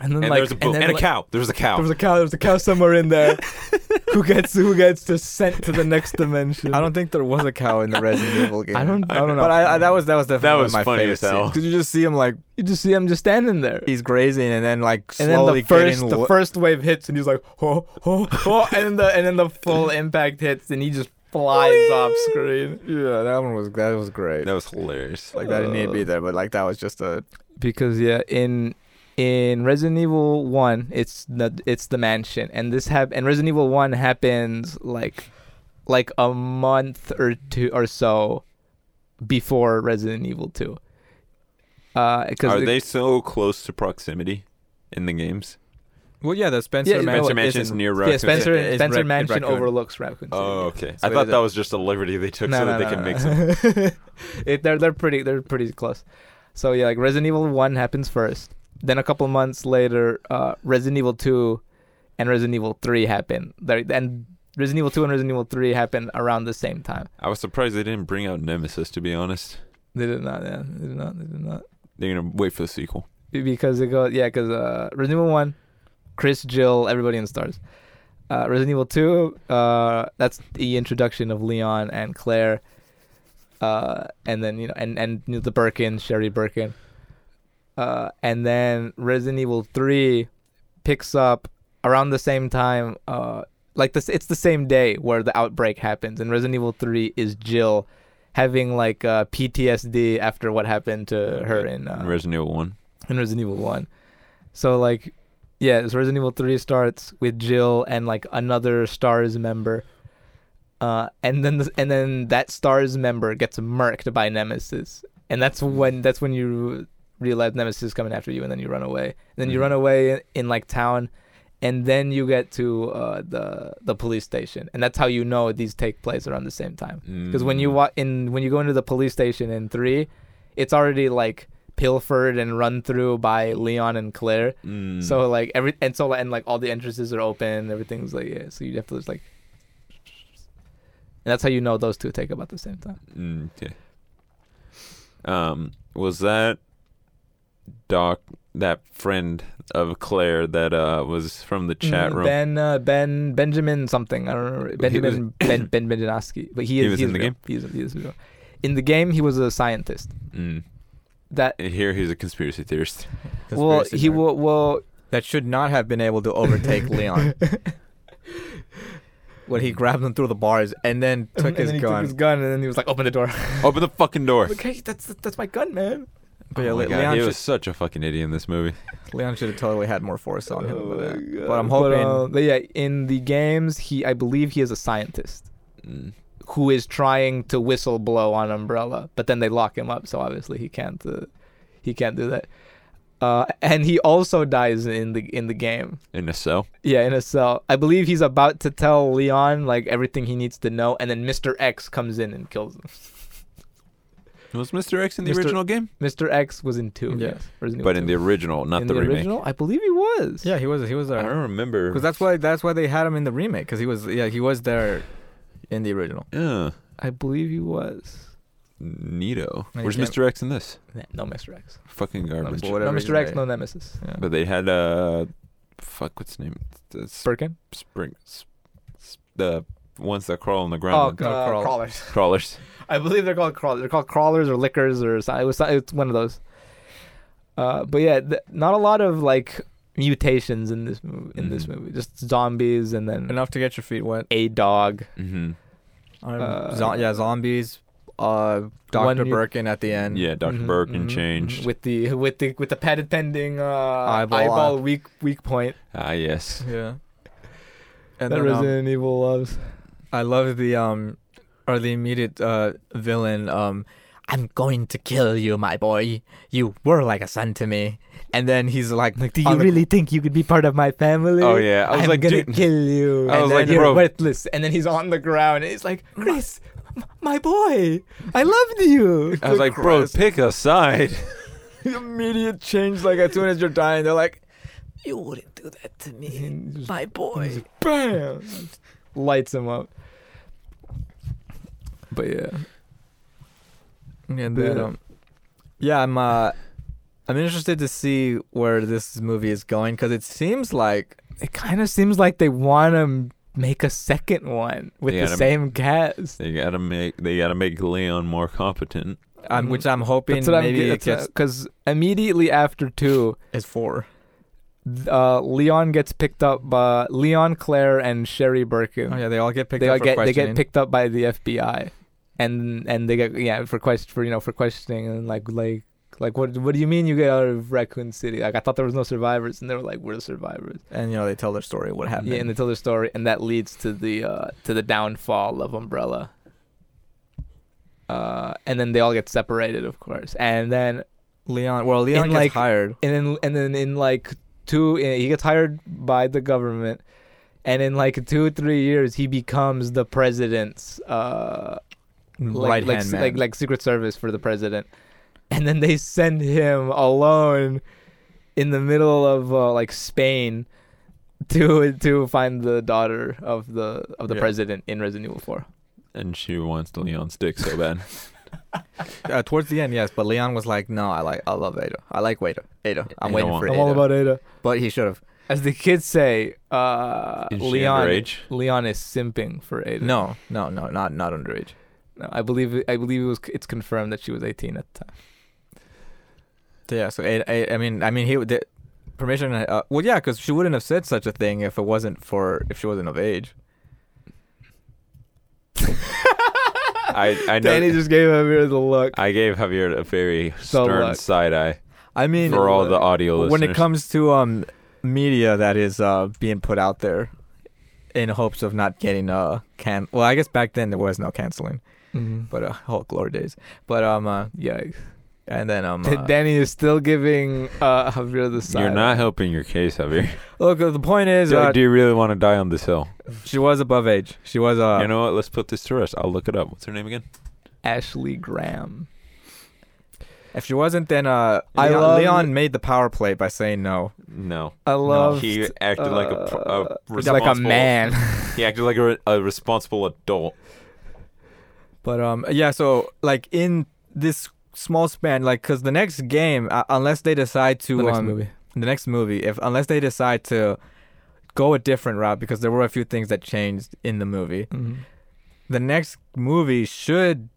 S2: and then
S3: there
S2: like
S3: was a boom.
S1: then,
S3: and, a
S1: like-
S3: cow. There was a cow.
S2: there was a cow. There was a cow somewhere in there. who gets who gets just sent to the next dimension?
S1: I don't think there was a cow in the Resident Evil game.
S2: I don't. I don't know.
S1: But I, I, that was that was definitely
S3: That
S1: one
S3: was
S1: of my
S3: funny
S1: favorite
S3: as hell.
S1: scenes. Did you just see him like
S2: you just see him just standing there.
S1: he's grazing and then like
S2: and then
S1: slowly
S2: the first
S1: getting
S2: the
S1: lo-
S2: first wave hits and he's like ho ho ho and then the and then the full impact hits and he just flies off screen
S1: Yeah, that one was that was great.
S3: that was uh, hilarious.
S1: Like that didn't need to be there, but like that was just a
S2: because yeah in in Resident Evil 1 it's the it's the mansion and this hap- and Resident Evil 1 happens like like a month or two or so before Resident Evil 2 uh
S3: Are
S2: because
S3: they so close to proximity in the games?
S1: well, yeah, the Spencer,
S2: Yeah, you know
S3: Spencer
S2: what,
S3: Mansion's
S2: it's-
S3: near
S2: yeah,
S3: Raccoon City.
S2: Spencer
S1: It's
S2: Spencer
S1: Rac-
S2: Mansion
S1: Raccoon.
S2: overless Raccoon City.
S3: Oh, okay.
S1: So
S3: I
S1: they
S3: thought
S1: did-
S3: that was just a liberty they took so that they can make some.
S2: make some. it, they're they're pretty they're pretty close. So yeah, like Resident Evil One happens first. Then a couple months later, uh, Resident Evil Two and Resident Evil Three happen. They're, and Resident Evil Two and Resident Evil Three happen around the same time.
S3: I was surprised they didn't bring out Nemesis. To be honest,
S2: They did not. Yeah, they did not. They did not.
S3: they're gonna wait for the sequel.
S2: Be- Because it goes yeah, because uh, Resident Evil One, Chris, Jill, everybody in the stars. Uh, Resident Evil Two, uh, that's the introduction of Leon and Claire. Uh, and then you know, and and you know, the Birkin, Sherry Birkin. Uh, and then Resident Evil Three picks up around the same time. Uh, like this, it's the same day where the outbreak happens, and Resident Evil Three is Jill having like uh, PTSD after what happened to her in uh,
S3: Resident Evil One.
S2: in Resident Evil One. So like, yeah, so Resident Evil Three starts with Jill and like another Stars member, uh, and then the, and then that Stars member gets murked by Nemesis, and that's when that's when you realize Nemesis is coming after you, and then you run away. And then you
S3: Mhm.
S2: run away in, like town, and then you get to uh, the the police station, and that's how you know these take place around the same time because when
S3: Mm.
S2: you wa- in when you go into the police station in three, it's already like pilfered and run through by Leon and Claire.
S3: Mm.
S2: So like every and so and like all the entrances are open. and Everything's like yeah. So you have to just like, and that's how you know those two take about the same time.
S3: Mm, yeah. Um, was that Doc that friend of Claire that uh was from the chat
S2: Mm,
S3: room?
S2: Ben uh, Ben Benjamin something. I don't remember. Benjamin Ben Ben Benjanowski. But he
S3: He
S2: is
S3: was
S2: he
S3: in
S2: is
S3: the
S2: real.
S3: game?
S2: He is, he is real. In the game, he was a scientist.
S3: Mm.
S2: That
S3: And here he's a conspiracy theorist.
S2: well,
S1: conspiracy
S2: he
S1: nerd.
S2: will well
S1: that should not have been able to overtake Leon when he grabbed him through the bars and then took
S2: and
S1: his
S2: then he
S1: gun.
S2: took his gun, and then he was like, "Open the door."
S3: Open the fucking door.
S2: Okay, that's that's my gun, man.
S1: But yeah,
S3: Oh my
S1: Le-
S3: God,
S1: Leon,
S3: he
S1: should,
S3: was such a fucking idiot in this movie.
S1: Leon should have totally had more force on him.
S2: Oh
S1: but, uh,
S2: my God.
S1: but um, I'm hoping.
S2: uh, but yeah, in the games, he I believe he is a scientist
S3: Mm.
S2: who is trying to whistle blow on Umbrella, but then they lock him up, so obviously he can't uh, he can't do that. Uh, and he also dies in the in the game.
S3: In a cell.
S2: Yeah, in a cell. I believe he's about to tell Leon like everything he needs to know, and then Mr. X comes in and kills him.
S3: Was Mr. X in the
S2: Mr.
S3: original game?
S2: Mr. X was in two,
S1: Yeah.
S2: yes, Resident Evil
S3: But in the
S2: two.
S3: original, not
S2: In
S3: the, remake.
S2: original, I believe he was.
S1: yeah, he was. He was
S3: I
S1: there
S3: don't remember.
S1: because that's why that's why they had him in the remake because he was yeah he was there in the original.
S3: Yeah.
S2: I believe he was.
S3: Neato.
S1: No, you
S3: Where's
S1: can't-
S3: Mr. X in this?
S2: Nah, No, Mr. X.
S3: Fucking garbage.
S1: For whatever
S2: no, Mr. X,
S1: reason,
S2: no Nemesis.
S1: they- yeah.
S3: But they had uh, fuck, what's his name? The sp-
S2: Birkin?
S3: spring, sp- sp- the ones that crawl on the
S2: Oh,
S3: ground.
S1: No,
S2: uh,
S1: crawlers.
S2: crawlers.
S3: Crawlers.
S2: I believe they're called crawlers. They're called crawlers or lickers or something. It was, it's one of those. Uh, but yeah, th- not a lot of like mutations in this movie. In this
S3: Mhm.
S2: movie, just zombies and then
S1: enough to get your feet wet.
S2: a dog.
S3: Mm-hmm.
S1: Um,
S2: Uh,
S1: zo- yeah, zombies. Uh,
S2: One
S1: Doctor
S2: you-
S1: Birkin at the end.
S3: Yeah, doctor
S2: Mhm,
S3: Birkin
S2: mhm,
S3: changed.
S2: with the with the with the padded pending uh, eyeball,
S1: Eyeball, uh,
S2: weak weak point
S3: Ah, yes.
S1: yeah. And
S2: that
S1: then, um,
S2: Resident Evil loves.
S1: I love the um or the immediate uh villain um
S2: I'm going to kill you, my boy. You were like a son to me. And then he's like, Do you
S1: on the-
S2: really think you could be part of my family?
S3: Oh, yeah. I was
S2: I'm
S3: like,
S2: gonna
S3: dude-
S2: kill you.
S3: I
S2: and
S3: was
S2: then
S3: like,
S2: you're
S3: bro.
S2: worthless. And then he's on the ground and he's like, Chris, m- my boy, I loved you.
S3: I was like, bro, pick a side.
S2: immediate change. Like as soon as you're dying, they're like,
S1: You wouldn't do that to me,
S2: and just
S1: my boy.
S2: bam, lights him up. But yeah,
S1: And then,
S2: Yeah.
S1: um, yeah, I'm, uh, I'm interested to see where this movie is going because it seems like
S2: it kind of seems like they want to make a second one with
S3: They
S2: the
S3: gotta-
S2: same cast.
S3: They gotta make they gotta make Leon more competent.
S1: I'm, Um, which Mm-hmm. I'm hoping
S2: That's what
S1: maybe
S2: I'm
S1: it gets
S2: because immediately after two,
S1: is four.
S2: th- uh, Leon gets picked up by Leon Claire and Sherry Birkin.
S1: Oh yeah, they all get picked
S2: they
S1: up
S2: all
S1: for
S2: get they
S1: questioning.
S2: get picked up by the FBI, and and they get yeah for quest for you know for questioning and like like like what what do you mean you get out of Raccoon City? Like I thought there was no survivors, and they were like we're the survivors.
S1: and you know they tell their story, what happened.
S2: Yeah, and they tell their story, and that leads to the uh, to the downfall of Umbrella. Uh, and then they all get separated, of course, and then
S1: Leon, well, Leon
S2: And,
S1: gets
S2: like,
S1: hired.
S2: and then and then in like two eh, he gets hired by the government and in like two or three years he becomes the president's uh like
S1: mm, Right-hand
S2: like,
S1: man.
S2: like like secret service for the president and then they send him alone in the middle of uh, like spain to to find the daughter of the of the
S3: Yeah.
S2: president in Resident Evil 4.
S3: And she wants to Leon's dick so bad.
S1: uh, towards the end, yes, but Leon was like, "No, I like, I love Ada. I like Ada. Ada. I'm
S3: Ada
S1: waiting
S3: won.
S1: for
S3: I'm
S1: Ada."
S2: Ada.
S1: but he should have.
S2: As the kids say, uh
S3: Is she
S2: Leon
S3: underage?
S2: Leon is simping for Ada.
S1: No, no, no, not not underage.
S2: No, I believe I believe it was. It's confirmed that she was 18 at the time.
S1: Yeah. So Ada, I, I mean, I mean, he would- the permission. Uh, well, yeah, because she wouldn't have said such a thing if it wasn't for if she wasn't of age.
S3: I I know.
S2: Danny just gave Amir the look.
S3: I gave Javier a very
S2: So
S3: stern
S2: look.
S3: side eye
S1: I mean,
S3: for all the audio listeners.
S1: when it comes to um media that is uh being put out there in hopes of not getting uh can well i guess back then there was no canceling
S2: Mm-hmm.
S1: but uh whole glory days but um uh
S2: yeah,
S1: and then um
S2: D-
S1: uh,
S2: Danny is still giving uh, Javier the side.
S3: you're not helping your case, Javier.
S1: look uh, the point is
S3: Do,
S1: uh,
S3: do you really want to die on this hill?
S1: she was above age she was uh
S3: you know what? Let's put this to rest. I'll look it up. What's her name again?
S2: Ashley Graham.
S1: if she wasn't then uh
S2: I
S1: leon,
S2: love-
S1: leon made the power play by saying no
S3: No.
S2: I love. uh,
S3: he acted like a, pr- a
S2: like a
S3: responsible-
S2: man.
S3: He acted like a, re- a responsible adult.
S1: But um, yeah. So like in this small span, like because the next game, uh, unless they decide to
S2: The next
S1: um,
S2: movie.
S1: the next movie, if unless they decide to go a different route, because there were a few things that changed in the movie.
S2: Mhm.
S1: The next movie should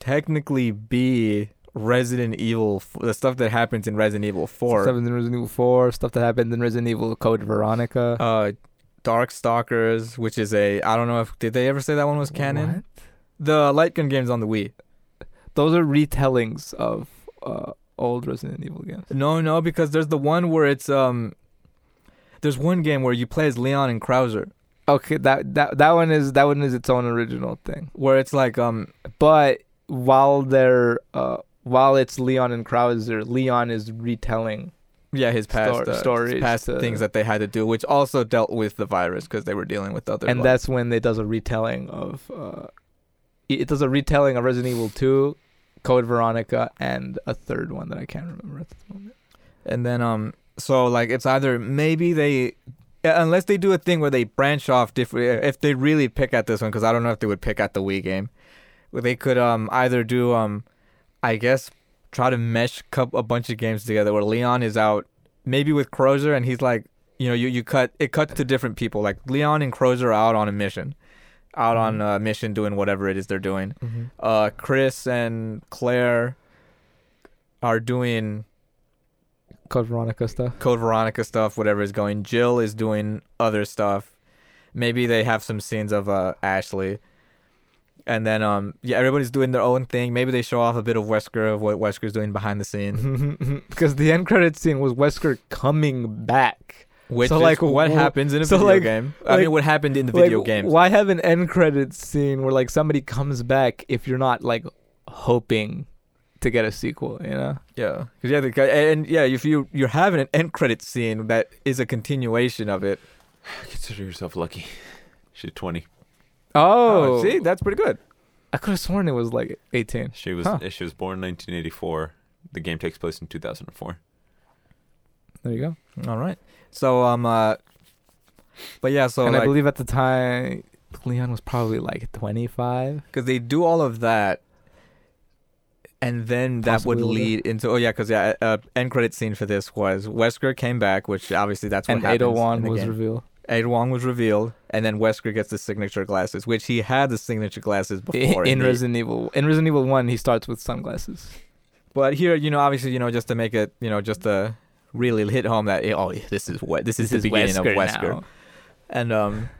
S1: technically be Resident Evil, f- the stuff that happens in Resident Evil
S2: Stuff
S1: Four,
S2: in Resident Evil 4, stuff that happened in Resident Evil Code Veronica.
S1: uh, Dark Stalkers, which is a I don't know if did they ever say that one was canon.
S2: What?
S1: The light gun games on the Wii.
S2: Those are retellings of uh, old Resident Evil games.
S1: No, no, because there's the one where it's um, there's one game where you play as Leon and Krauser,
S2: Okay, that that that one is that one is its own original thing.
S1: where it's like um,
S2: but while they're uh, while it's Leon and Krauser, Leon is retelling.
S1: yeah, his past
S2: Stor-
S1: uh,
S2: stories
S1: past
S2: to-
S1: things that they had to do, which also dealt with the virus because they were dealing with other.
S2: and
S1: like-
S2: that's when they does a retelling of uh, it it does a retelling of Resident Evil Two, Code Veronica, and a third one that I can't remember at this moment.
S1: and then um, so like it's either maybe they. yeah, Unless they do a thing where they branch off different, if they really pick at this one, because I don't know if they would pick at the Wii game, Well, they could um either do um, I guess try to mesh cou- a bunch of games together where Leon is out maybe with Crozer and he's like, you know, you, you cut it cuts to different people. Like Leon and Crozer are out on a mission, out
S2: Mm-hmm.
S1: on a mission doing whatever it is they're doing. Uh, Chris and Claire are doing
S2: Code Veronica stuff.
S1: Code Veronica stuff, whatever is going. Jill is doing other stuff. Maybe they have some scenes of uh, Ashley. And then, um, yeah, everybody's doing their own thing. Maybe they show off a bit of Wesker of what Wesker's doing behind the scenes.
S2: because the end credit scene was Wesker coming back.
S1: Which
S2: So,
S1: is
S2: like,
S1: what
S2: wh-
S1: happens in a
S2: so,
S1: video
S2: like-
S1: game? I
S2: like-
S1: mean, what happened in the video
S2: like,
S1: games?
S2: Why have an end credit scene where like somebody comes back if you're not like hoping to get a sequel, you know?
S1: Yeah, because yeah, the guy, and yeah, if you you're having an end credit scene that is a continuation of it.
S3: Consider yourself lucky. She was 20.
S2: Oh,
S1: see, that's pretty good.
S2: I could have sworn it was like 18.
S3: She was
S1: Huh.
S3: she was born in 1984. The game takes place in 2004.
S2: There you go.
S1: All right, so um, uh, but yeah, so
S2: and
S1: like,
S2: I believe at the time Leon was probably like 25.
S1: because they do all of that, and then that would
S2: Possibly older.
S1: lead into oh yeah, because yeah, uh, end credit scene for this was Wesker came back, which obviously that's what
S2: and
S1: happens
S2: Ada
S1: in
S2: Wong
S1: the
S2: was
S1: game.
S2: revealed.
S1: Ada Wong was revealed, and then Wesker gets the signature glasses, which he had the signature glasses before
S2: in
S1: the-
S2: Resident Evil. In Resident Evil 1, he starts with sunglasses.
S1: But here, you know, obviously, you know, just to make it, you know, just to really hit home that eh, oh, this is what this, is the beginning of Wesker,
S2: now.
S1: and um,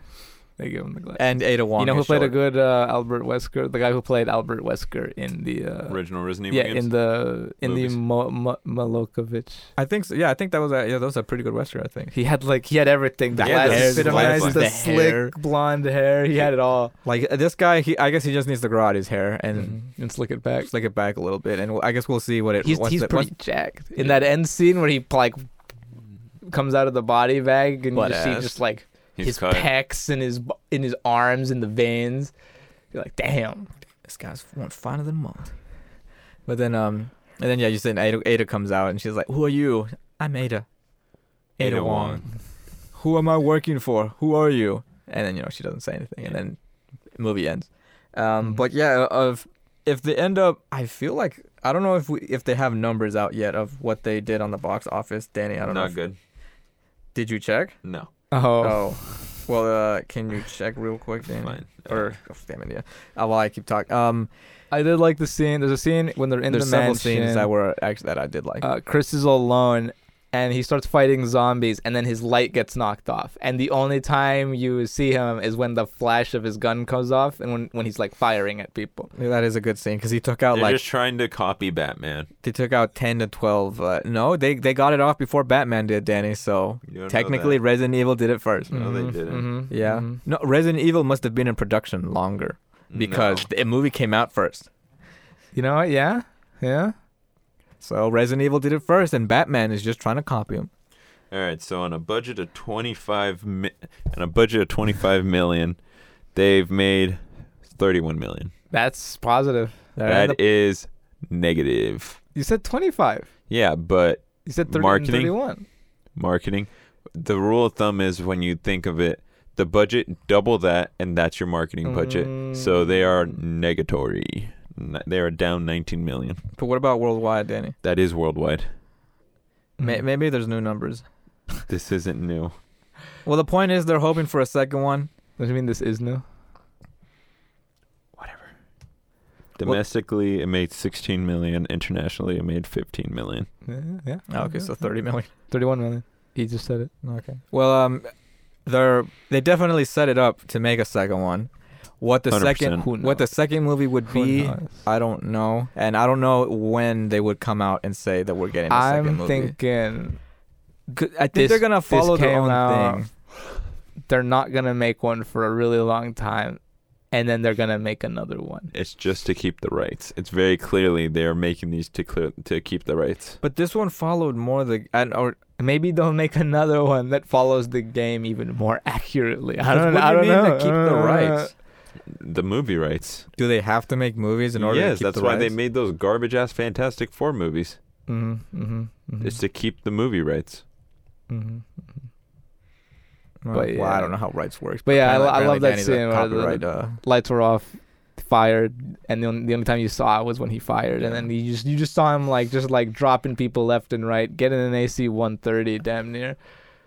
S2: They give him the glasses.
S1: and Ada Wong.
S2: you know who
S1: is
S2: played a
S1: short.
S2: good uh, Albert Wesker? The guy who played Albert Wesker in the uh,
S3: Original Resident Evil
S2: yeah
S3: games.
S2: in the in
S3: Movies.
S2: the Mo- Mo- Malokovich.
S1: I think so. Yeah, I think that was a yeah, that was a pretty good Wesker. I think
S2: He had like he had everything. The
S1: Yeah, the
S2: glasses,
S1: hair,
S2: fit him
S1: the
S2: nice,
S1: glasses,
S2: the,
S1: the
S2: slick
S1: hair.
S2: blonde hair. He had it all.
S1: like uh, this guy. He I guess he just needs to grow out his hair and
S2: And, and slick it back.
S1: slick it back a little bit, and we'll- I guess we'll see what it.
S2: Mm-hmm. he's
S1: what's
S2: he's
S1: the-
S2: pretty jacked. In that end scene where he like comes out of the body bag and you
S1: Butt
S2: just see
S1: ass.
S2: just like
S3: He's
S2: his
S3: cut.
S2: pecs and his bu- and his arms and the veins. You're like, damn.
S1: this guy's one finer than most. But then um, and then yeah, you said Ada, Ada comes out and she's like, "Who are you? I'm Ada.
S3: Ada Wong.
S1: Who am I working for? Who are you?" And then you know she doesn't say anything, and then movie ends. Um,
S2: Mhm.
S1: but yeah, of if they end up, I feel like I don't know if we if they have numbers out yet of what they did on the box office. Danny, I don't know.
S3: Not
S1: if-
S3: good.
S1: Did you check?
S3: No.
S2: Oh,
S1: Oh, well, uh, can you check real quick, Danny?
S3: Fine.
S1: Or oh, damn it, yeah. Uh, while I keep talking, um,
S2: I did like the scene. There's a scene when they're in
S1: there's
S2: the
S1: several
S2: mansion.
S1: scenes that were actually that I did like.
S2: uh, Chris is alone and he starts fighting zombies and then his light gets knocked off and the only time you see him is when the flash of his gun goes off and when, when he's like firing at people
S1: Yeah, that is a good scene because he took out
S3: They're
S1: like
S3: just trying to copy Batman.
S1: they took out ten to twelve. Uh, no, they they got it off before Batman did, Danny. So
S3: You don't know
S1: technically,
S3: that.
S1: Resident Evil did it first.
S3: No, they didn't.
S2: mhm,
S1: Yeah,
S2: mhm.
S1: no, Resident Evil must have been in production longer because
S3: No.
S1: the movie came out first.
S2: you know what yeah yeah
S1: So Resident Evil did it first, and Batman is just trying to copy him.
S3: All right, so on a budget of 25 mi- on a budget of 25 million, they've made 31 million.
S2: that's positive
S1: And
S3: That is negative.
S2: you said 25
S3: Yeah, but
S2: you said 30,
S3: Marketing.
S2: 31
S3: marketing. The rule of thumb is when you think of it, the budget double that, and that's your marketing budget.
S1: Mm.
S3: So they are negatory. N- They are down 19 million.
S1: the- but what about worldwide, Danny?
S3: That is worldwide.
S2: Mm-hmm.
S1: May- maybe there's new numbers.
S3: This isn't new.
S1: Well, the point is they're hoping for a second one.
S2: what do you mean this is new
S3: Domestically, it made 16 million. Internationally, it made 15 million.
S2: yeah, yeah.
S1: Oh, okay, so thirty million.
S2: 31 million he just said it
S1: Okay. Well, um, they're they definitely set it up to make a second one. What the 2nd
S3: 100%.
S2: Who
S1: what the
S2: knows?
S1: second movie would
S2: Who
S1: be,
S2: knows?
S1: I don't know, and I don't know when they would come out and say that we're getting a second
S2: i'm
S1: movie.
S2: thinking
S1: G- I think
S2: this-
S1: they're gonna
S2: this
S1: follow their
S2: came
S1: own
S2: out-
S1: thing.
S2: they're not gonna make one for a really long time, and then they're gonna make another one.
S3: It's just to keep the rights. It's very clearly they are making these to clear to keep the rights.
S1: But this one followed more the and or
S2: Maybe they'll make another one that follows the game even more accurately. I don't.
S1: What do
S2: I
S1: you
S2: don't
S1: mean
S2: know. Uh,
S1: to keep the rights?
S3: The movie rights.
S1: do they have to make movies in order to
S3: yes,
S1: keep
S3: that's
S1: the
S3: why they
S1: rights?
S3: made those garbage ass Fantastic Four movies.
S2: Mm-hmm, mm-hmm, mm-hmm,
S3: It's to keep the movie rights.
S2: mm-hmm.
S1: Well,
S2: but
S1: well, I
S2: yeah.
S1: don't know how rights works.
S2: But yeah, I lo- I
S1: apparently
S2: love that
S1: Danny's a
S2: scene where the-
S1: copyright, uh,
S2: Lights were off, fired, and the only, the only time you saw it was when he fired, and then you just you just saw him like just like dropping people left and right, getting an AC 130 damn near.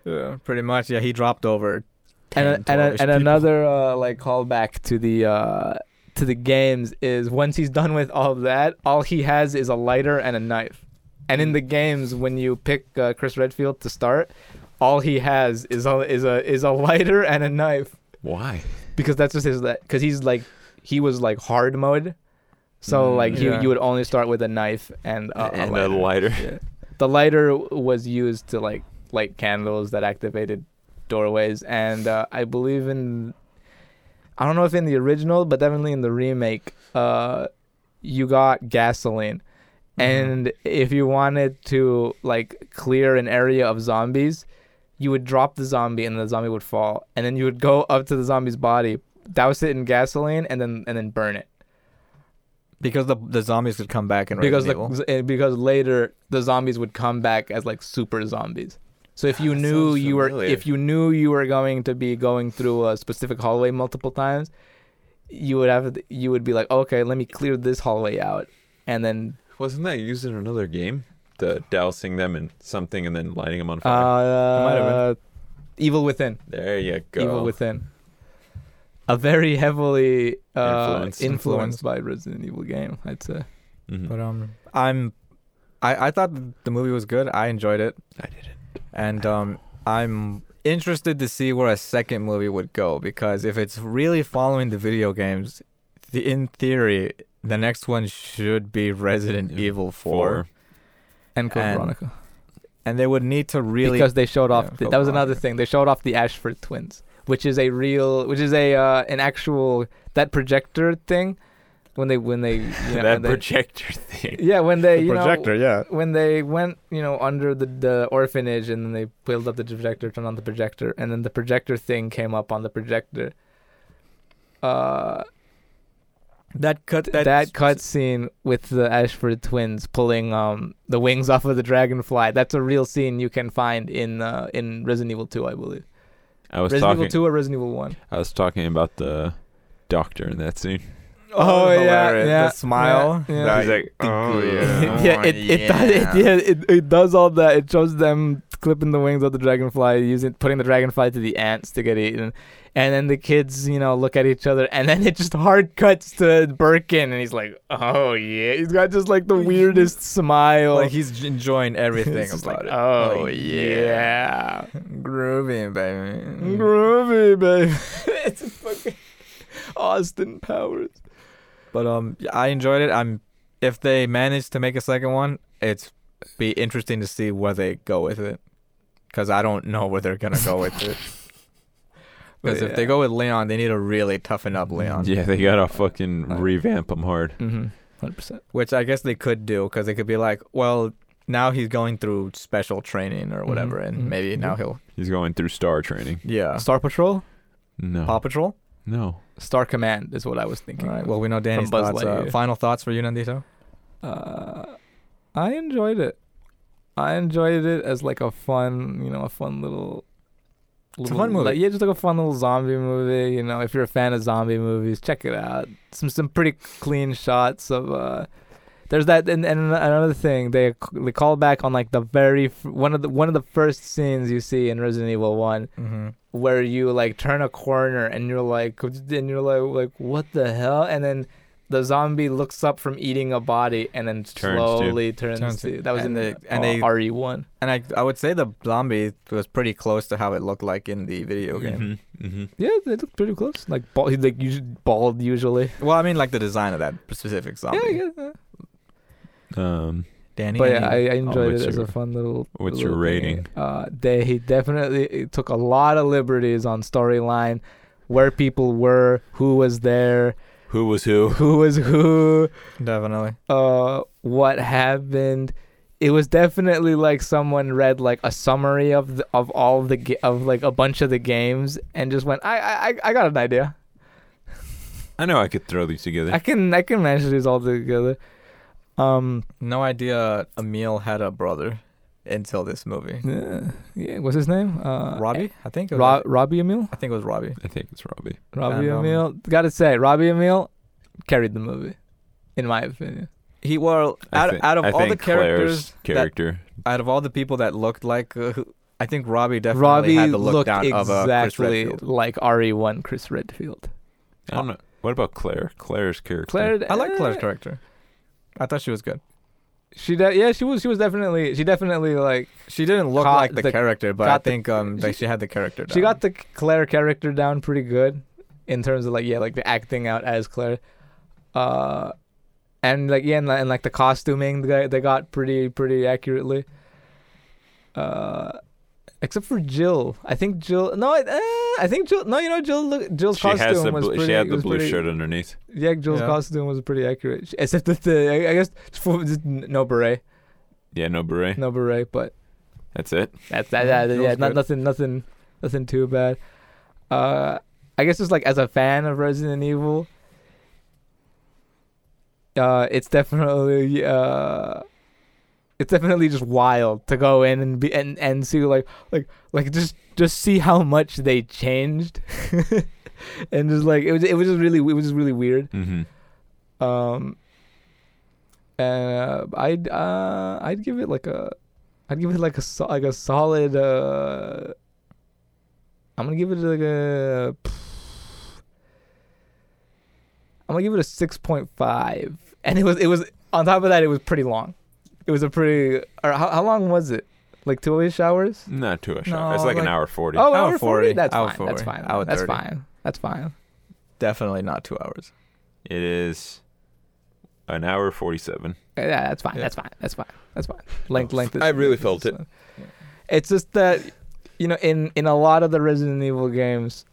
S1: yeah, pretty much. Yeah, he dropped over. 10,
S2: and a, and, a,
S1: 12-ish
S2: and
S1: people.
S2: another uh, like callback to the uh, to the games is once he's done with all of that, all he has is a lighter and a knife. And in the games, when you pick uh, Chris Redfield to start, all he has is a is a is a lighter and a knife
S3: Why?
S2: because that's just his because he's like he was like hard mode. So
S3: Mm,
S2: like you,
S1: yeah.
S2: you would only start with a knife and a, a
S3: Uh, and
S2: lighter.
S3: a lighter.
S2: The lighter was used to like light candles that activated doorways, and uh, I believe in I don't know if in the original, but definitely in the remake, uh, you got gasoline, and if you wanted to like clear an area of zombies you would drop the zombie and the zombie would fall and then you would go up to the zombie's body douse it in gasoline and then and then burn it
S1: because the the zombies could come back and
S2: because
S1: Resident Evil.
S2: the, eh, because later the zombies would come back as like super zombies so if you
S3: That
S2: knew
S3: sounds
S2: you were
S3: familiar.
S2: if you knew you were going to be going through a specific hallway multiple times you would have you would be like okay let me clear this hallway out and then
S3: Wasn't that used in another game? The dousing them in something and then lighting them on
S2: Uh,
S3: fire.
S2: Evil Within.
S3: there you go.
S2: Evil Within. A very heavily uh,
S3: Influenced.
S2: influenced. by Resident Evil game, I'd say.
S3: Mhm.
S1: But um, I'm, I I thought the movie was good. I enjoyed it,
S3: I didn't.
S1: and um, I'm interested to see where a second movie would go because if it's really following the video games, the, in theory, the next one should be Resident
S3: Yeah.
S1: Evil Four,
S3: Four.
S2: And Code
S1: And
S2: Veronica.
S1: and they would need to really
S2: because they showed off
S1: Yeah,
S2: the,
S1: Code
S2: that was another
S1: Veronica.
S2: thing. They showed off the Ashford twins, which is a real which is a uh, an actual that projector thing when they when they you know,
S3: that
S2: when they-
S3: projector thing.
S2: Yeah, when they you know,
S1: yeah.
S2: when they went, you know, under the, the orphanage and then they pulled up the projector, turned on the projector, and then the projector thing came up on the projector. Uh,
S1: That cut that,
S2: that cut scene with the Ashford twins pulling um the wings off of the dragonfly. That's a real scene you can find in uh, in Resident Evil 2, I believe.
S3: I was
S2: Resident Evil
S3: talking.
S2: 2 or Resident Evil 1?
S3: I was talking about the doctor in that scene.
S2: Oh, yeah,
S1: hilarious.
S2: yeah,
S1: the smile.
S2: yeah, yeah.
S1: That-
S3: He's like, oh yeah.
S2: yeah, it, it, Does, it, yeah it, it does all that. It shows them clipping the wings of the dragonfly, using putting the dragonfly to the ants to get eaten, and then the kids, you know, look at each other, and then it just hard cuts to Birkin, and he's like, "Oh yeah," he's got just like the weirdest smile.
S1: Like he's j- enjoying everything
S2: It's just
S1: about
S2: like,
S1: it.
S2: Oh, yeah.
S1: groovy baby.
S2: groovy, babe. it's fucking Austin Powers.
S1: But um, yeah, I enjoyed it. I'm if they manage to make a second one, it's be interesting to see where they go with it, because I don't know where they're gonna go with it. Because if they go with Leon, they need to really toughen up Leon,
S3: Yeah, they gotta fucking
S1: Like-
S3: revamp him hard.
S2: mm-hmm, hundred percent.
S1: which I guess they could do, because they could be like, well, now he's going through special training or whatever, and
S2: mhm,
S1: maybe
S2: mhm.
S1: now he'll
S3: He's going through star training.
S1: yeah.
S2: Star Patrol,
S3: No.
S1: Paw Patrol.
S3: No.
S2: Star Command is what I was
S1: All
S2: thinking.
S1: right.
S2: of.
S1: Well, we know Danny's
S2: Buzz
S1: thoughts. Uh,
S2: Lightyear.
S1: final thoughts for you, Nandito?
S2: Uh, I enjoyed it. I enjoyed it as like a fun, you know, a fun little.
S1: It's a fun movie.
S2: like- yeah, just like a fun little zombie movie. You know, if you're a fan of zombie movies, check it out. Some some pretty clean shots of. uh There's that, and, and another thing they they call back on like the very f- one of the one of the first scenes you see in Resident Evil One
S1: Mm-hmm.
S2: where you like turn a corner and you're like and you're like like what the hell and then the zombie looks up from eating a body and then
S3: Turns to-
S2: slowly turns,
S1: Turns to-
S2: to that was
S1: and
S2: in the
S1: they- and
S2: uh,
S1: they-
S2: RE1
S1: And I, I would say the zombie was pretty close to how it looked like in the video game.
S3: Mm-hmm. Mm-hmm.
S2: yeah they look pretty close like bald he's like usually bald usually
S1: Well, I mean, like the design of that specific zombie.
S2: yeah, I guess, yeah.
S3: Um,
S1: Danny.
S2: but yeah I, I
S1: any-
S2: enjoyed
S3: Oh, what's
S2: it as
S3: your-
S2: a fun little
S3: what's your
S2: little
S3: rating?
S2: thing. uh they he definitely took a lot of liberties on storyline where people were who was there
S3: Who was who?
S2: who was who
S1: definitely.
S2: uh what happened it was definitely like someone read like a summary of the, of all the ga- of like a bunch of the games and just went I I I- I got an idea
S3: I know I could throw these together.
S2: I can I can manage these all together um
S1: No idea Emil had a brother until this movie.
S2: yeah, yeah what's his name uh
S1: Robbie, I think. It was,
S2: Ro- Robbie Emil
S1: I think it was Robbie.
S3: I think it's Robbie.
S2: Robbie
S1: um,
S2: Emil gotta say Robbie Emil carried the movie in my opinion
S1: He well,
S3: I
S1: out,
S3: thi-
S1: out of
S3: I
S1: all the
S3: think Claire's
S1: characters,
S3: character.
S1: that, out of all the people that looked like, uh, who- I think Robbie definitely
S2: Robbie
S1: had the look
S2: looked
S1: down of uh, Chris
S2: exactly
S1: Redfield.
S2: like RE1 Chris Redfield
S3: I don't know. What about Claire? Claire's character.
S2: Claire
S1: I like Claire's
S2: eh,
S1: character. I thought she was good.
S2: she de- yeah she was she was definitely she definitely like
S1: She didn't look
S2: Caught
S1: like the,
S2: the-
S1: character, but I
S2: caught the-
S1: think um, like
S2: she-
S1: she had the character. Down.
S2: She got the Claire character down pretty good in terms of like yeah, like the acting out as Claire, uh, and like yeah, and, like- and like the costuming they they got pretty pretty accurately. Uh, except for Jill. I think Jill. No, I, eh, I think Jill. No, you know Jill. Look, Jill's
S3: She
S2: costume
S3: has the
S2: was
S3: blue,
S2: pretty.
S3: she had the
S2: was
S3: blue
S2: pretty-
S3: shirt underneath.
S2: Yeah, Jill's
S1: Yeah.
S2: costume was pretty accurate, except that the I, I guess for, no beret,
S3: Yeah, no beret.
S2: no beret, but
S3: That's it.
S2: that's that.
S1: Yeah,
S2: that-
S1: Jill's
S2: yeah, not,
S1: good.
S2: nothing, nothing, nothing too bad. Uh, I guess just like as a fan of Resident Evil, uh, it's definitely uh, it's definitely just wild to go in and be and and see like like like just just see how much they changed, and just like it was it was just really it was just really weird.
S3: Mm-hmm.
S2: Um, and uh, I'd uh, I'd give it like a, I'd give it like a so- like a solid. Uh, I'm gonna give it like a. I'm gonna give it a six point five, and it was it was on top of that it was pretty long. It was a pretty. Or how how long was it? Like two ish hours.
S3: Not too much. it's
S1: No,
S3: like, an
S1: like-
S3: hour forty.
S2: Oh,
S1: Hour
S2: hour 40.
S1: 40,
S2: That's
S1: hour
S2: fine. That's
S1: 40,
S2: fine.
S1: hour
S2: That's
S1: 30.
S2: fine. That's fine.
S1: Definitely not two hours.
S3: It is an hour forty-seven.
S2: Uh, Yeah, that's fine.
S1: Yeah.
S2: That's fine. That's fine. That's fine. Length, length.
S3: I
S2: is-
S3: really
S2: is-
S3: felt it.
S2: It's just that, you know, in in a lot of the Resident Evil games,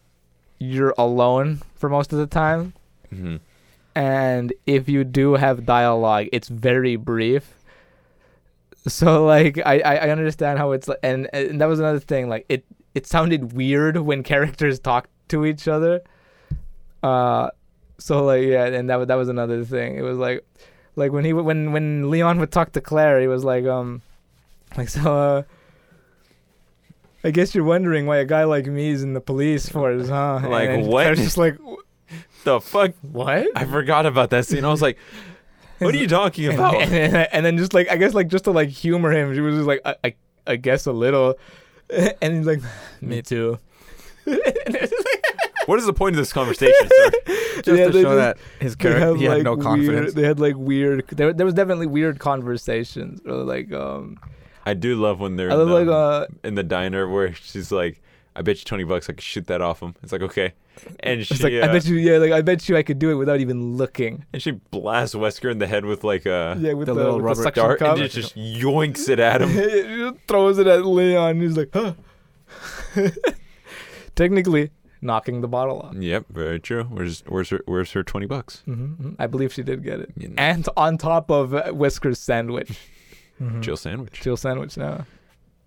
S2: you're alone for most of the time,
S3: Mm-hmm.
S2: and if you do have dialogue, it's very brief. So like, I I I understand how it's like, and and that was another thing. Like it it sounded weird when characters talked to each other. Uh, so like yeah, and that wa- that was another thing. It was like, like when he would- when when Leon would talk to Claire, he was like um, like so. Uh, I guess you're wondering why a guy like me is in the police force, huh? And
S3: Like,
S2: then
S3: what?
S2: Claire's just like
S3: The fuck!
S2: what?
S3: I forgot about that scene. I was like, "What are you talking
S2: And,
S3: about?"
S2: and, then- and then just like I guess like just to like humor him, she was just like I I, I guess a little, and he's like me too.
S3: what is the point of this conversation, sir?
S1: Just
S2: Yeah,
S1: to
S2: they
S1: show that
S2: just-
S1: his
S2: They
S1: character,
S2: had,
S1: he had
S2: like,
S1: no confidence.
S2: Weird, they had like weird. There, there was definitely weird conversations or like um.
S3: I do love when they're
S2: I
S3: in
S2: was
S3: the,
S2: like uh.
S3: in the diner where she's like, "I bet you twenty bucks I could shoot that off him." It's like okay, and she
S2: It's like I
S3: uh,
S2: bet you yeah like I bet you I could do it without even looking.
S3: and she blasts Wesker in the head with like uh, a
S2: Yeah, with
S1: the
S2: the,
S1: little
S2: with
S1: rubber
S2: the suction
S3: dart
S2: cup.
S3: and it just yoinks it at him.
S2: He throws it at Leon. He's like, huh. Technically, knocking the bottle off.
S3: yep, very true. Where's where's her where's her twenty bucks?
S2: hmm I believe she did get it.
S3: You know,
S2: And on top of uh, Whisker's sandwich,
S1: Mhm.
S3: Jill sandwich.
S2: Jill sandwich now.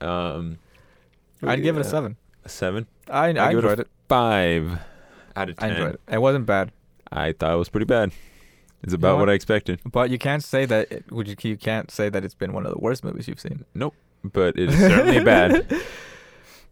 S3: Um,
S1: I'd give it a
S2: Yeah.
S1: seven.
S3: a seven,
S1: I, I,
S3: give it a
S1: enjoyed it,
S3: five out of
S1: I
S3: ten.
S1: enjoyed it. It wasn't bad,
S3: I thought it was pretty bad. It's about
S1: what?
S3: what I expected,
S1: but you can't say that. It, would you? You can't say that it's been one of the worst movies you've seen.
S3: but it is certainly bad.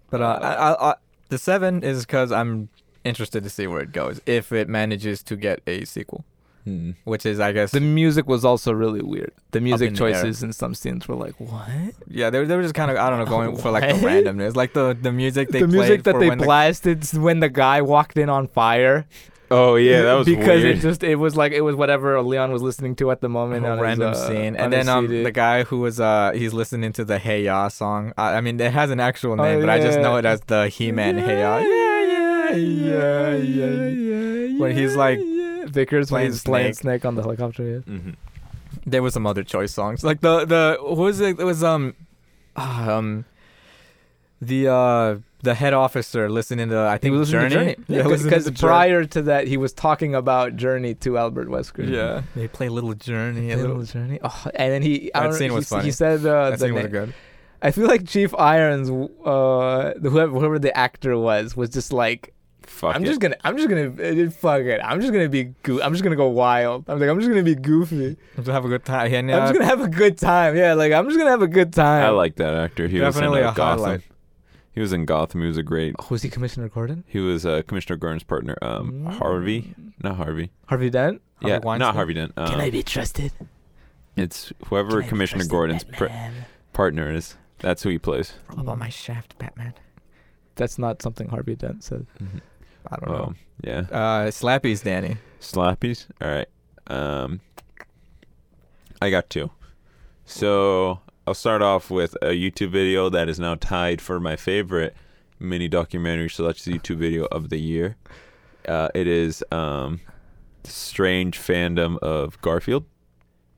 S1: But uh, I, I, I, the seven is because I'm interested to see where it goes if it manages to get a sequel,
S3: Hmm.
S1: which is, I guess,
S2: The music was also really weird. The music
S1: in the air.
S2: choices in some scenes were like, what?
S1: yeah, they, were- they were just kind of I don't know going for like the
S2: What?
S1: randomness, like the the music they
S2: the
S1: played
S2: music that
S1: for
S2: they
S1: when the-
S2: blasted s- when the guy walked in on fire.
S3: Oh yeah, that was
S2: because
S3: weird.
S2: it just it was like it was whatever Leon was listening to at the moment.
S1: a
S2: on his,
S1: random
S2: uh,
S1: scene,
S2: on
S1: and then
S2: his
S1: um
S2: CD.
S1: the guy who was uh he's listening to the Hey Ya song. I, I mean, it has an actual
S2: Oh,
S1: name, but I just
S2: yeah.
S1: know it as the He Man Hey Ya.
S2: Yeah, yeah, yeah, yeah,
S1: yeah. When he's like,
S2: Vickers when
S1: playing
S2: he's playing
S1: Snake.
S2: Snake on the helicopter. Yeah.
S3: hmm
S1: there was some other choice songs, like the the who was it? It was um um the uh the head officer listening to I think
S2: was listening
S1: Journey.
S2: to
S1: Yeah,
S2: Yeah,
S1: listening
S2: because
S1: to Journey.
S2: prior to that, he was talking about Journey to Albert Wesker.
S1: Yeah, they play Little Journey. A
S2: Little
S1: little,
S2: Journey. Oh, and then he. I
S1: That
S2: don't know,
S1: scene was
S2: he, s-
S1: funny.
S2: He said uh,
S1: that
S2: the
S1: scene was
S2: name-
S1: good.
S2: I feel like Chief Irons, uh, whoever, whoever the actor was, was just like,
S3: Fuck
S2: I'm
S3: it.
S2: just gonna, I'm just gonna, uh, fuck it, I'm just gonna be, goo- I'm just gonna go wild. I'm like, I'm just gonna be goofy.
S1: Just have a good time. And,
S2: I'm
S1: uh,
S2: just gonna have a good time. Yeah, like I'm just gonna have a good time.
S3: I like that actor. He
S1: Definitely
S3: was in uh,
S1: a
S3: Gotham.
S1: highlight.
S3: He was in Gotham. He was a great.
S2: Oh, was he Commissioner Gordon?
S3: He was uh, Commissioner Gordon's partner. Um, Harvey, not Harvey.
S2: Mm. Harvey Dent.
S1: Harvey
S3: yeah,
S1: Weinstein?
S3: not Harvey Dent. Um,
S2: be trusted?
S3: It's whoever Commissioner Gordon's pr- partner is. That's who he plays.
S1: Roll up on my shaft, Batman.
S2: That's not something Harvey Dent said.
S1: I don't know.
S3: Um, yeah.
S1: Uh, Slappy's Danny.
S3: Slappies. All right. Um, I got two. So I'll start off with a YouTube video that is now tied for my favorite mini documentary slash YouTube video of the year. Uh, it is um, strange fandom of Garfield.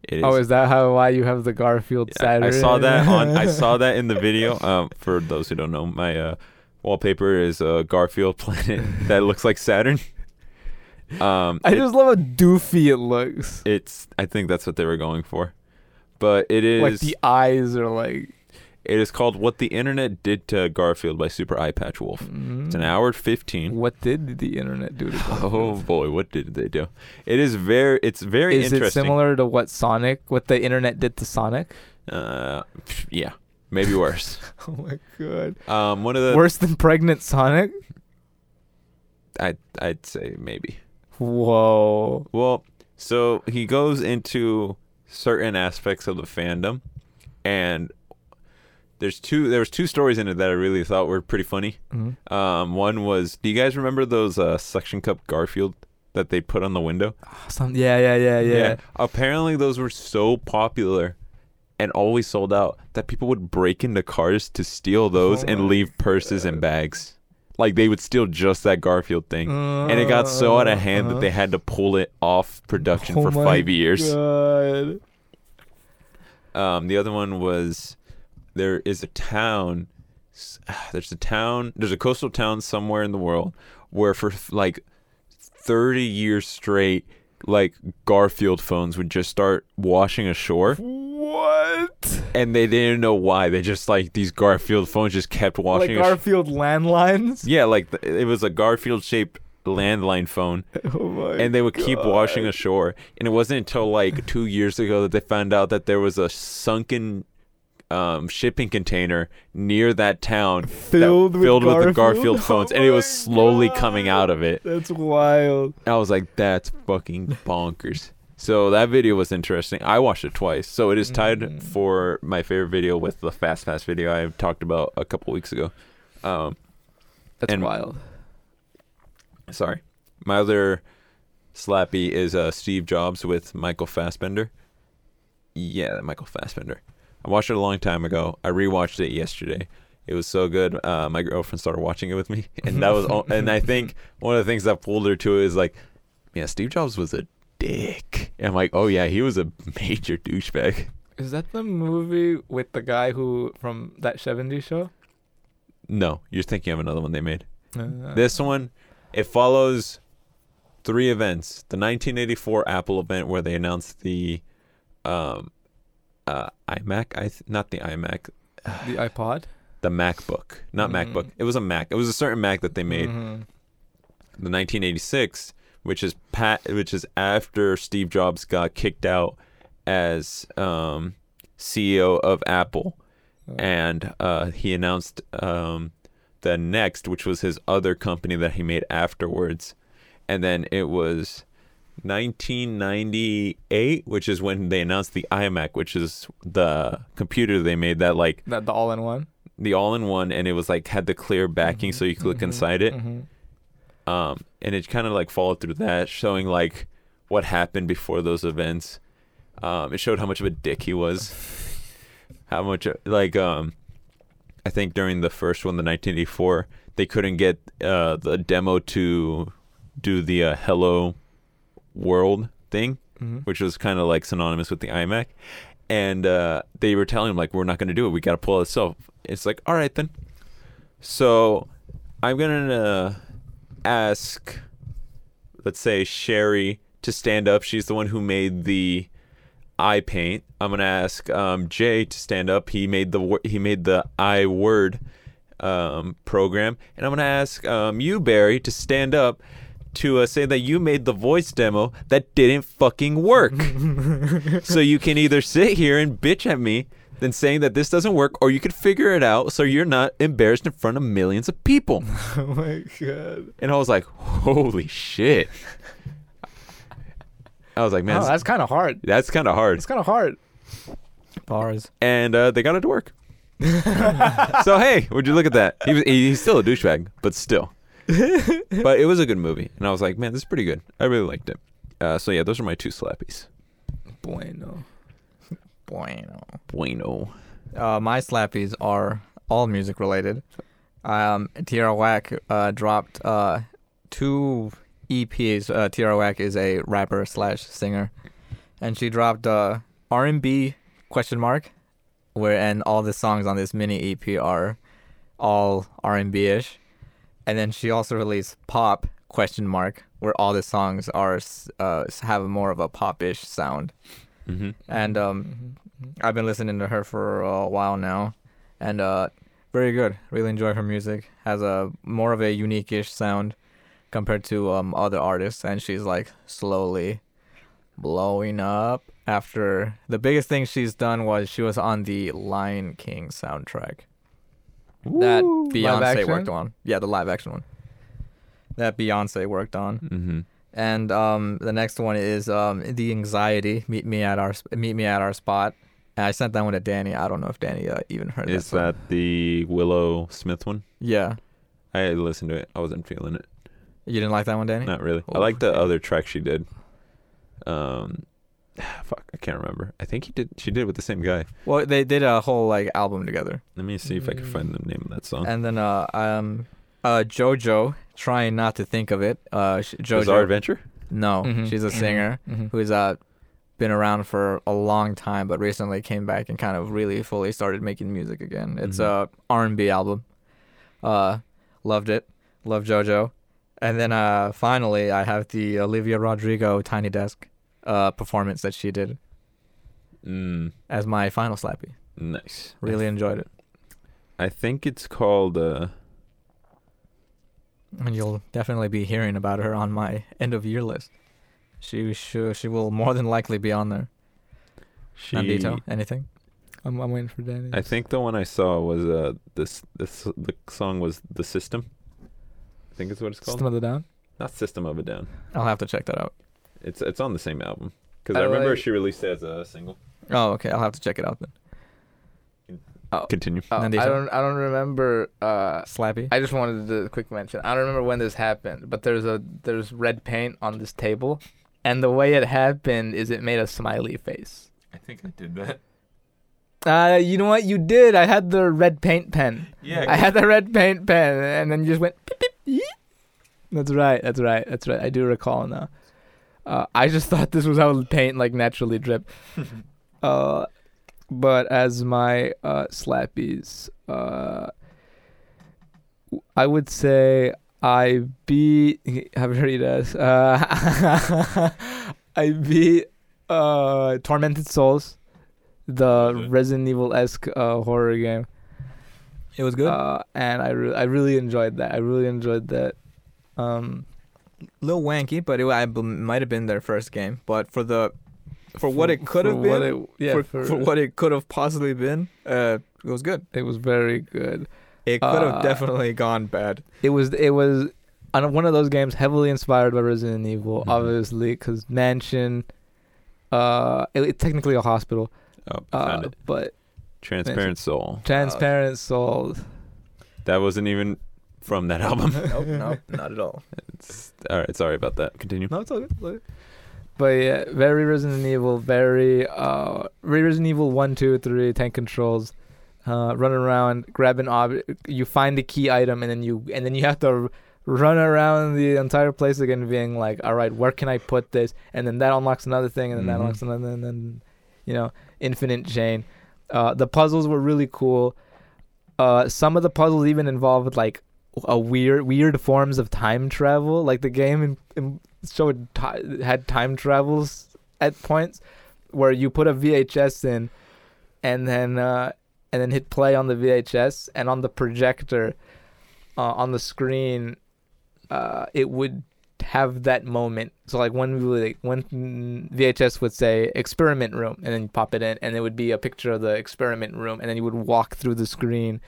S3: It is.
S2: Oh, is that how why you have the Garfield
S3: I, I
S2: Saturday?
S3: saw that on. I saw that in the video. Um, for those who don't know, my uh, wallpaper is a Garfield planet that looks like Saturn. Um,
S2: I
S3: it-
S2: just love how doofy it looks.
S3: it's. I think that's what they were going for, but it is.
S2: like the eyes are like.
S3: it is called "What the Internet Did to Garfield" by Super Eye Patch Wolf. It's
S2: Mm.
S3: an hour fifteen.
S2: What did the internet do to
S3: Oh
S2: Garfield?
S3: boy, what did they do? It is very. It's very
S2: Is it
S3: interesting.
S2: similar to what Sonic, what the internet did to Sonic?
S3: Uh, yeah, maybe worse.
S2: Oh my god!
S3: um, one of the
S2: Worse than pregnant Sonic?
S3: I I'd say maybe.
S2: Whoa!
S3: Well, so he goes into certain aspects of the fandom, and there's two. There was two stories in it that I really thought were pretty funny.
S2: Mhm.
S3: Um, one was, do you guys remember those uh, suction cup Garfield that they put on the window?
S2: Some, yeah, yeah, Uh, yeah, yeah,
S3: Apparently, those were so popular and always sold out that people would break into cars to steal those
S2: Oh my
S3: and leave purses and bags. Like they would steal just that Garfield thing. and it got so out of hand that they had to pull it off production
S2: Uh-huh. Oh
S3: for
S2: my
S3: five years.
S2: God.
S3: Um, the other one was there is a town. s- ah, There's a town. There's a coastal town somewhere in the world where for like 30 years straight, like Garfield phones would just start washing ashore,
S2: What?
S3: and they didn't know why. They just like these Garfield phones just kept
S2: Like
S3: washing. ashore.
S2: Garfield landlines?
S3: yeah, like th- it was a Garfield shaped landline phone
S2: Oh my
S3: and they would keep washing
S2: God.
S3: ashore. And it wasn't until like two years ago that they found out that there was a sunken um, shipping container near that town that-
S2: Filled with
S3: filled with the
S2: Garfield?
S3: Garfield
S2: Oh
S3: phones, and it was
S2: my
S3: slowly
S2: God.
S3: coming out of it.
S2: That's wild.
S3: And I was like, that's fucking bonkers. So that video was interesting. I watched it twice. So it is tied
S2: Mm.
S3: for my favorite video with the Fast Pass video I talked about a couple weeks ago. Um,
S2: That's
S3: And-
S2: wild.
S3: sorry. My other slappy is uh, Steve Jobs with Michael Fassbender. Yeah, that Michael Fassbender. I watched it a long time ago. I rewatched it yesterday. It was so good. Uh, my girlfriend started watching it with me, and that was. all, and I think one of the things that pulled her to it is like, yeah, Steve Jobs was a dick. And I'm like, oh yeah, he was a major douchebag.
S2: Is that the movie with the guy who from that 70s show?
S3: No, you're thinking of another one they made.
S2: Uh,
S3: This one, it follows three events: the 1984 Apple event where they announced the um, uh, iMac, I th- not the iMac,
S2: the iPod
S3: the MacBook, not
S2: Mhm.
S3: MacBook. It was a Mac. It was a certain Mac that they made.
S2: Mhm.
S3: The 1986, which is Pat, which is after Steve Jobs got kicked out as um, CEO of Apple
S2: Oh.
S3: and uh, he announced um, the next, which was his other company that he made afterwards, and then it was 1998, which is when they announced the iMac, which is the computer they made that like
S2: That the all-in-one.
S3: the all-in-one, and it was like had the clear backing, so you could look
S2: Mhm.
S3: inside it,
S2: Mhm.
S3: um, and it kind of like followed through that, showing like what happened before those events. Um, it showed how much of a dick he was, how much like um, I think during the first one, the 1984, they couldn't get uh, the demo to do the uh, Hello World thing,
S2: Mhm.
S3: which was kind of like synonymous with the iMac, and uh, they were telling him like, "We're not going to do it. We got to pull it itself." It's like, "All right then." So I'm gonna ask, let's say Sherry to stand up. She's the one who made the eye paint. I'm gonna ask um, Jay to stand up. He made the wor- he made the I word um, program, and I'm gonna ask um, you Barry to stand up to uh, say that you made the voice demo that didn't fucking work. so you can either sit here and bitch at me. Than saying that this doesn't work, or you could figure it out so you're not embarrassed in front of millions of people.
S2: Oh my god.
S3: And I was like, holy shit. I was like, man,
S2: oh,
S3: that's,
S2: that's kind of hard.
S3: kind of hard.
S2: It's kind of hard. Bars.
S3: And uh, they got it to work. so, hey, would you look at that? He was, he- he's still a douchebag, but still. but it was a good movie. And I was like, man, this is pretty good. I really liked it. Uh, so, yeah, those are my two slappies.
S2: Bueno.
S3: Oh,
S1: Bueno.
S3: Bueno.
S1: Uh, my slappies are all music related. Um, Tierra Whack uh, dropped uh, two E EPs. Uh, Tierra Whack is a rapper slash singer, and she dropped uh, R and B question mark, where and all the songs on this mini EP are all R and B ish, and then she also released pop question mark, where all the songs are s- uh, s- have more of a pop ish sound.
S3: Mm-hmm.
S1: And um,
S2: Mm-hmm.
S1: I've been listening to her for a while now, and uh, very good. Really enjoy her music. Has a more of a unique ish sound compared to um, other artists, and she's like slowly blowing up. After the biggest thing she's done was she was on the Lion King soundtrack that Beyonce
S2: action?
S1: worked on. Yeah, the live action one that Beyonce worked on.
S3: Mm-hmm.
S1: And um, the next one is um, the anxiety. Meet me at our meet me at our spot. And I sent that one to Danny. I don't know if Danny uh, even heard
S3: Is
S1: that. song.
S3: that the Willow Smith one?
S1: Yeah,
S3: I listened to it. I wasn't feeling it.
S1: you didn't like that one, Danny.
S3: Not really. I
S1: Oh,
S3: like the
S1: okay.
S3: other track she did. Um, fuck, I can't remember. I think he did. She did with the same guy.
S1: Well, they did a whole like album together.
S3: Let me see if I can
S2: Mm.
S3: find the name of that song.
S1: And then uh, um, uh, JoJo trying not to think of it. Uh, sh- JoJo.
S3: Bizarre Adventure.
S1: No,
S2: Mhm,
S1: she's a
S2: mhm,
S1: singer
S2: mhm.
S1: who's uh been around for a long time, but recently came back and kind of really fully started making music again. It's
S3: Mhm.
S1: a R and B album. Uh, loved it. Love JoJo. And then uh, finally, I have the Olivia Rodrigo Tiny Desk uh, performance that she did
S3: Mm,
S1: as my final slappy.
S3: nice.
S1: Really enjoyed it,
S3: I think it's called. Uh,
S1: and you'll definitely be hearing about her on my end of year list. She sure she will more than likely be on there.
S3: she.
S1: Nandito, anything?
S2: I'm, I'm waiting for Danny.
S3: I think the one I saw was uh this this the song was the system. I think it's what it's called.
S2: System of the Down.
S3: Not System of a Down.
S1: I'll have to check that out.
S3: It's it's on the same album because
S2: I
S3: I remember
S2: like-
S3: she released it as a single.
S1: Oh, okay. I'll have to check it out then.
S3: Continue.
S2: Oh, I
S1: Nandita?
S2: don't. I don't remember. Uh,
S1: Slappy.
S2: I just wanted to do a quick mention. I don't remember when this happened, but there's a there's red paint on this table, and the way it happened is it made a smiley face.
S3: I think I did that.
S2: Uh, you know what? You did. I had the red paint pen.
S3: Yeah,
S2: I had the red paint pen, and then you just went. Beep, beep, yee. That's right. That's right. That's right. I do recall now. Uh, I just thought this was how paint like naturally dripped. uh, but as my uh, slappies, uh, I would say I beat. Have you heard us? Uh, I beat uh, Tormented Souls, the
S3: Okay.
S2: Resident Evil esque uh, horror game.
S1: It was good.
S2: Uh, and I, re- I really enjoyed that. I really enjoyed that. Um,
S1: little wanky, but it I b- might have been their first game. But for the for what it could
S2: for
S1: have
S2: what
S1: been,
S2: it- yeah,
S1: for, for what it could have possibly been, uh, it was good.
S2: it was very good.
S1: It could have
S2: Uh,
S1: definitely gone bad.
S2: It was it was on one of those games heavily inspired by Resident Evil,
S3: Mhm.
S2: obviously, 'cause obviously, because mansion. Uh, it, it's technically a hospital.
S3: Oh, I found
S2: Uh,
S3: it.
S2: but
S3: Transparent Soul.
S2: transparent souls.
S3: That wasn't even from that album.
S1: nope, nope, not at all.
S3: It's, all right, sorry about that. Continue.
S2: No, it's all good. it's all good. But yeah, very Resident Evil, very uh, very Resident Evil one, two, three, tank controls, uh, run around, grab an object, you find a key item, and then you and then you have to r- run around the entire place again, being like, all right, where can I put this? And then that unlocks another thing, and then
S3: Mhm.
S2: that unlocks another, and then you know, infinite chain. Uh, the puzzles were really cool. Uh, some of the puzzles even involved like a weird weird forms of time travel. Like the game in, in, showed ti had time travels at points where you put a VHS in, and then uh, and then hit play on the VHS and on the projector, uh, on the screen, uh, it would have that moment. So like when we would like when mm, VHS would say experiment room and then you pop it in and it would be a picture of the experiment room and then you would walk through the screen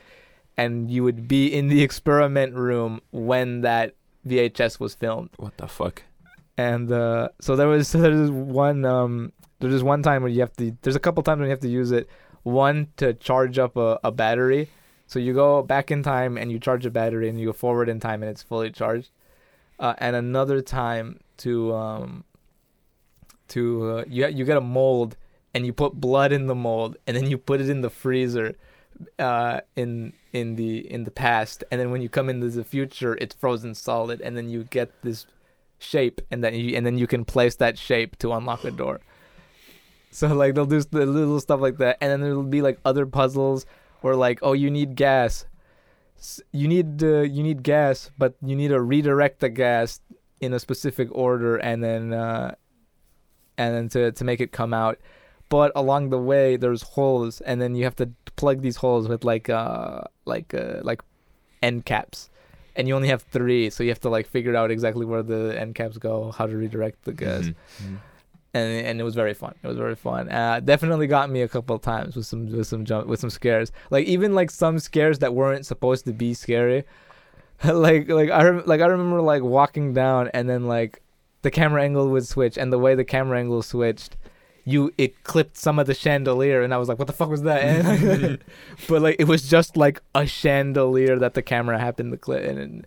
S2: and you would be in the experiment room when that VHS was filmed
S3: What the fuck?
S2: and uh, so there was so there's one um there's this one time where you have to there's a couple times when you have to use it one to charge up a, a battery so you go back in time and you charge a battery and you go forward in time and it's fully charged uh, and another time to um to uh, you you get a mold and you put blood in the mold and then you put it in the freezer uh in in the in the past and then when you come into the future it's frozen solid and then you get this shape and then you and then you can place that shape to unlock a door So like they'll do s- the little stuff like that, and then there'll be like other puzzles where like oh you need gas, S- you need uh, you need gas, but you need to redirect the gas in a specific order, and then uh, and then to to make it come out. But along the way there's holes, and then you have to plug these holes with like uh like uh, like end caps. And you only have three, so you have to like figure out exactly where the end caps go, how to redirect the gas
S3: Mm-hmm.
S2: and and it was very fun. It was very fun. Uh, definitely got me a couple of times with some with some jump with some scares. Like even like some scares that weren't supposed to be scary. like like I rem- like I remember like walking down and then like the camera angle would switch and the way the camera angle switched, you it clipped some of the chandelier and I was like, what the fuck was that? And- but like it was just like a chandelier that the camera happened to clip and. and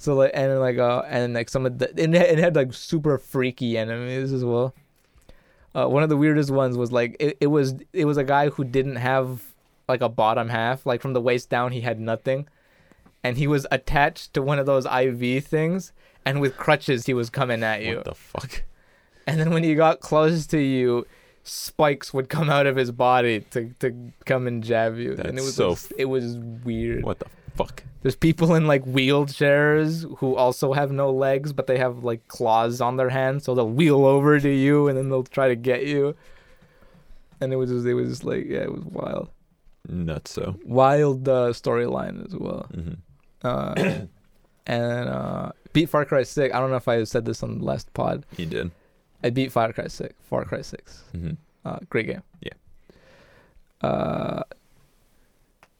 S2: so like and like uh and like some of the and it had- it had like super freaky enemies as well uh, one of the weirdest ones was like it, it was it was a guy who didn't have like a bottom half like from the waist down he had nothing and he was attached to one of those iv things and with crutches he was coming at you
S3: What the fuck?
S2: and then when he got close to you spikes would come out of his body to, to come and jab you and it
S3: That's
S2: was
S3: so
S2: just- it was weird
S3: What the fuck?
S2: there's people in like wheelchairs who also have no legs, but they have like claws on their hands, so they'll wheel over to you and then they'll try to get you. And it was just, it was just like, yeah, it was wild,
S3: Nuts. So.
S2: wild uh, storyline as well.
S3: Mm-hmm.
S2: Uh, and uh, beat Far Cry Six. I don't know if I said this on the last pod.
S3: He did.
S2: I beat Far Cry Six. Far Cry Six.
S3: Mm-hmm.
S2: Uh, great game.
S3: Yeah.
S2: Uh,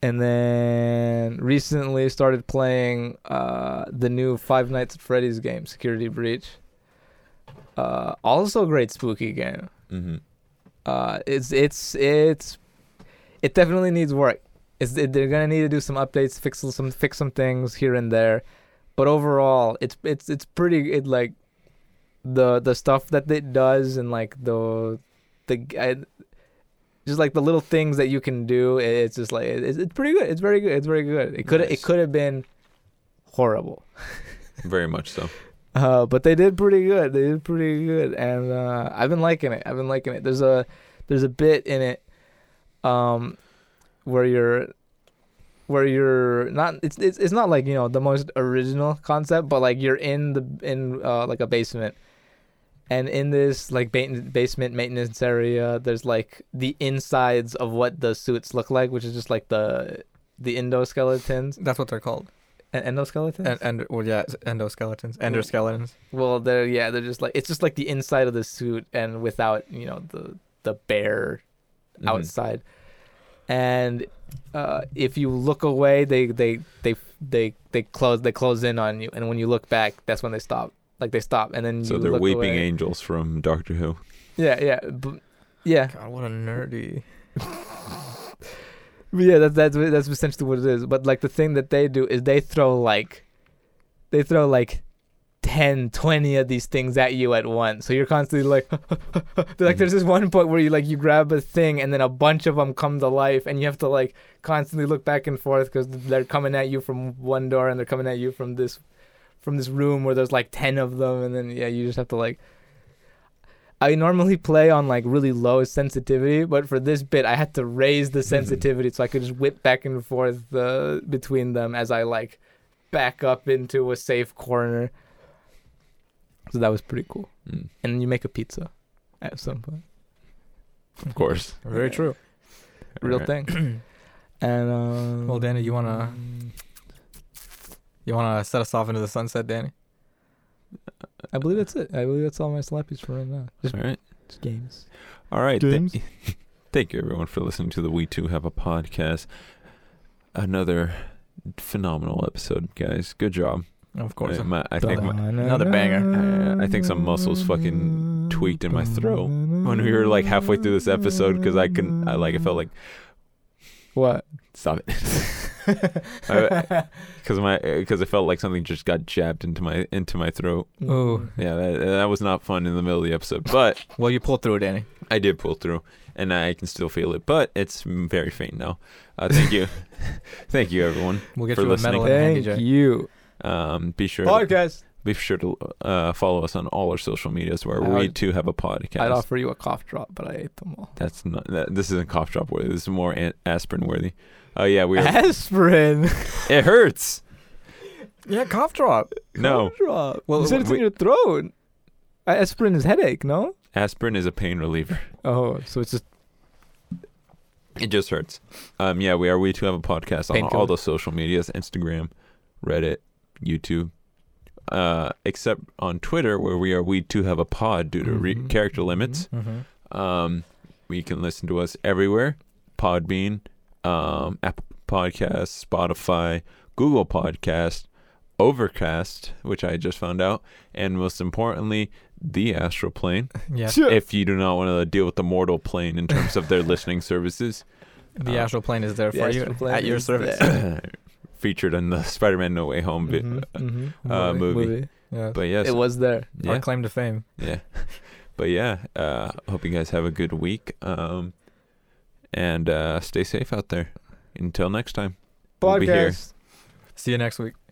S2: and then recently started playing uh, the new Five Nights at Freddy's game, Security Breach. Uh, also a great spooky game.
S3: Mm-hmm.
S2: Uh, it's it's it's it definitely needs work. It's, they're gonna need to do some updates, fix some fix some things here and there, but overall, it's it's it's pretty. It like the the stuff that it does and like the the I, just like the little things that you can do. It's just like it's, it's pretty good. It's very good. It's very good. It could it
S3: Nice.
S2: could have been horrible.
S3: Very much so.
S2: Uh, but they did pretty good. They did pretty good, and uh, I've been liking it. I've been liking it. There's a there's a bit in it, um, where you're where you're not. It's it's it's not like you know the most original concept, but like you're in the in uh, like a basement, and in this like ba- basement maintenance area, there's like the insides of what the suits look like, which is just like the the endoskeletons,
S1: That's what they're called.
S2: and endoskeletons.
S1: And, and well, yeah, it's endoskeletons, enderskeletons.
S2: Well, they're yeah, they're just like it's just like the inside of the suit and without you know the the bare
S3: Mhm.
S2: outside. And uh, if you look away, they they they they they close they close in on you, and when you look back, that's when they stop. Like they stop, and then
S3: So
S2: you
S3: they're
S2: look away.
S3: weeping angels from Doctor Who.
S2: Yeah, yeah, b- yeah.
S1: God, what a nerdy.
S2: But yeah, that's that's that's essentially what it is. But like the thing that they do is they throw like they throw like 10, 20 of these things at you at once. So you're constantly like like there's this one point where you like you grab a thing and then a bunch of them come to life and you have to like constantly look back and forth cuz they're coming at you from one door and they're coming at you from this from this room where there's like 10 of them and then yeah, you just have to like I normally play on like really low sensitivity, but for this bit, I had to raise the sensitivity so I could just whip back and forth uh, between them as I like back up into a safe corner. So that was pretty cool.
S3: Mm.
S2: And you make a pizza at some point,
S3: Of course.
S1: Very true.
S2: real
S3: Alright.
S2: thing. And um,
S1: Well, Danny, you wanna- You wanna set us off into the sunset, Danny?
S2: I believe that's it. I believe that's all my slappies for right now. Just,
S3: All right.
S2: just games.
S3: All right. Th-
S2: James?
S3: thank you, everyone, for listening to the We Two Have a Podcast. Another phenomenal episode, guys. Good job.
S1: Of course.
S3: I, my- I think my,
S1: another banger.
S3: I- I think some muscles fucking tweaked in my throat when we were like halfway through this episode because I couldn't. I like. I felt like
S2: what?
S3: stop it because my because I felt like something just got jabbed into my into my throat.
S1: Ooh.
S3: Yeah, that, that was not fun in the middle of the episode, but
S1: Well, you pulled through, Danny.
S3: I did pull through, and I can still feel it, but it's very faint now. Uh, thank you, thank you, everyone.
S1: We'll get
S3: For
S1: you a medal
S3: listening.
S1: and a handy
S2: Thank
S1: jar.
S2: you.
S3: Um, be sure.
S2: Podcast.
S3: Be sure to uh, follow us on all our social medias where
S2: I
S3: we
S2: would-
S3: too have a podcast.
S2: I'd offer you a cough drop, but I ate them all.
S3: That's not. That, this isn't cough drop worthy. This is more an- aspirin worthy. Oh yeah, we. Are,
S2: Aspirin.
S3: it hurts.
S1: Yeah, cough drop.
S3: No,
S2: Cough drop.
S1: Well,
S2: Well, you said it's
S3: we-
S2: in your throat. Uh, Aspirin is headache, no?
S3: aspirin is a pain reliever.
S2: Oh, so it's just
S3: It just hurts. Um, yeah, we are. We too have a podcast on
S2: Painkiller.
S3: all the social medias: Instagram, Reddit, YouTube. Uh, except on Twitter, where we are. We too have a pod due to re-
S2: Mhm.
S3: character limits.
S1: Mm-hmm.
S3: Um, we can listen to us everywhere: Podbean, um, Apple Podcasts, Spotify, Google Podcast, Overcast, which I just found out, and most importantly, the Astral Plane.
S1: Yeah,
S3: If you do not want to deal with the mortal plane in terms of their listening services.
S1: the
S3: Uh,
S1: astral plane is there
S2: the
S1: for
S2: astral
S1: you
S2: plane
S1: at your
S2: is
S1: service.
S2: there.
S3: featured in the Spider-Man No Way Home vi-
S2: Mhm, mhm.
S3: uh, movie.
S1: Yeah,
S3: But yes,
S2: It was there.
S1: our
S3: yeah,
S1: claim to fame.
S3: yeah. But yeah, uh, hope you guys have a good week, um, and uh, stay safe out there. Until next time. We'll be here.
S2: Podcast.
S1: See you next week.